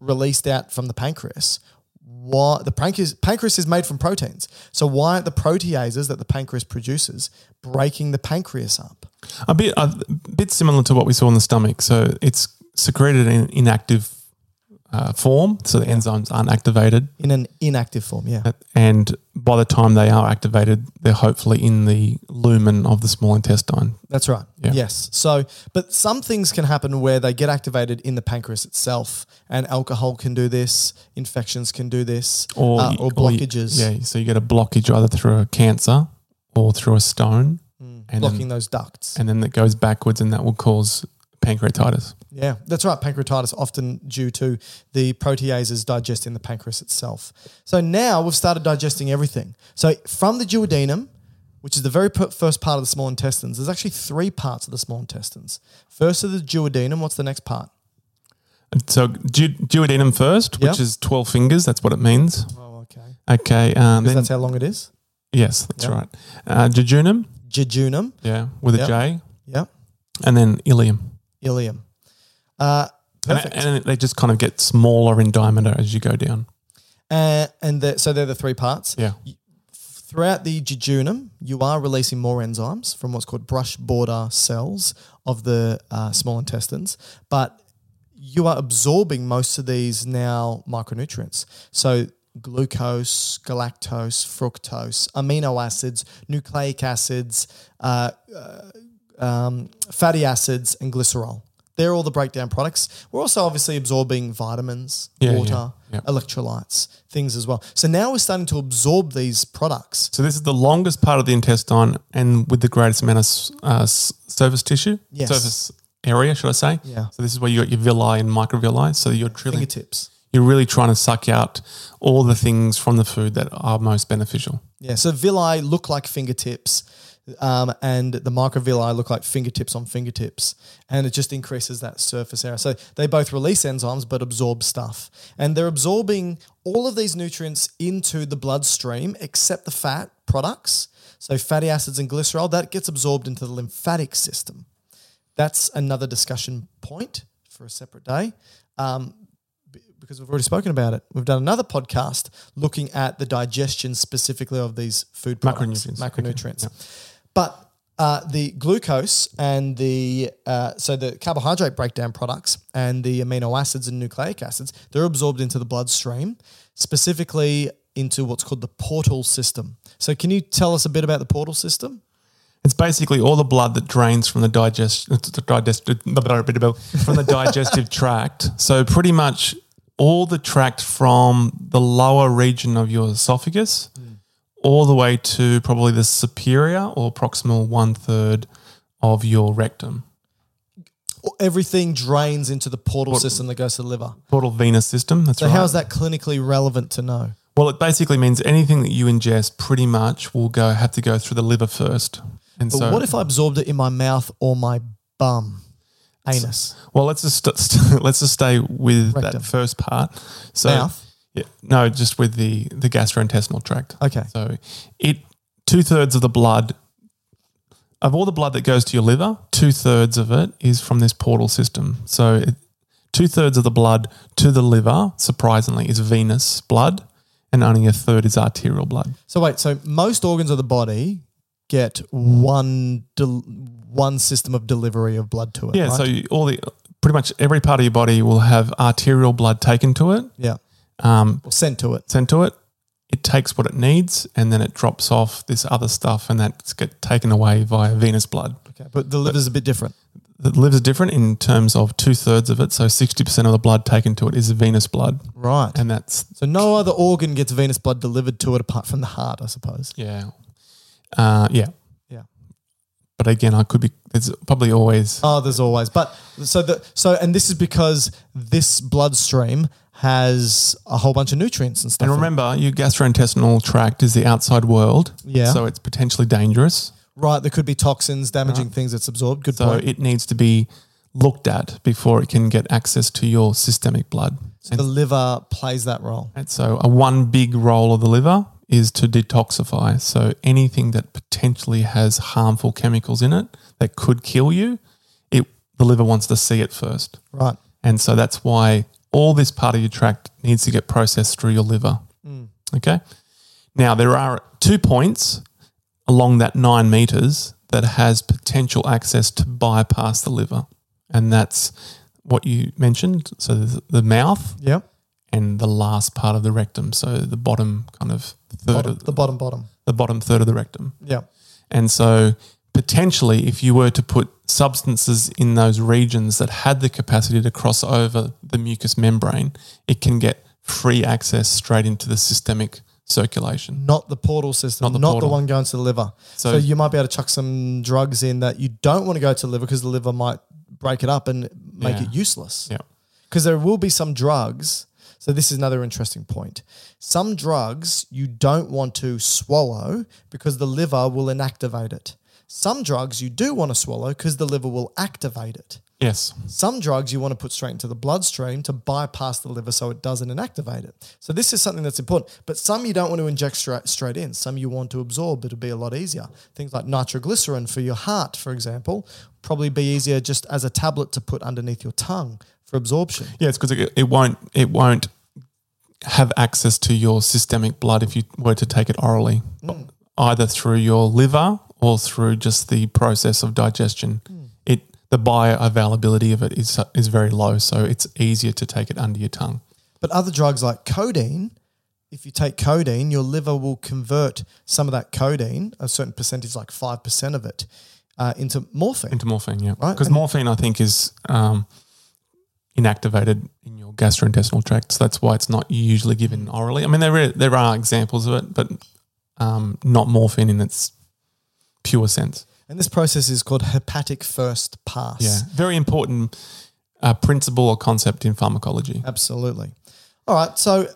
[SPEAKER 1] released out from the pancreas. Why the pancreas, pancreas is made from proteins. So why aren't the proteases that the pancreas produces breaking the pancreas up?
[SPEAKER 2] A bit, a bit similar to what we saw in the stomach. So it's secreted in inactive uh, form, so the enzymes aren't activated,
[SPEAKER 1] In an inactive form, yeah.
[SPEAKER 2] and by the time they are activated, they're hopefully in the lumen of the small intestine.
[SPEAKER 1] That's right.
[SPEAKER 2] Yeah.
[SPEAKER 1] Yes. So, but some things can happen where they get activated in the pancreas itself, and alcohol can do this, infections can do this,
[SPEAKER 2] or,
[SPEAKER 1] uh,
[SPEAKER 2] you-
[SPEAKER 1] or
[SPEAKER 2] you-
[SPEAKER 1] blockages,
[SPEAKER 2] yeah, so you get a blockage either through a cancer or through a stone, and
[SPEAKER 1] Hmm. blocking
[SPEAKER 2] then,
[SPEAKER 1] those ducts.
[SPEAKER 2] and then that goes backwards, and that will cause pancreatitis.
[SPEAKER 1] Yeah, that's right. Pancreatitis often due to the proteases digesting the pancreas itself. So now we've started digesting everything. So from the duodenum, which is the very per- first part of the small intestines, there's actually three parts of the small intestines. First of the duodenum, what's the next part?
[SPEAKER 2] So du- duodenum first, which
[SPEAKER 1] Yeah.
[SPEAKER 2] is twelve fingers. That's what it means.
[SPEAKER 1] Oh, okay.
[SPEAKER 2] Okay.
[SPEAKER 1] Because
[SPEAKER 2] Um, then,
[SPEAKER 1] that's how long it is.
[SPEAKER 2] yes, that's
[SPEAKER 1] Yeah.
[SPEAKER 2] right. Uh, jejunum.
[SPEAKER 1] Jejunum.
[SPEAKER 2] Yeah, with a
[SPEAKER 1] Yeah.
[SPEAKER 2] J,
[SPEAKER 1] Yeah.
[SPEAKER 2] and then ilium.
[SPEAKER 1] Ilium. Uh,
[SPEAKER 2] And-
[SPEAKER 1] perfect.
[SPEAKER 2] And, they just kind of get smaller in diameter as you go down.
[SPEAKER 1] Uh, and the, so they're the three parts.
[SPEAKER 2] Yeah.
[SPEAKER 1] Throughout the jejunum, you are releasing more enzymes from what's called brush border cells of the uh, small intestines, but you are absorbing most of these now micronutrients. So glucose, galactose, fructose, amino acids, nucleic acids, uh, uh, um, fatty acids, and glycerol. They're all the breakdown products. We're also obviously absorbing vitamins,
[SPEAKER 2] Yeah, yeah,
[SPEAKER 1] water,
[SPEAKER 2] yeah.
[SPEAKER 1] electrolytes, things as well. So now we're starting to absorb these products.
[SPEAKER 2] So this is the longest part of the intestine, and with the greatest amount of s- uh, s- surface tissue,
[SPEAKER 1] Yes.
[SPEAKER 2] surface area, should I say?
[SPEAKER 1] Yeah.
[SPEAKER 2] So this is where you got your villi and microvilli. So you're really,
[SPEAKER 1] Fingertips.
[SPEAKER 2] you're really trying to suck out all the things from the food that are most beneficial.
[SPEAKER 1] Yeah. So villi look like fingertips, um, and the microvilli look like fingertips on fingertips, and it just increases that surface area. So they both release enzymes but absorb stuff, and they're absorbing all of these nutrients into the bloodstream except the fat products. So fatty acids and glycerol that gets absorbed into the lymphatic system. That's another discussion point for a separate day. Um, because we've already spoken about it. We've done another podcast looking at the digestion specifically of these food products,
[SPEAKER 2] Macronutrients. Okay.
[SPEAKER 1] macronutrients. But uh, the glucose and the uh, so the carbohydrate breakdown products and the amino acids and nucleic acids they're absorbed into the bloodstream, specifically into what's called the portal system. So, can you tell us a bit about the portal system?
[SPEAKER 2] It's basically all the blood that drains from the digest the digestive from the digestive tract. So pretty much all the tract from the lower region of your esophagus
[SPEAKER 1] Hmm.
[SPEAKER 2] all the way to probably the superior or proximal one third of your rectum.
[SPEAKER 1] Everything drains into the portal system that goes to the liver.
[SPEAKER 2] Portal venous system. That's
[SPEAKER 1] So,
[SPEAKER 2] right.
[SPEAKER 1] how is that clinically relevant to know?
[SPEAKER 2] Well, it basically means anything that you ingest pretty much will go have to go through the liver first. And
[SPEAKER 1] But
[SPEAKER 2] so
[SPEAKER 1] what if I absorbed it in my mouth or my bum? Anus.
[SPEAKER 2] Well, let's just st- st- let's just stay with
[SPEAKER 1] Rectum.
[SPEAKER 2] that first part. So,
[SPEAKER 1] Mouth?
[SPEAKER 2] Yeah, no, just with the the gastrointestinal tract.
[SPEAKER 1] Okay.
[SPEAKER 2] So, it two thirds of the blood of all the blood that goes to your liver, two thirds of it is from this portal system. So, it, two thirds of the blood to the liver, surprisingly, is venous blood, and only a third is arterial blood.
[SPEAKER 1] So wait, so most organs of the body get one del- one system of delivery of blood to it.
[SPEAKER 2] Yeah.
[SPEAKER 1] right?
[SPEAKER 2] So, you, all the pretty much every part of your body will have arterial blood taken to it.
[SPEAKER 1] yeah,
[SPEAKER 2] Um,
[SPEAKER 1] or sent to it.
[SPEAKER 2] sent to it. It takes what it needs, and then it drops off this other stuff, and that's get taken away via venous blood.
[SPEAKER 1] Okay, but the liver's a bit different.
[SPEAKER 2] The liver's different in terms of two thirds of it, so sixty percent of the blood taken to it is venous blood,
[SPEAKER 1] Right.
[SPEAKER 2] and that's
[SPEAKER 1] so no other organ gets venous blood delivered to it apart from the heart, I suppose.
[SPEAKER 2] yeah, uh, yeah,
[SPEAKER 1] Yeah.
[SPEAKER 2] But again, I could be. It's probably always
[SPEAKER 1] Oh, there's always. But so the so and this is because this bloodstream has a whole bunch of nutrients and stuff.
[SPEAKER 2] And
[SPEAKER 1] in it.
[SPEAKER 2] remember, your gastrointestinal tract is the outside world.
[SPEAKER 1] Yeah.
[SPEAKER 2] So it's potentially dangerous.
[SPEAKER 1] right, there could be toxins damaging things that's absorbed. Good
[SPEAKER 2] Uh-huh. So
[SPEAKER 1] point.
[SPEAKER 2] it needs to be looked at before it can get access to your systemic blood.
[SPEAKER 1] the liver plays that role.
[SPEAKER 2] And so, a one big role of the liver is to detoxify. So, anything that potentially has harmful chemicals in it that could kill you, it the liver wants to see it first.
[SPEAKER 1] Right.
[SPEAKER 2] And so that's why all this part of your tract needs to get processed through your liver. Okay. Now, there are two points along that nine meters that has potential access to bypass the liver. And that's what you mentioned. So the, the mouth
[SPEAKER 1] Yep.
[SPEAKER 2] and the last part of the rectum. So the bottom kind of third
[SPEAKER 1] Bottom,
[SPEAKER 2] of
[SPEAKER 1] the bottom, bottom.
[SPEAKER 2] the bottom third of the rectum.
[SPEAKER 1] Yep.
[SPEAKER 2] And so, potentially, if you were to put substances in those regions that had the capacity to cross over the mucous membrane, it can get free access straight into the systemic circulation.
[SPEAKER 1] Not the portal system, not
[SPEAKER 2] Not the
[SPEAKER 1] the,
[SPEAKER 2] portal.
[SPEAKER 1] one going to the liver. So,
[SPEAKER 2] So-
[SPEAKER 1] you might be able to chuck some drugs in that you don't want to go to the liver because the liver might break it up and make
[SPEAKER 2] Yeah.
[SPEAKER 1] it useless.
[SPEAKER 2] Yeah.
[SPEAKER 1] because there will be some drugs. So this is another interesting point. Some drugs you don't want to swallow because the liver will inactivate it. Some drugs you do want to swallow because the liver will activate it.
[SPEAKER 2] Yes.
[SPEAKER 1] Some drugs you want to put straight into the bloodstream to bypass the liver so it doesn't inactivate it. So this is something that's important. But some you don't want to inject straight, straight in. Some you want to absorb. It'll be a lot easier. Things like nitroglycerin for your heart, for example, probably be easier just as a tablet to put underneath your tongue for absorption.
[SPEAKER 2] Yeah, it's because it, it won't it won't have access to your systemic blood if you were to take it orally,
[SPEAKER 1] Mm.
[SPEAKER 2] either through your liver or through just the process of digestion.
[SPEAKER 1] Mm.
[SPEAKER 2] It the bioavailability of it is is very low, so it's easier to take it under your tongue.
[SPEAKER 1] But other drugs like codeine, if you take codeine, your liver will convert some of that codeine, a certain percentage, like 5% of it, uh, into morphine.
[SPEAKER 2] Into morphine, yeah.
[SPEAKER 1] Right,
[SPEAKER 2] Because
[SPEAKER 1] and-
[SPEAKER 2] morphine, I think, is um, inactivated in your gastrointestinal tract. So that's why it's not usually
[SPEAKER 1] Mm.
[SPEAKER 2] given orally. I mean, there are, there are examples of it, but um, not morphine in its pure sense.
[SPEAKER 1] and this process is called hepatic first pass.
[SPEAKER 2] Yeah. Very important uh, principle or concept in pharmacology.
[SPEAKER 1] Absolutely. All right. So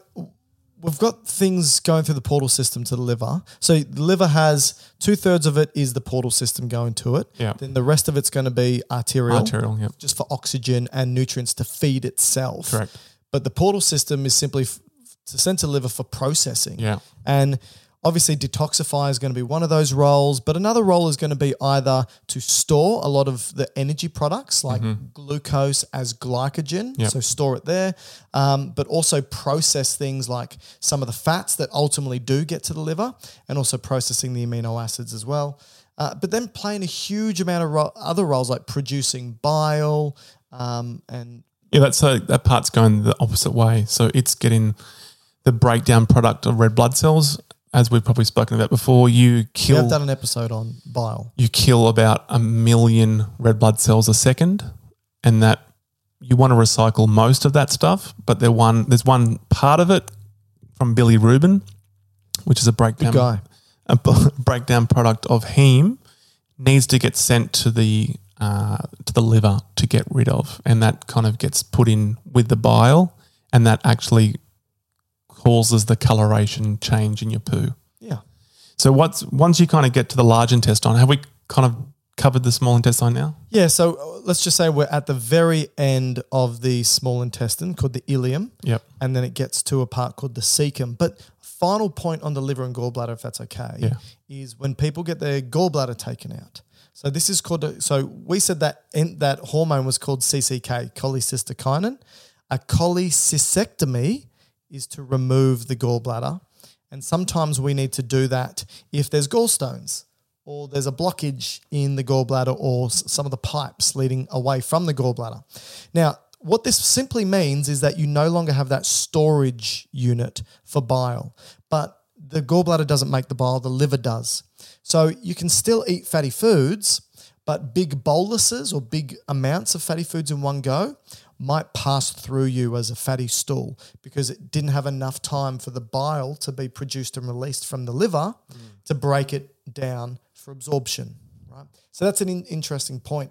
[SPEAKER 1] we've got things going through the portal system to the liver. So the liver has two thirds of it is the portal system going to it.
[SPEAKER 2] Yeah.
[SPEAKER 1] Then the rest of it's going to be arterial.
[SPEAKER 2] Arterial, yeah.
[SPEAKER 1] Just for oxygen and nutrients to feed itself.
[SPEAKER 2] Correct.
[SPEAKER 1] But the portal system is simply f- to send to liver for processing.
[SPEAKER 2] Yeah.
[SPEAKER 1] And obviously, detoxify is going to be one of those roles, but another role is going to be either to store a lot of the energy products like glucose as glycogen,
[SPEAKER 2] Yep.
[SPEAKER 1] so store it there, um, but also process things like some of the fats that ultimately do get to the liver and also processing the amino acids as well. Uh, but then playing a huge amount of ro- other roles like producing bile um, and
[SPEAKER 2] Yeah, that's uh, that part's going the opposite way. So it's getting the breakdown product of red blood cells, as we've probably spoken about before. You
[SPEAKER 1] we
[SPEAKER 2] kill.
[SPEAKER 1] have done an episode on bile.
[SPEAKER 2] you kill about a million red blood cells a second, and that you want to recycle most of that stuff. But there one there's one part of it from Billy Rubin, which is a breakdown
[SPEAKER 1] guy.
[SPEAKER 2] a b- breakdown product of heme, needs to get sent to the uh, to the liver to get rid of, and that kind of gets put in with the bile, and that actually causes the coloration change in your poo.
[SPEAKER 1] Yeah.
[SPEAKER 2] So what's once you kind of get to the large intestine, have we kind of covered the small intestine now?
[SPEAKER 1] Yeah, so uh, let's just say we're at the very end of the small intestine called the ileum,
[SPEAKER 2] Yep.
[SPEAKER 1] and then it gets to a part called the cecum. But final point on the liver and gallbladder, if that's okay,
[SPEAKER 2] Yeah.
[SPEAKER 1] is when people get their gallbladder taken out. So this is called. a- So we said that in, that hormone was called CCK, cholecystokinin. A cholecystectomy is to remove the gallbladder, and sometimes we need to do that if there's gallstones or there's a blockage in the gallbladder or s- some of the pipes leading away from the gallbladder. Now, what this simply means is that you no longer have that storage unit for bile, but the gallbladder doesn't make the bile, the liver does. So you can still eat fatty foods, but big boluses or big amounts of fatty foods in one go might pass through you as a fatty stool because it didn't have enough time for the bile to be produced and released from the liver to break it down for absorption right so that's an in- interesting point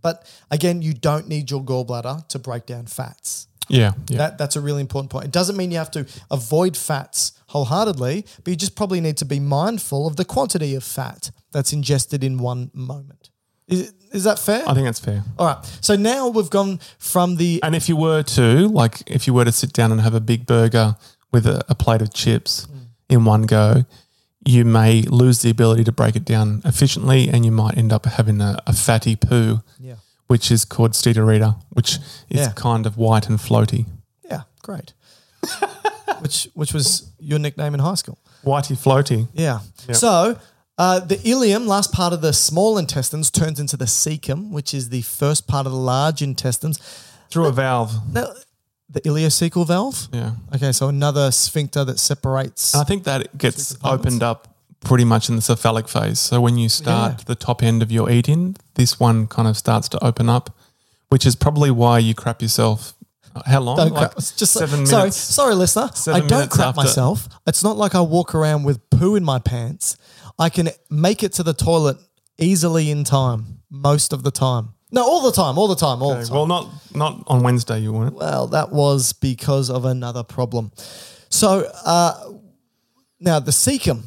[SPEAKER 1] but again you don't need your gallbladder to break down fats
[SPEAKER 2] Yeah. Yeah.
[SPEAKER 1] that, that's a really important point. It doesn't mean you have to avoid fats wholeheartedly, but you just probably need to be mindful of the quantity of fat that's ingested in one moment. Is, is that fair?
[SPEAKER 2] I think that's fair.
[SPEAKER 1] All right. So now we've gone from the.
[SPEAKER 2] And if you were to, like, if you were to sit down and have a big burger with a, a plate of chips in one go, you may lose the ability to break it down efficiently and you might end up having a, a fatty poo,
[SPEAKER 1] Yeah.
[SPEAKER 2] which is called Stetorita, which is
[SPEAKER 1] Yeah.
[SPEAKER 2] kind of white and floaty.
[SPEAKER 1] Yeah, great. which which was your nickname in high school?
[SPEAKER 2] Whitey floaty.
[SPEAKER 1] Yeah. So uh, the ileum, last part of the small intestines, turns into the cecum, which is the first part of the large intestines.
[SPEAKER 2] Through a valve.
[SPEAKER 1] Now, the ileocecal valve.
[SPEAKER 2] Yeah.
[SPEAKER 1] Okay, so another sphincter that separates.
[SPEAKER 2] And I think that gets opened up pretty much in the cephalic phase. So when you start the top end of your eating, this one kind of starts to open up, which is probably why you crap yourself. How long?
[SPEAKER 1] don't
[SPEAKER 2] Like
[SPEAKER 1] crap. It's just
[SPEAKER 2] seven
[SPEAKER 1] sorry,
[SPEAKER 2] minutes.
[SPEAKER 1] sorry, listener. I
[SPEAKER 2] Seven
[SPEAKER 1] don't
[SPEAKER 2] minutes
[SPEAKER 1] crap
[SPEAKER 2] after-
[SPEAKER 1] myself. It's not like I walk around with poo in my pants. I can make it to the toilet easily in time, most of the time. No, all the time, all the time, all the
[SPEAKER 2] Okay,
[SPEAKER 1] time.
[SPEAKER 2] Well, not not on Wednesday. You weren't.
[SPEAKER 1] Well, that was because of another problem. So uh, now the cecum,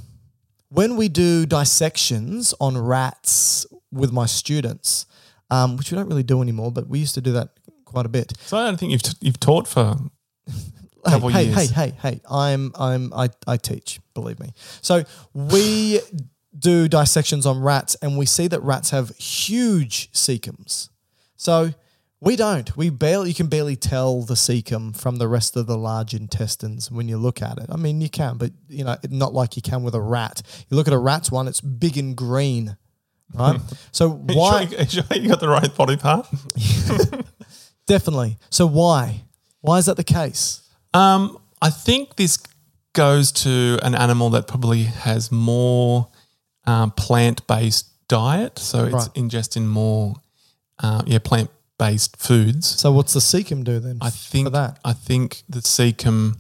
[SPEAKER 1] when we do dissections on rats with my students, um, which we don't really do anymore, but we used to do that quite a bit.
[SPEAKER 2] So I don't think you've t- you've taught for couple
[SPEAKER 1] hey,
[SPEAKER 2] years.
[SPEAKER 1] Hey, hey, hey, I'm I'm I, I teach, believe me. So we do dissections on rats and we see that rats have huge cecums. So we don't. We barely you can barely tell the cecum from the rest of the large intestines when you look at it. I mean you can, but you know, not like you can with a rat. You look at a rat's one, it's big and green. Right? so
[SPEAKER 2] Are you
[SPEAKER 1] why
[SPEAKER 2] Sure you, are you sure you got the right body part?
[SPEAKER 1] definitely. So why? Why is that the case?
[SPEAKER 2] Um, I think this goes to an animal that probably has more um, plant-based diet, so it's
[SPEAKER 1] Right.
[SPEAKER 2] ingesting more, uh, yeah, plant-based foods.
[SPEAKER 1] So what's the cecum do then?
[SPEAKER 2] I think
[SPEAKER 1] for that.
[SPEAKER 2] I think the cecum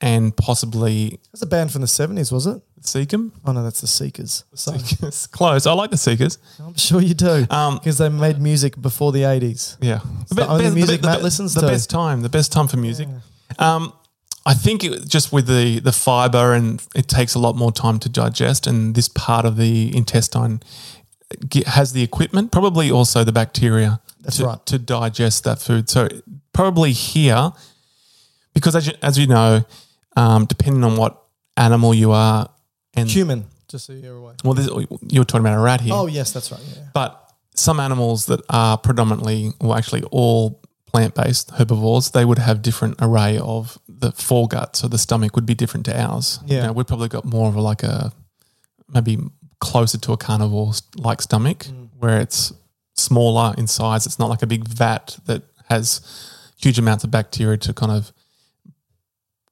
[SPEAKER 2] and possibly
[SPEAKER 1] That's a band from the seventies, was it?
[SPEAKER 2] cecum.
[SPEAKER 1] Oh no, that's the Seekers. So,
[SPEAKER 2] Seekers. Close. I like the seekers.
[SPEAKER 1] I'm sure you do
[SPEAKER 2] Um,
[SPEAKER 1] because they made music before the eighties.
[SPEAKER 2] Yeah,
[SPEAKER 1] the only music Matt
[SPEAKER 2] be-
[SPEAKER 1] listens
[SPEAKER 2] the
[SPEAKER 1] to.
[SPEAKER 2] best time, the best time for music. Um, I think it, just with the the fiber and it takes a lot more time to digest, and this part of the intestine ge- has the equipment, probably also the bacteria
[SPEAKER 1] That's
[SPEAKER 2] to,
[SPEAKER 1] right.
[SPEAKER 2] to digest that food. So probably here, because as you, as you know, um, depending on what animal you are, and
[SPEAKER 1] Human, just so you're aware.
[SPEAKER 2] well, this, you're talking about a rat here.
[SPEAKER 1] Oh yes, that's right. Yeah.
[SPEAKER 2] But some animals that are predominantly, well, actually all plant-based herbivores, they would have different array of the foregut. So the stomach would be different to ours.
[SPEAKER 1] Yeah.
[SPEAKER 2] we've probably got more of a, like a maybe closer to a carnivore-like stomach,
[SPEAKER 1] Mm.
[SPEAKER 2] where it's smaller in size. It's not like a big vat that has huge amounts of bacteria to kind of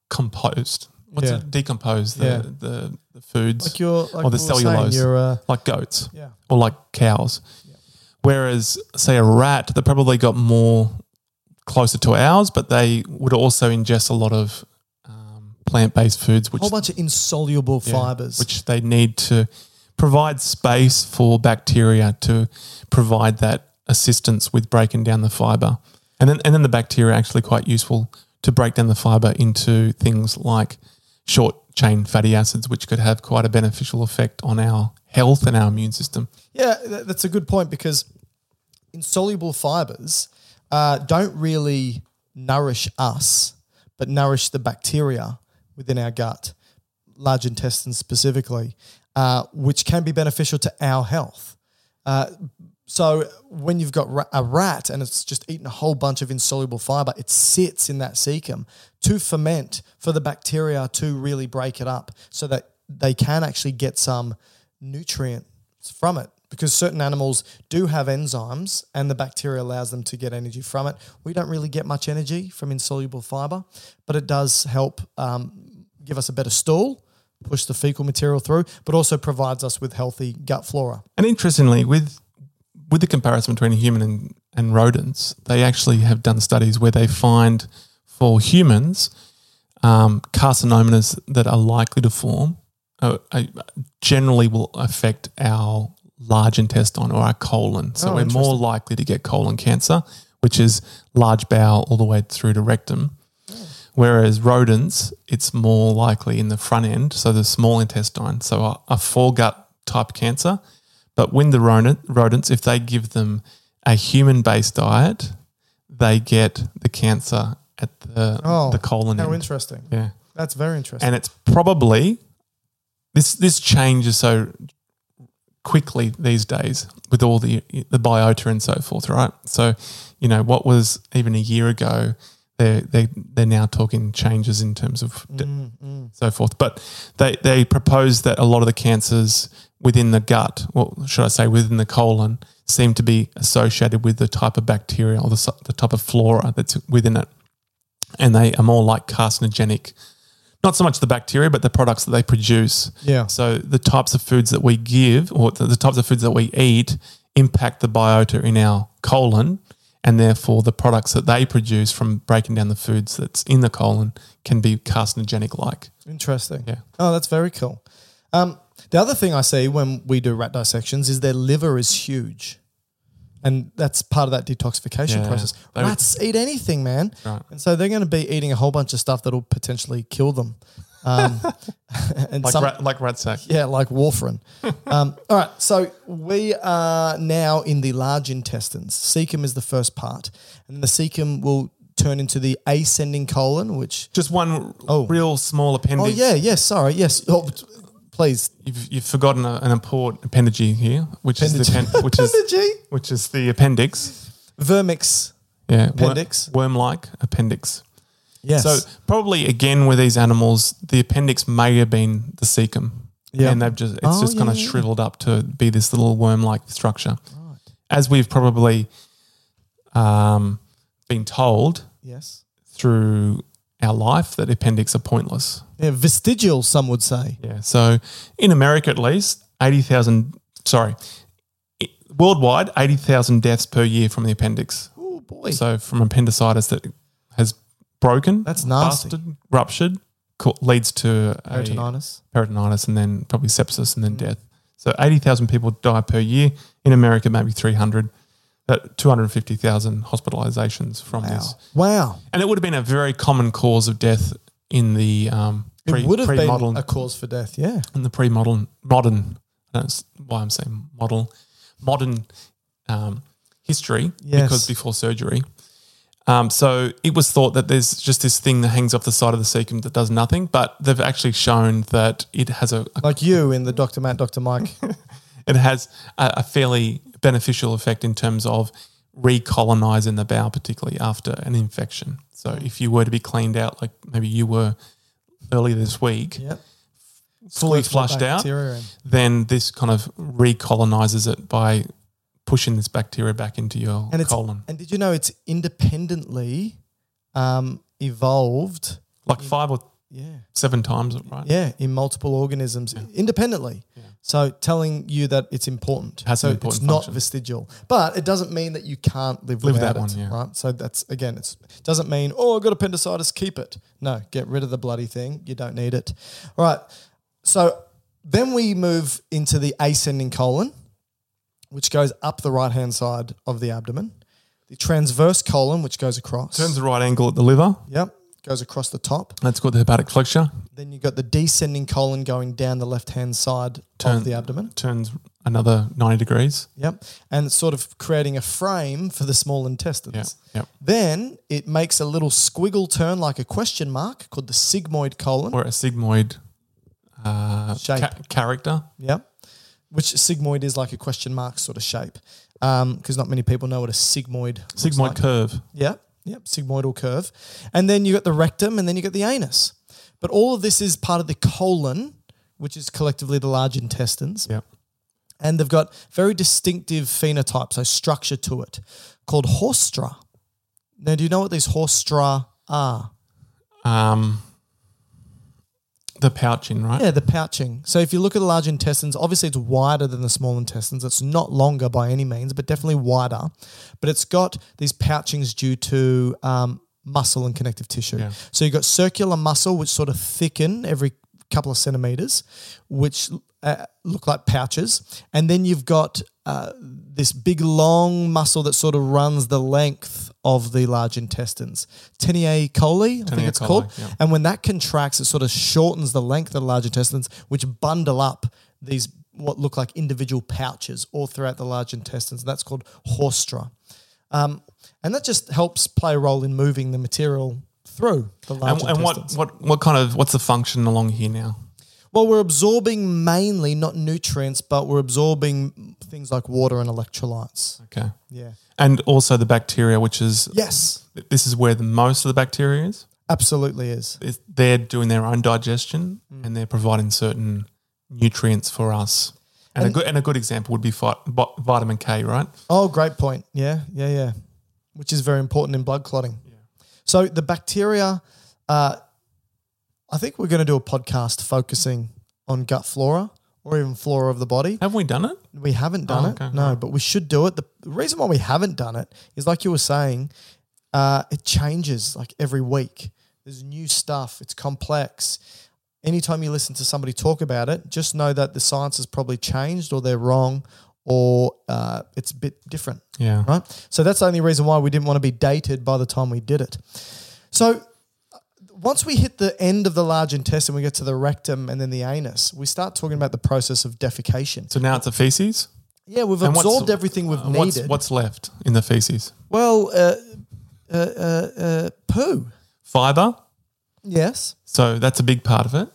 [SPEAKER 2] compost. What's
[SPEAKER 1] Yeah.
[SPEAKER 2] it? Decompose the,
[SPEAKER 1] Yeah,
[SPEAKER 2] the, the foods
[SPEAKER 1] Like you're like
[SPEAKER 2] or the
[SPEAKER 1] we were saying,
[SPEAKER 2] cellulose,
[SPEAKER 1] You're, uh,
[SPEAKER 2] like goats
[SPEAKER 1] yeah.
[SPEAKER 2] or like cows. Whereas, say, a rat, they probably got more closer to ours, but they would also ingest a lot of um, plant based foods, which,
[SPEAKER 1] whole bunch of insoluble
[SPEAKER 2] yeah,
[SPEAKER 1] fibers.
[SPEAKER 2] which they need to provide space for bacteria to provide that assistance with breaking down the fiber. And then, and then the bacteria are actually quite useful to break down the fiber into things like short chain fatty acids, which could have quite a beneficial effect on our health and our immune system.
[SPEAKER 1] yeah, tha- that's a good point because insoluble fibers uh, don't really nourish us, but nourish the bacteria within our gut, large intestine specifically, uh, which can be beneficial to our health. So when you've got ra- a rat and it's just eaten a whole bunch of insoluble fiber, it sits in that cecum to ferment for the bacteria to really break it up so that they can actually get some nutrients from it. Because certain animals do have enzymes and the bacteria allows them to get energy from it. We don't really get much energy from insoluble fiber, but it does help um, give us a better stool, push the fecal material through, but also provides us with healthy gut flora.
[SPEAKER 2] And interestingly, with with the comparison between human and, and rodents, they actually have done studies where they find for humans um, carcinomas that are likely to form uh, uh, generally will affect our large intestine or our colon. So
[SPEAKER 1] Oh,
[SPEAKER 2] we're more
[SPEAKER 1] interesting.
[SPEAKER 2] likely to get colon cancer, which is large bowel all the way through to rectum.
[SPEAKER 1] Oh.
[SPEAKER 2] Whereas rodents, it's more likely in the front end, so the small intestine, so a, a foregut type cancer. But when the rodent, rodents, if they give them a human based diet, they get the cancer at the,
[SPEAKER 1] Oh,
[SPEAKER 2] the colon
[SPEAKER 1] How
[SPEAKER 2] end.
[SPEAKER 1] interesting.
[SPEAKER 2] Yeah.
[SPEAKER 1] That's very interesting.
[SPEAKER 2] And it's probably this this change is so quickly these days with all the the biota and so forth, right? So, you know, what was even a year ago, they're they they're now talking changes in terms of d- so forth. But they they propose that a lot of the cancers within the gut, well, should I say within the colon, seem to be associated with the type of bacteria or the, so- the type of flora that's within it, and they are more like carcinogenic. Not so much the bacteria, but the products that they produce.
[SPEAKER 1] Yeah.
[SPEAKER 2] So the types of foods that we give or the, the types of foods that we eat impact the biota in our colon and therefore the products that they produce from breaking down the foods that's in the colon can be carcinogenic like.
[SPEAKER 1] Interesting.
[SPEAKER 2] Yeah.
[SPEAKER 1] Oh, that's very cool. Um, the other thing I see when we do rat dissections is their liver is huge. And that's part of that detoxification
[SPEAKER 2] Yeah.
[SPEAKER 1] process.
[SPEAKER 2] They-
[SPEAKER 1] Rats eat anything, man.
[SPEAKER 2] Right.
[SPEAKER 1] And so they're going to be eating a whole bunch of stuff that'll potentially kill them. Um, and
[SPEAKER 2] Like
[SPEAKER 1] some,
[SPEAKER 2] rat, like rat sack.
[SPEAKER 1] yeah, like warfarin. um, all right, so we are now in the large intestines. Cecum is the first part, and the cecum will turn into the ascending colon, which
[SPEAKER 2] Just one
[SPEAKER 1] Oh.
[SPEAKER 2] real small appendage.
[SPEAKER 1] oh yeah, yes, sorry, yes. Oh, t- please,
[SPEAKER 2] You've, you've forgotten a, an important appendage here, which is the appen- which is
[SPEAKER 1] Appendagy?
[SPEAKER 2] which is the appendix.
[SPEAKER 1] vermix.
[SPEAKER 2] Yeah,
[SPEAKER 1] Appendix.
[SPEAKER 2] worm like appendix.
[SPEAKER 1] Yes.
[SPEAKER 2] So probably again with these animals, the appendix may have been the cecum,
[SPEAKER 1] Yeah.
[SPEAKER 2] and they've just it's
[SPEAKER 1] Oh,
[SPEAKER 2] just kind of
[SPEAKER 1] yeah, yeah.
[SPEAKER 2] shriveled up to be this little worm-like structure. As we've probably um, been told
[SPEAKER 1] yes.
[SPEAKER 2] through our life, that appendix are pointless.
[SPEAKER 1] Yeah, vestigial, some would say.
[SPEAKER 2] Yeah. So in America, at least eighty thousand. Sorry, i- worldwide eighty thousand deaths per year from the appendix.
[SPEAKER 1] Oh boy.
[SPEAKER 2] So from appendicitis that has broken,
[SPEAKER 1] That's nasty.
[SPEAKER 2] busted, ruptured, co- leads to a
[SPEAKER 1] Peritonitis. Mm.
[SPEAKER 2] peritonitis, and then probably sepsis, and then death. So eighty thousand people die per year in America, maybe three hundred, but two hundred fifty thousand hospitalizations from
[SPEAKER 1] Wow.
[SPEAKER 2] this,
[SPEAKER 1] Wow.
[SPEAKER 2] and it would have been a very common cause of death in the um, pre,
[SPEAKER 1] it would have
[SPEAKER 2] pre-modern
[SPEAKER 1] been a cause for death. Yeah.
[SPEAKER 2] in the pre-modern modern. I don't s- why I'm saying model modern um, history
[SPEAKER 1] Yes.
[SPEAKER 2] because before surgery. Um, so it was thought that there's just this thing that hangs off the side of the cecum that does nothing, but they've actually shown that it has a, a-
[SPEAKER 1] Like you in the Dr. Matt, Dr. Mike.
[SPEAKER 2] it has a, a fairly beneficial effect in terms of recolonizing the bowel, particularly after an infection. So
[SPEAKER 1] Mm.
[SPEAKER 2] if you were to be cleaned out, like maybe you were earlier this week,
[SPEAKER 1] yep. Squirt
[SPEAKER 2] fully
[SPEAKER 1] the
[SPEAKER 2] flushed out,
[SPEAKER 1] bacteria in.
[SPEAKER 2] then this kind of recolonizes it by pushing this bacteria back into your
[SPEAKER 1] and it's,
[SPEAKER 2] colon.
[SPEAKER 1] And did you know it's independently um, evolved?
[SPEAKER 2] Like five or
[SPEAKER 1] Yeah.
[SPEAKER 2] seven times, right?
[SPEAKER 1] Yeah, in multiple organisms independently. So telling you that it's important.
[SPEAKER 2] Has
[SPEAKER 1] so
[SPEAKER 2] an important
[SPEAKER 1] it's not
[SPEAKER 2] function.
[SPEAKER 1] vestigial, but it doesn't mean that you can't live,
[SPEAKER 2] Live
[SPEAKER 1] without it,
[SPEAKER 2] that one, yeah.
[SPEAKER 1] right? So that's again, it's doesn't mean oh I got appendicitis, keep it. No, get rid of the bloody thing. You don't need it. All right. So then we move into the ascending colon, which goes up the right hand side of the abdomen. The transverse colon, which goes across.
[SPEAKER 2] Turns the right angle at the liver.
[SPEAKER 1] yep. Goes across the top.
[SPEAKER 2] That's called the hepatic flexure.
[SPEAKER 1] Then you've got the descending colon going down the left hand side
[SPEAKER 2] Turn-
[SPEAKER 1] of the abdomen.
[SPEAKER 2] Turns another 90 degrees.
[SPEAKER 1] Yep. And it's sort of creating a frame for the small intestines.
[SPEAKER 2] Yeah. Yep.
[SPEAKER 1] Then it makes a little squiggle turn like a question mark called the sigmoid colon.
[SPEAKER 2] Or a sigmoid uh,
[SPEAKER 1] Shape.
[SPEAKER 2] ca- character.
[SPEAKER 1] yep. Which sigmoid is like a question mark sort of shape because not many people know what a sigmoid
[SPEAKER 2] Sigmoid
[SPEAKER 1] like.
[SPEAKER 2] curve.
[SPEAKER 1] Yep, yep, sigmoidal curve. And then you got the rectum and then you got the anus. But all of this is part of the colon, which is collectively the large intestines.
[SPEAKER 2] Yep.
[SPEAKER 1] and they've got very distinctive phenotype, so structure to it, called horstra. Now, do you know what these horstra are?
[SPEAKER 2] Um, the pouching, right?
[SPEAKER 1] Yeah, the pouching. So if you look at the large intestines, obviously it's wider than the small intestines. It's not longer by any means, but definitely wider. But it's got these pouchings due to um, muscle and connective tissue. So you've got circular muscle, which sort of thicken every couple of centimeters, which uh, look like pouches. And then you've got uh, this big long muscle that sort of runs the length of the large intestines. Tenier coli, I think
[SPEAKER 2] Tenier
[SPEAKER 1] it's
[SPEAKER 2] coli,
[SPEAKER 1] called.
[SPEAKER 2] yeah.
[SPEAKER 1] And when that contracts, it sort of shortens the length of the large intestines, which bundle up these what look like individual pouches all throughout the large intestines. That's called horstra. Um, and that just helps play a role in moving the material through the large
[SPEAKER 2] And, and
[SPEAKER 1] intestines.
[SPEAKER 2] what, what, what kind of, what's the function along here now?
[SPEAKER 1] Well, we're absorbing mainly not nutrients, but we're absorbing things like water and electrolytes.
[SPEAKER 2] Okay.
[SPEAKER 1] Yeah.
[SPEAKER 2] And also the bacteria, which is
[SPEAKER 1] Yes,
[SPEAKER 2] this is where the most of the bacteria is.
[SPEAKER 1] absolutely is.
[SPEAKER 2] It's, they're doing their own digestion
[SPEAKER 1] Mm.
[SPEAKER 2] and they're providing certain nutrients for us. And, a good and a good example would be fi- vi- vitamin K, right?
[SPEAKER 1] Oh, great point. Yeah, yeah, yeah. Which is very important in blood clotting. So the bacteria, uh, I think we're going to do a podcast focusing on gut flora or even flora of the body.
[SPEAKER 2] Have we done it?
[SPEAKER 1] We haven't done
[SPEAKER 2] Oh,
[SPEAKER 1] it,
[SPEAKER 2] okay.
[SPEAKER 1] no, but we should do it. The the reason why we haven't done it is, like you were saying, uh, it changes like every week. There's new stuff. It's complex. Anytime you listen to somebody talk about it, just know that the science has probably changed, or they're wrong, or uh, it's a bit different
[SPEAKER 2] Yeah.
[SPEAKER 1] right? So that's the only reason why we didn't want to be dated by the time we did it. So uh, once we hit the end of the large intestine, we get to the rectum and then the anus. We start talking about the process of defecation.
[SPEAKER 2] So now it's a feces.
[SPEAKER 1] Yeah, we've
[SPEAKER 2] what's-
[SPEAKER 1] absorbed everything we've
[SPEAKER 2] Uh,
[SPEAKER 1] needed.
[SPEAKER 2] what's, what's left in the feces?
[SPEAKER 1] well, uh, uh, uh, uh, poo.
[SPEAKER 2] Fiber.
[SPEAKER 1] Yes.
[SPEAKER 2] So that's a big part of it.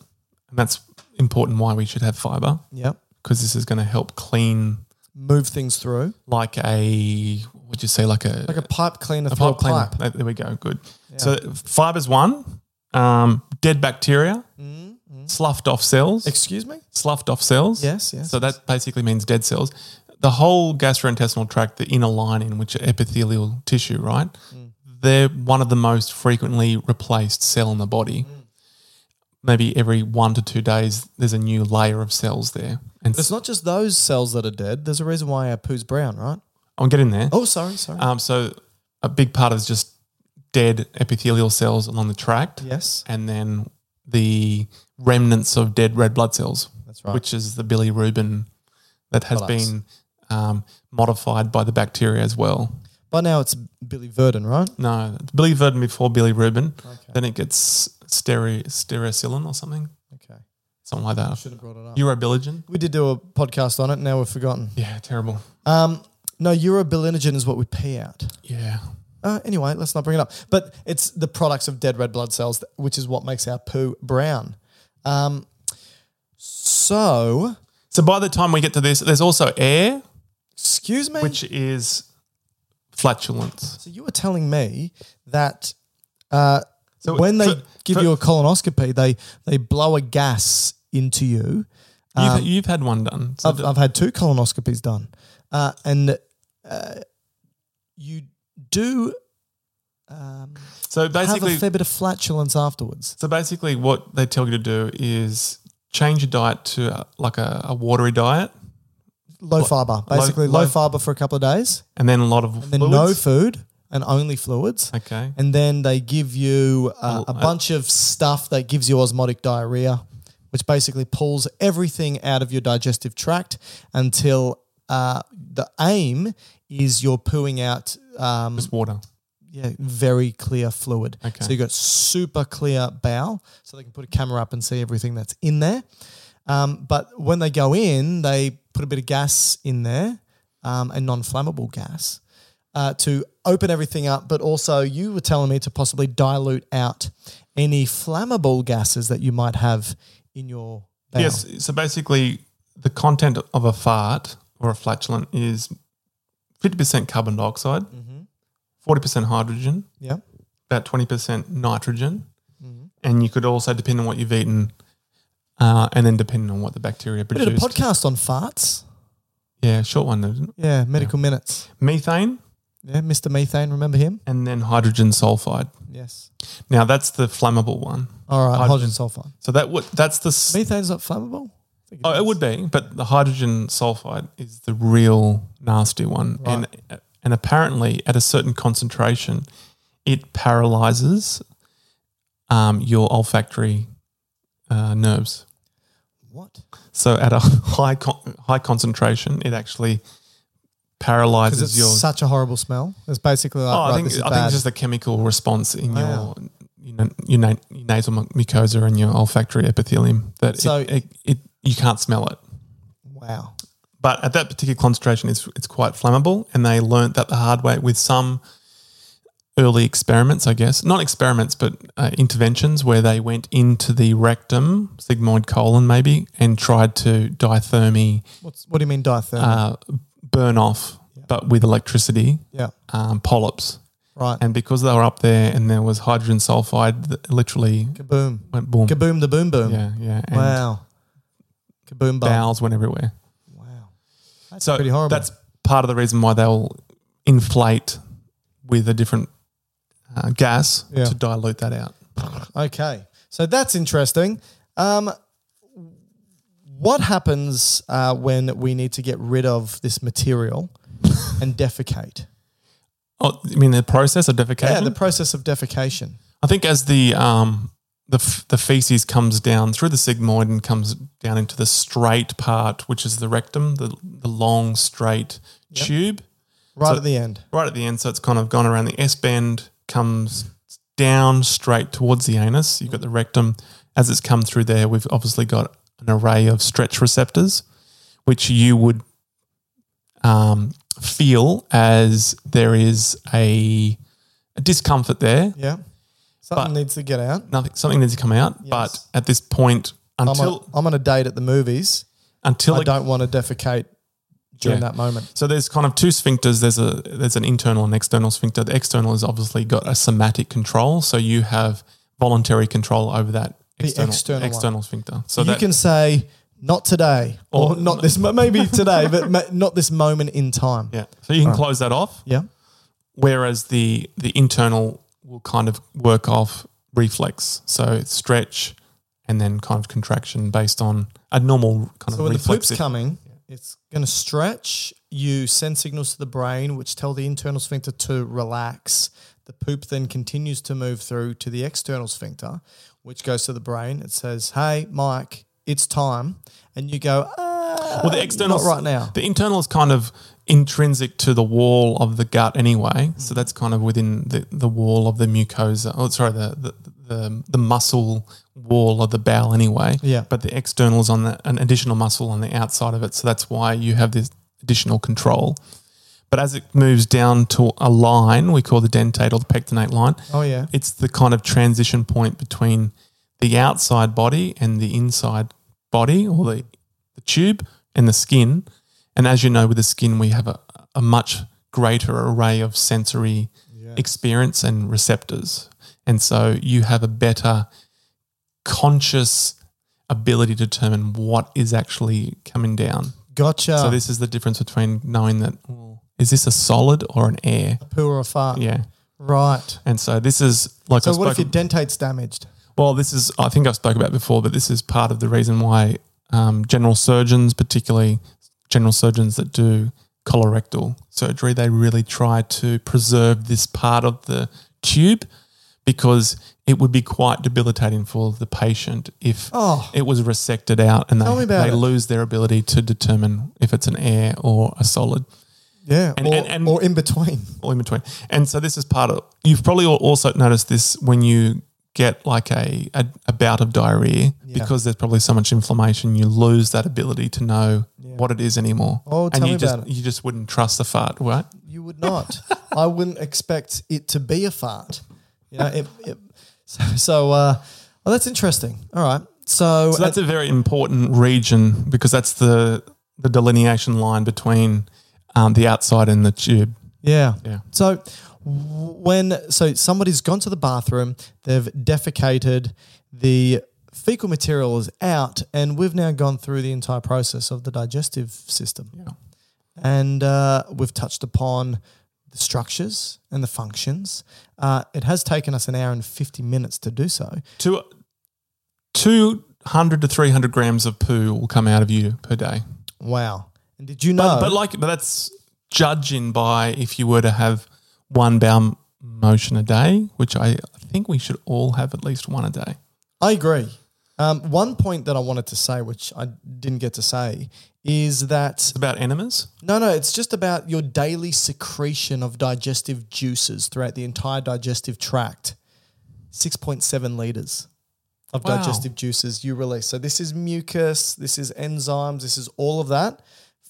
[SPEAKER 2] And that's important why we should have fiber
[SPEAKER 1] Yep.
[SPEAKER 2] because this is going to help clean
[SPEAKER 1] Move things through
[SPEAKER 2] like a, what'd you say, like a,
[SPEAKER 1] like a pipe cleaner
[SPEAKER 2] a
[SPEAKER 1] through a
[SPEAKER 2] cleaner.
[SPEAKER 1] pipe.
[SPEAKER 2] Uh, There we go. Good. So fiber's one, um, dead bacteria, sloughed off cells,
[SPEAKER 1] Excuse me.
[SPEAKER 2] sloughed off cells.
[SPEAKER 1] Mm-hmm. Yes, yes,
[SPEAKER 2] So that basically means dead cells. The whole gastrointestinal tract, the inner lining, which are epithelial tissue, right?
[SPEAKER 1] Mm.
[SPEAKER 2] They're one of the most frequently replaced cell in the body.
[SPEAKER 1] Mm.
[SPEAKER 2] Maybe every one to two days, there's a new layer of cells there. And
[SPEAKER 1] It's
[SPEAKER 2] s-
[SPEAKER 1] not just those cells that are dead. There's a reason why our poo's brown, right?
[SPEAKER 2] I'm getting there.
[SPEAKER 1] Oh, sorry, sorry.
[SPEAKER 2] Um, so a big part is just dead epithelial cells along the tract.
[SPEAKER 1] yes,
[SPEAKER 2] and then the remnants of dead red blood cells,
[SPEAKER 1] that's right.
[SPEAKER 2] which is the bilirubin that has
[SPEAKER 1] Products.
[SPEAKER 2] been um, modified by the bacteria as well.
[SPEAKER 1] By now it's Billy Verdon, right?
[SPEAKER 2] No, it's biliverdin before bilirubin. Then it gets steri- stereocillin or something,
[SPEAKER 1] Okay.
[SPEAKER 2] something like that.
[SPEAKER 1] Should have brought it up.
[SPEAKER 2] Urobilinogen.
[SPEAKER 1] We did do a podcast on it. Now we've forgotten.
[SPEAKER 2] Yeah, terrible.
[SPEAKER 1] Um, no, urobilinogen is what we pee out.
[SPEAKER 2] Yeah,
[SPEAKER 1] Uh, anyway, let's not bring it up. But it's the products of dead red blood cells, th- which is what makes our poo brown. Um, so,
[SPEAKER 2] So by the time we get to this, there's also air,
[SPEAKER 1] excuse me.
[SPEAKER 2] which is flatulence.
[SPEAKER 1] so you were telling me that uh,
[SPEAKER 2] So
[SPEAKER 1] when they
[SPEAKER 2] for-
[SPEAKER 1] give
[SPEAKER 2] for-
[SPEAKER 1] you a colonoscopy, they they blow a gas into you.
[SPEAKER 2] You've, you've had one done. So
[SPEAKER 1] Um, I've, I've had two colonoscopies done, uh, and uh, you do
[SPEAKER 2] so basically,
[SPEAKER 1] have a fair bit of flatulence afterwards.
[SPEAKER 2] So basically, what they tell you to do is change your diet to uh, like a, a watery diet,
[SPEAKER 1] Low fiber, basically low,
[SPEAKER 2] low-
[SPEAKER 1] fiber for a couple of days,
[SPEAKER 2] and then a lot of
[SPEAKER 1] and then no
[SPEAKER 2] fluids.
[SPEAKER 1] food and only fluids.
[SPEAKER 2] okay,
[SPEAKER 1] And then they give you uh,
[SPEAKER 2] Oh,
[SPEAKER 1] a
[SPEAKER 2] I-
[SPEAKER 1] bunch of stuff that gives you osmotic diarrhea, which basically pulls everything out of your digestive tract until uh, the aim is you're pooing out um,
[SPEAKER 2] just water.
[SPEAKER 1] yeah, very clear fluid.
[SPEAKER 2] Okay.
[SPEAKER 1] So you've got super clear bowel, so they can put a camera up and see everything that's in there. Um, but when they go in, they put a bit of gas in there, um, a non flammable gas, uh, to open everything up. But also, you were telling me to possibly dilute out any flammable gases that you might have in your bowel.
[SPEAKER 2] Yes. So basically, the content of a fart or a flatulent is fifty percent carbon dioxide, 40 percent hydrogen,
[SPEAKER 1] Mm-hmm. Yeah.
[SPEAKER 2] about twenty percent nitrogen,
[SPEAKER 1] Mm-hmm.
[SPEAKER 2] and you could also depend on what you've eaten, uh, and then depending on what the bacteria
[SPEAKER 1] We did a
[SPEAKER 2] produce.
[SPEAKER 1] podcast on farts.
[SPEAKER 2] yeah, short one. isn't it?
[SPEAKER 1] Yeah, medical minutes.
[SPEAKER 2] Methane,
[SPEAKER 1] Yeah, Mr. Methane, remember him?
[SPEAKER 2] and then hydrogen sulfide.
[SPEAKER 1] Yes.
[SPEAKER 2] Now that's the flammable one.
[SPEAKER 1] All right, hydrogen
[SPEAKER 2] Hydrogen.
[SPEAKER 1] sulfide.
[SPEAKER 2] So that would that's the s-
[SPEAKER 1] Methane's not flammable?
[SPEAKER 2] oh, it would be, but the hydrogen sulfide is the real nasty one, and and apparently at a certain concentration, it paralyzes um, your olfactory uh, nerves.
[SPEAKER 1] What?
[SPEAKER 2] So at a high con- high concentration, it actually
[SPEAKER 1] Because
[SPEAKER 2] paralyzes
[SPEAKER 1] it's
[SPEAKER 2] your.
[SPEAKER 1] such a horrible smell. It's basically like,
[SPEAKER 2] oh,
[SPEAKER 1] right,
[SPEAKER 2] I think
[SPEAKER 1] this is
[SPEAKER 2] I
[SPEAKER 1] bad.
[SPEAKER 2] think just the chemical response in
[SPEAKER 1] Wow.
[SPEAKER 2] your you know, your, na- your nasal mu- mucosa and your olfactory epithelium that
[SPEAKER 1] So-
[SPEAKER 2] it, it, it you can't smell it.
[SPEAKER 1] wow.
[SPEAKER 2] but at that particular concentration, it's it's quite flammable. And they learnt that the hard way with some early experiments, I guess, not experiments, but uh, interventions where they went into the rectum, sigmoid colon maybe, and tried to diathermy
[SPEAKER 1] What's, what do you mean diathermy?
[SPEAKER 2] uh, burn off, but with electricity,
[SPEAKER 1] yeah,
[SPEAKER 2] um, polyps.
[SPEAKER 1] right.
[SPEAKER 2] And because they were up there and there was hydrogen sulfide, th- literally
[SPEAKER 1] Kaboom.
[SPEAKER 2] went boom.
[SPEAKER 1] Kaboom the boom boom.
[SPEAKER 2] Yeah, yeah. And
[SPEAKER 1] Wow. Kaboom bum.
[SPEAKER 2] Bowels went everywhere.
[SPEAKER 1] Wow. That's
[SPEAKER 2] so
[SPEAKER 1] pretty horrible.
[SPEAKER 2] that's part of the reason why they'll inflate with a different uh, gas
[SPEAKER 1] Yeah.
[SPEAKER 2] to dilute that out.
[SPEAKER 1] Okay, so that's interesting. Um, what happens uh, when we need to get rid of this material and defecate?
[SPEAKER 2] Oh, I mean the process of defecation.
[SPEAKER 1] Yeah, the process of defecation.
[SPEAKER 2] I think as the um the f- the feces comes down through the sigmoid and comes down into the straight part, which is the rectum, the the long straight tube,
[SPEAKER 1] Right
[SPEAKER 2] So-
[SPEAKER 1] at the end.
[SPEAKER 2] right at the end. So it's kind of gone around the S bend, comes down straight towards the anus. You've got the rectum. As it's come through there, we've obviously got an array of stretch receptors, which you would um, feel as there is a, a discomfort there.
[SPEAKER 1] Yeah. Something
[SPEAKER 2] But-
[SPEAKER 1] needs to get out.
[SPEAKER 2] Nothing, something needs to come out. But at this point,
[SPEAKER 1] I'm,
[SPEAKER 2] until
[SPEAKER 1] on, I'm on a date at the movies.
[SPEAKER 2] until
[SPEAKER 1] I
[SPEAKER 2] it-
[SPEAKER 1] don't want to defecate during
[SPEAKER 2] Yeah.
[SPEAKER 1] that moment.
[SPEAKER 2] So there's kind of two sphincters. There's a there's an internal and external sphincter. The external is obviously got a somatic control, so you have voluntary control over that
[SPEAKER 1] The
[SPEAKER 2] external
[SPEAKER 1] external one.
[SPEAKER 2] external sphincter. So
[SPEAKER 1] you
[SPEAKER 2] that,
[SPEAKER 1] can say, not today, or,
[SPEAKER 2] Or-
[SPEAKER 1] not this, mo- maybe today, but ma- not this moment in time.
[SPEAKER 2] yeah, so you can
[SPEAKER 1] Ah.
[SPEAKER 2] close that off.
[SPEAKER 1] Yeah.
[SPEAKER 2] Whereas the the internal will kind of work off reflex, so it's stretch and then kind of contraction based on a normal kind
[SPEAKER 1] So
[SPEAKER 2] of
[SPEAKER 1] when the
[SPEAKER 2] reflex.
[SPEAKER 1] poop's coming, it's going to stretch. You send signals to the brain, which tell the internal sphincter to relax. The poop then continues to move through to the external sphincter, which goes to the brain. It says, "Hey, Mike, it's time," and you go, ah,
[SPEAKER 2] well, the external
[SPEAKER 1] not right now."
[SPEAKER 2] The internal is kind of intrinsic to the wall of the gut anyway, so
[SPEAKER 1] Mm.
[SPEAKER 2] that's kind of within the, the wall of the mucosa. Oh, sorry, the the, the the muscle wall of the bowel anyway.
[SPEAKER 1] Yeah.
[SPEAKER 2] But the external is on the, an additional muscle on the outside of it, so that's why you have this additional control. But as it moves down to a line, we call the dentate or the pectinate line.
[SPEAKER 1] Oh yeah,
[SPEAKER 2] It's the kind of transition point between the outside body and the inside body or the, the tube and the skin. And as you know, with the skin, we have a, a much greater array of sensory experience and receptors. And so you have a better conscious ability to determine what is actually coming down.
[SPEAKER 1] gotcha.
[SPEAKER 2] So this is the difference between knowing that well, is this a solid or an air?
[SPEAKER 1] poo or a fart.
[SPEAKER 2] Yeah.
[SPEAKER 1] right.
[SPEAKER 2] And so this is like
[SPEAKER 1] Uh, So
[SPEAKER 2] I
[SPEAKER 1] what if your
[SPEAKER 2] spoke-
[SPEAKER 1] dentate's damaged?
[SPEAKER 2] well, this is, I think I've spoke about before, but this is part of the reason why um, general surgeons, particularly general surgeons that do colorectal surgery, they really try to preserve this part of the tube because it would be quite debilitating for the patient if
[SPEAKER 1] Oh.
[SPEAKER 2] it was resected out and
[SPEAKER 1] Tell me
[SPEAKER 2] they,
[SPEAKER 1] about
[SPEAKER 2] they
[SPEAKER 1] it.
[SPEAKER 2] lose their ability to determine if it's an air or a solid
[SPEAKER 1] Yeah,
[SPEAKER 2] And-
[SPEAKER 1] or,
[SPEAKER 2] and- and-
[SPEAKER 1] or in between.
[SPEAKER 2] all in between. And so this is part of. You've probably al- also noticed this when you get like a a, a bout of diarrhea because there's probably so much inflammation. You lose that ability to know what it is anymore.
[SPEAKER 1] Oh, tell
[SPEAKER 2] and you
[SPEAKER 1] me
[SPEAKER 2] just
[SPEAKER 1] about it.
[SPEAKER 2] you just wouldn't trust the fart, right?
[SPEAKER 1] You would not. I wouldn't expect it to be a fart. You know, it, it, so, so uh, well, that's interesting. All right. So, uh,
[SPEAKER 2] So that's a very important region because that's the the delineation line between um, the outside and the tube.
[SPEAKER 1] yeah.
[SPEAKER 2] Yeah.
[SPEAKER 1] So w- when so somebody's gone to the bathroom, they've defecated, the fecal material is out, and we've now gone through the entire process of the digestive system. Yeah. And uh, we've touched upon the structures and the functions. Uh, it has taken us an hour and 50 minutes to do so.
[SPEAKER 2] Two two hundred to three hundred grams of poo will come out of you per day.
[SPEAKER 1] Wow. And did you know?
[SPEAKER 2] But, but like, but that's judging by if you were to have one bowel motion a day, which I think we should all have at least one a day.
[SPEAKER 1] I agree. Um, one point that I wanted to say, which I didn't get to say, is that
[SPEAKER 2] It's about enemas.
[SPEAKER 1] no, no, it's just about your daily secretion of digestive juices throughout the entire digestive tract. 6.7 liters of
[SPEAKER 2] Wow.
[SPEAKER 1] digestive juices you release. So this is mucus, this is enzymes, this is all of that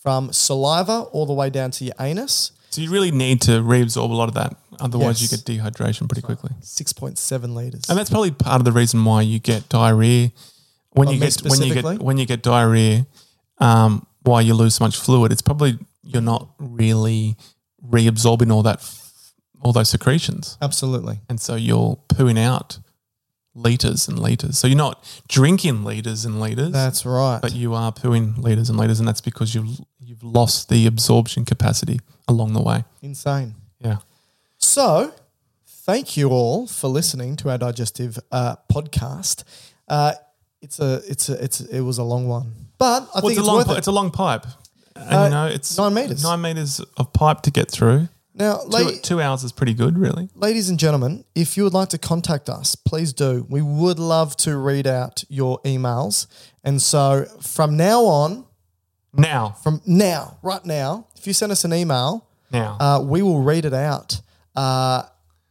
[SPEAKER 1] from saliva all the way down to your anus.
[SPEAKER 2] So you really need to reabsorb a lot of that. Otherwise,
[SPEAKER 1] Yes.
[SPEAKER 2] you get dehydration pretty quickly.
[SPEAKER 1] 6.7 liters.
[SPEAKER 2] And that's probably part of the reason why you get diarrhea. When
[SPEAKER 1] Oh,
[SPEAKER 2] you
[SPEAKER 1] me
[SPEAKER 2] get when you
[SPEAKER 1] specifically?
[SPEAKER 2] get when you get diarrhea, um, why you lose so much fluid? It's probably you're not really reabsorbing all that f- all those secretions,
[SPEAKER 1] Absolutely.
[SPEAKER 2] and so you're pooing out liters and liters. So you're not drinking liters and liters,
[SPEAKER 1] That's right.
[SPEAKER 2] but you are pooing liters and liters, and that's because you've you've lost the absorption capacity along the way.
[SPEAKER 1] Insane.
[SPEAKER 2] Yeah.
[SPEAKER 1] So, thank you all for listening to our digestive uh, podcast. Uh, it's a, it's a, it's it was a long one, but I
[SPEAKER 2] Well,
[SPEAKER 1] think
[SPEAKER 2] it's a
[SPEAKER 1] it's,
[SPEAKER 2] long
[SPEAKER 1] worth
[SPEAKER 2] pi-
[SPEAKER 1] it.
[SPEAKER 2] it's a long pipe. And
[SPEAKER 1] Uh,
[SPEAKER 2] you know, it's
[SPEAKER 1] nine meters.
[SPEAKER 2] Nine meters of pipe to get through.
[SPEAKER 1] now,
[SPEAKER 2] Two,
[SPEAKER 1] la-
[SPEAKER 2] two hours is pretty good, really.
[SPEAKER 1] ladies and gentlemen, if you would like to contact us, please do. We would love to read out your emails, and so from now on,
[SPEAKER 2] Now,
[SPEAKER 1] from now, right now, if you send us an email,
[SPEAKER 2] now,
[SPEAKER 1] uh, we will read it out. Uh,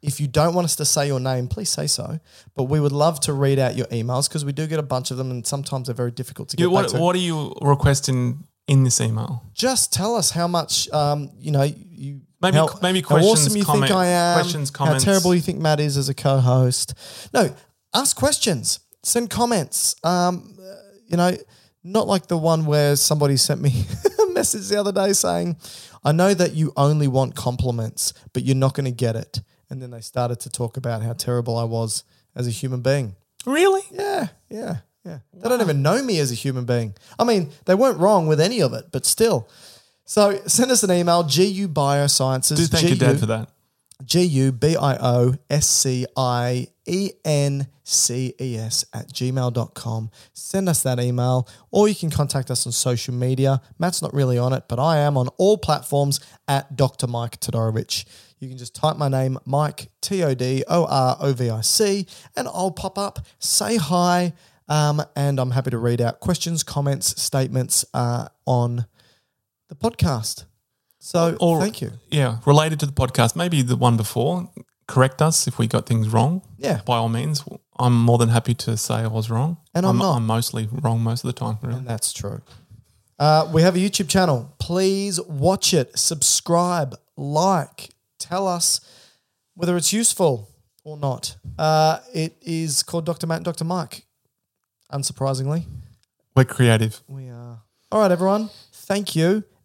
[SPEAKER 1] if you don't want us to say your name, please say so. But we would love to read out your emails because we do get a bunch of them, and sometimes they're very difficult to get
[SPEAKER 2] you,
[SPEAKER 1] back
[SPEAKER 2] what,
[SPEAKER 1] to.
[SPEAKER 2] what are you requesting in this email?
[SPEAKER 1] Just tell us how much um, you know. You
[SPEAKER 2] Maybe-
[SPEAKER 1] how,
[SPEAKER 2] maybe
[SPEAKER 1] how
[SPEAKER 2] questions,
[SPEAKER 1] awesome you
[SPEAKER 2] comment-
[SPEAKER 1] think I am.
[SPEAKER 2] questions, comments.
[SPEAKER 1] How terrible you think Matt is as a co-host. No, ask questions. Send comments. Um, uh, you know, not like the one where somebody sent me a message the other day saying, "I know that you only want compliments, but you're not going to get it." And then they started to talk about how terrible I was as a human being.
[SPEAKER 2] Really?
[SPEAKER 1] Yeah, yeah, yeah. They don't even know me as a human being. I mean, they weren't wrong with any of it, but still. So send us an email, GU Biosciences.
[SPEAKER 2] Do thank your
[SPEAKER 1] GU
[SPEAKER 2] dad for that.
[SPEAKER 1] G U B I O S C I E N C E S at gmail.com. Send us that email, or you can contact us on social media. Matt's not really on it, but I am on all platforms at Dr. Mike Todorovich. You can just type my name, Mike T O D O R O V I C, and I'll pop up, say hi, um, and I'm happy to read out questions, comments, statements uh, on the podcast. So
[SPEAKER 2] Or-
[SPEAKER 1] thank you.
[SPEAKER 2] Yeah, related to the podcast, maybe the one before. Correct us if we got things wrong.
[SPEAKER 1] Yeah.
[SPEAKER 2] By all means, I'm more than happy to say I was wrong.
[SPEAKER 1] And I'm not.
[SPEAKER 2] I'm mostly wrong most of the time, really.
[SPEAKER 1] And that's true. Uh, we have a YouTube channel. Please watch it, subscribe, like, tell us whether it's useful or not. Uh, it is called Dr. Matt and Dr. Mike, unsurprisingly.
[SPEAKER 2] We're creative.
[SPEAKER 1] We are. All right, everyone. Thank you,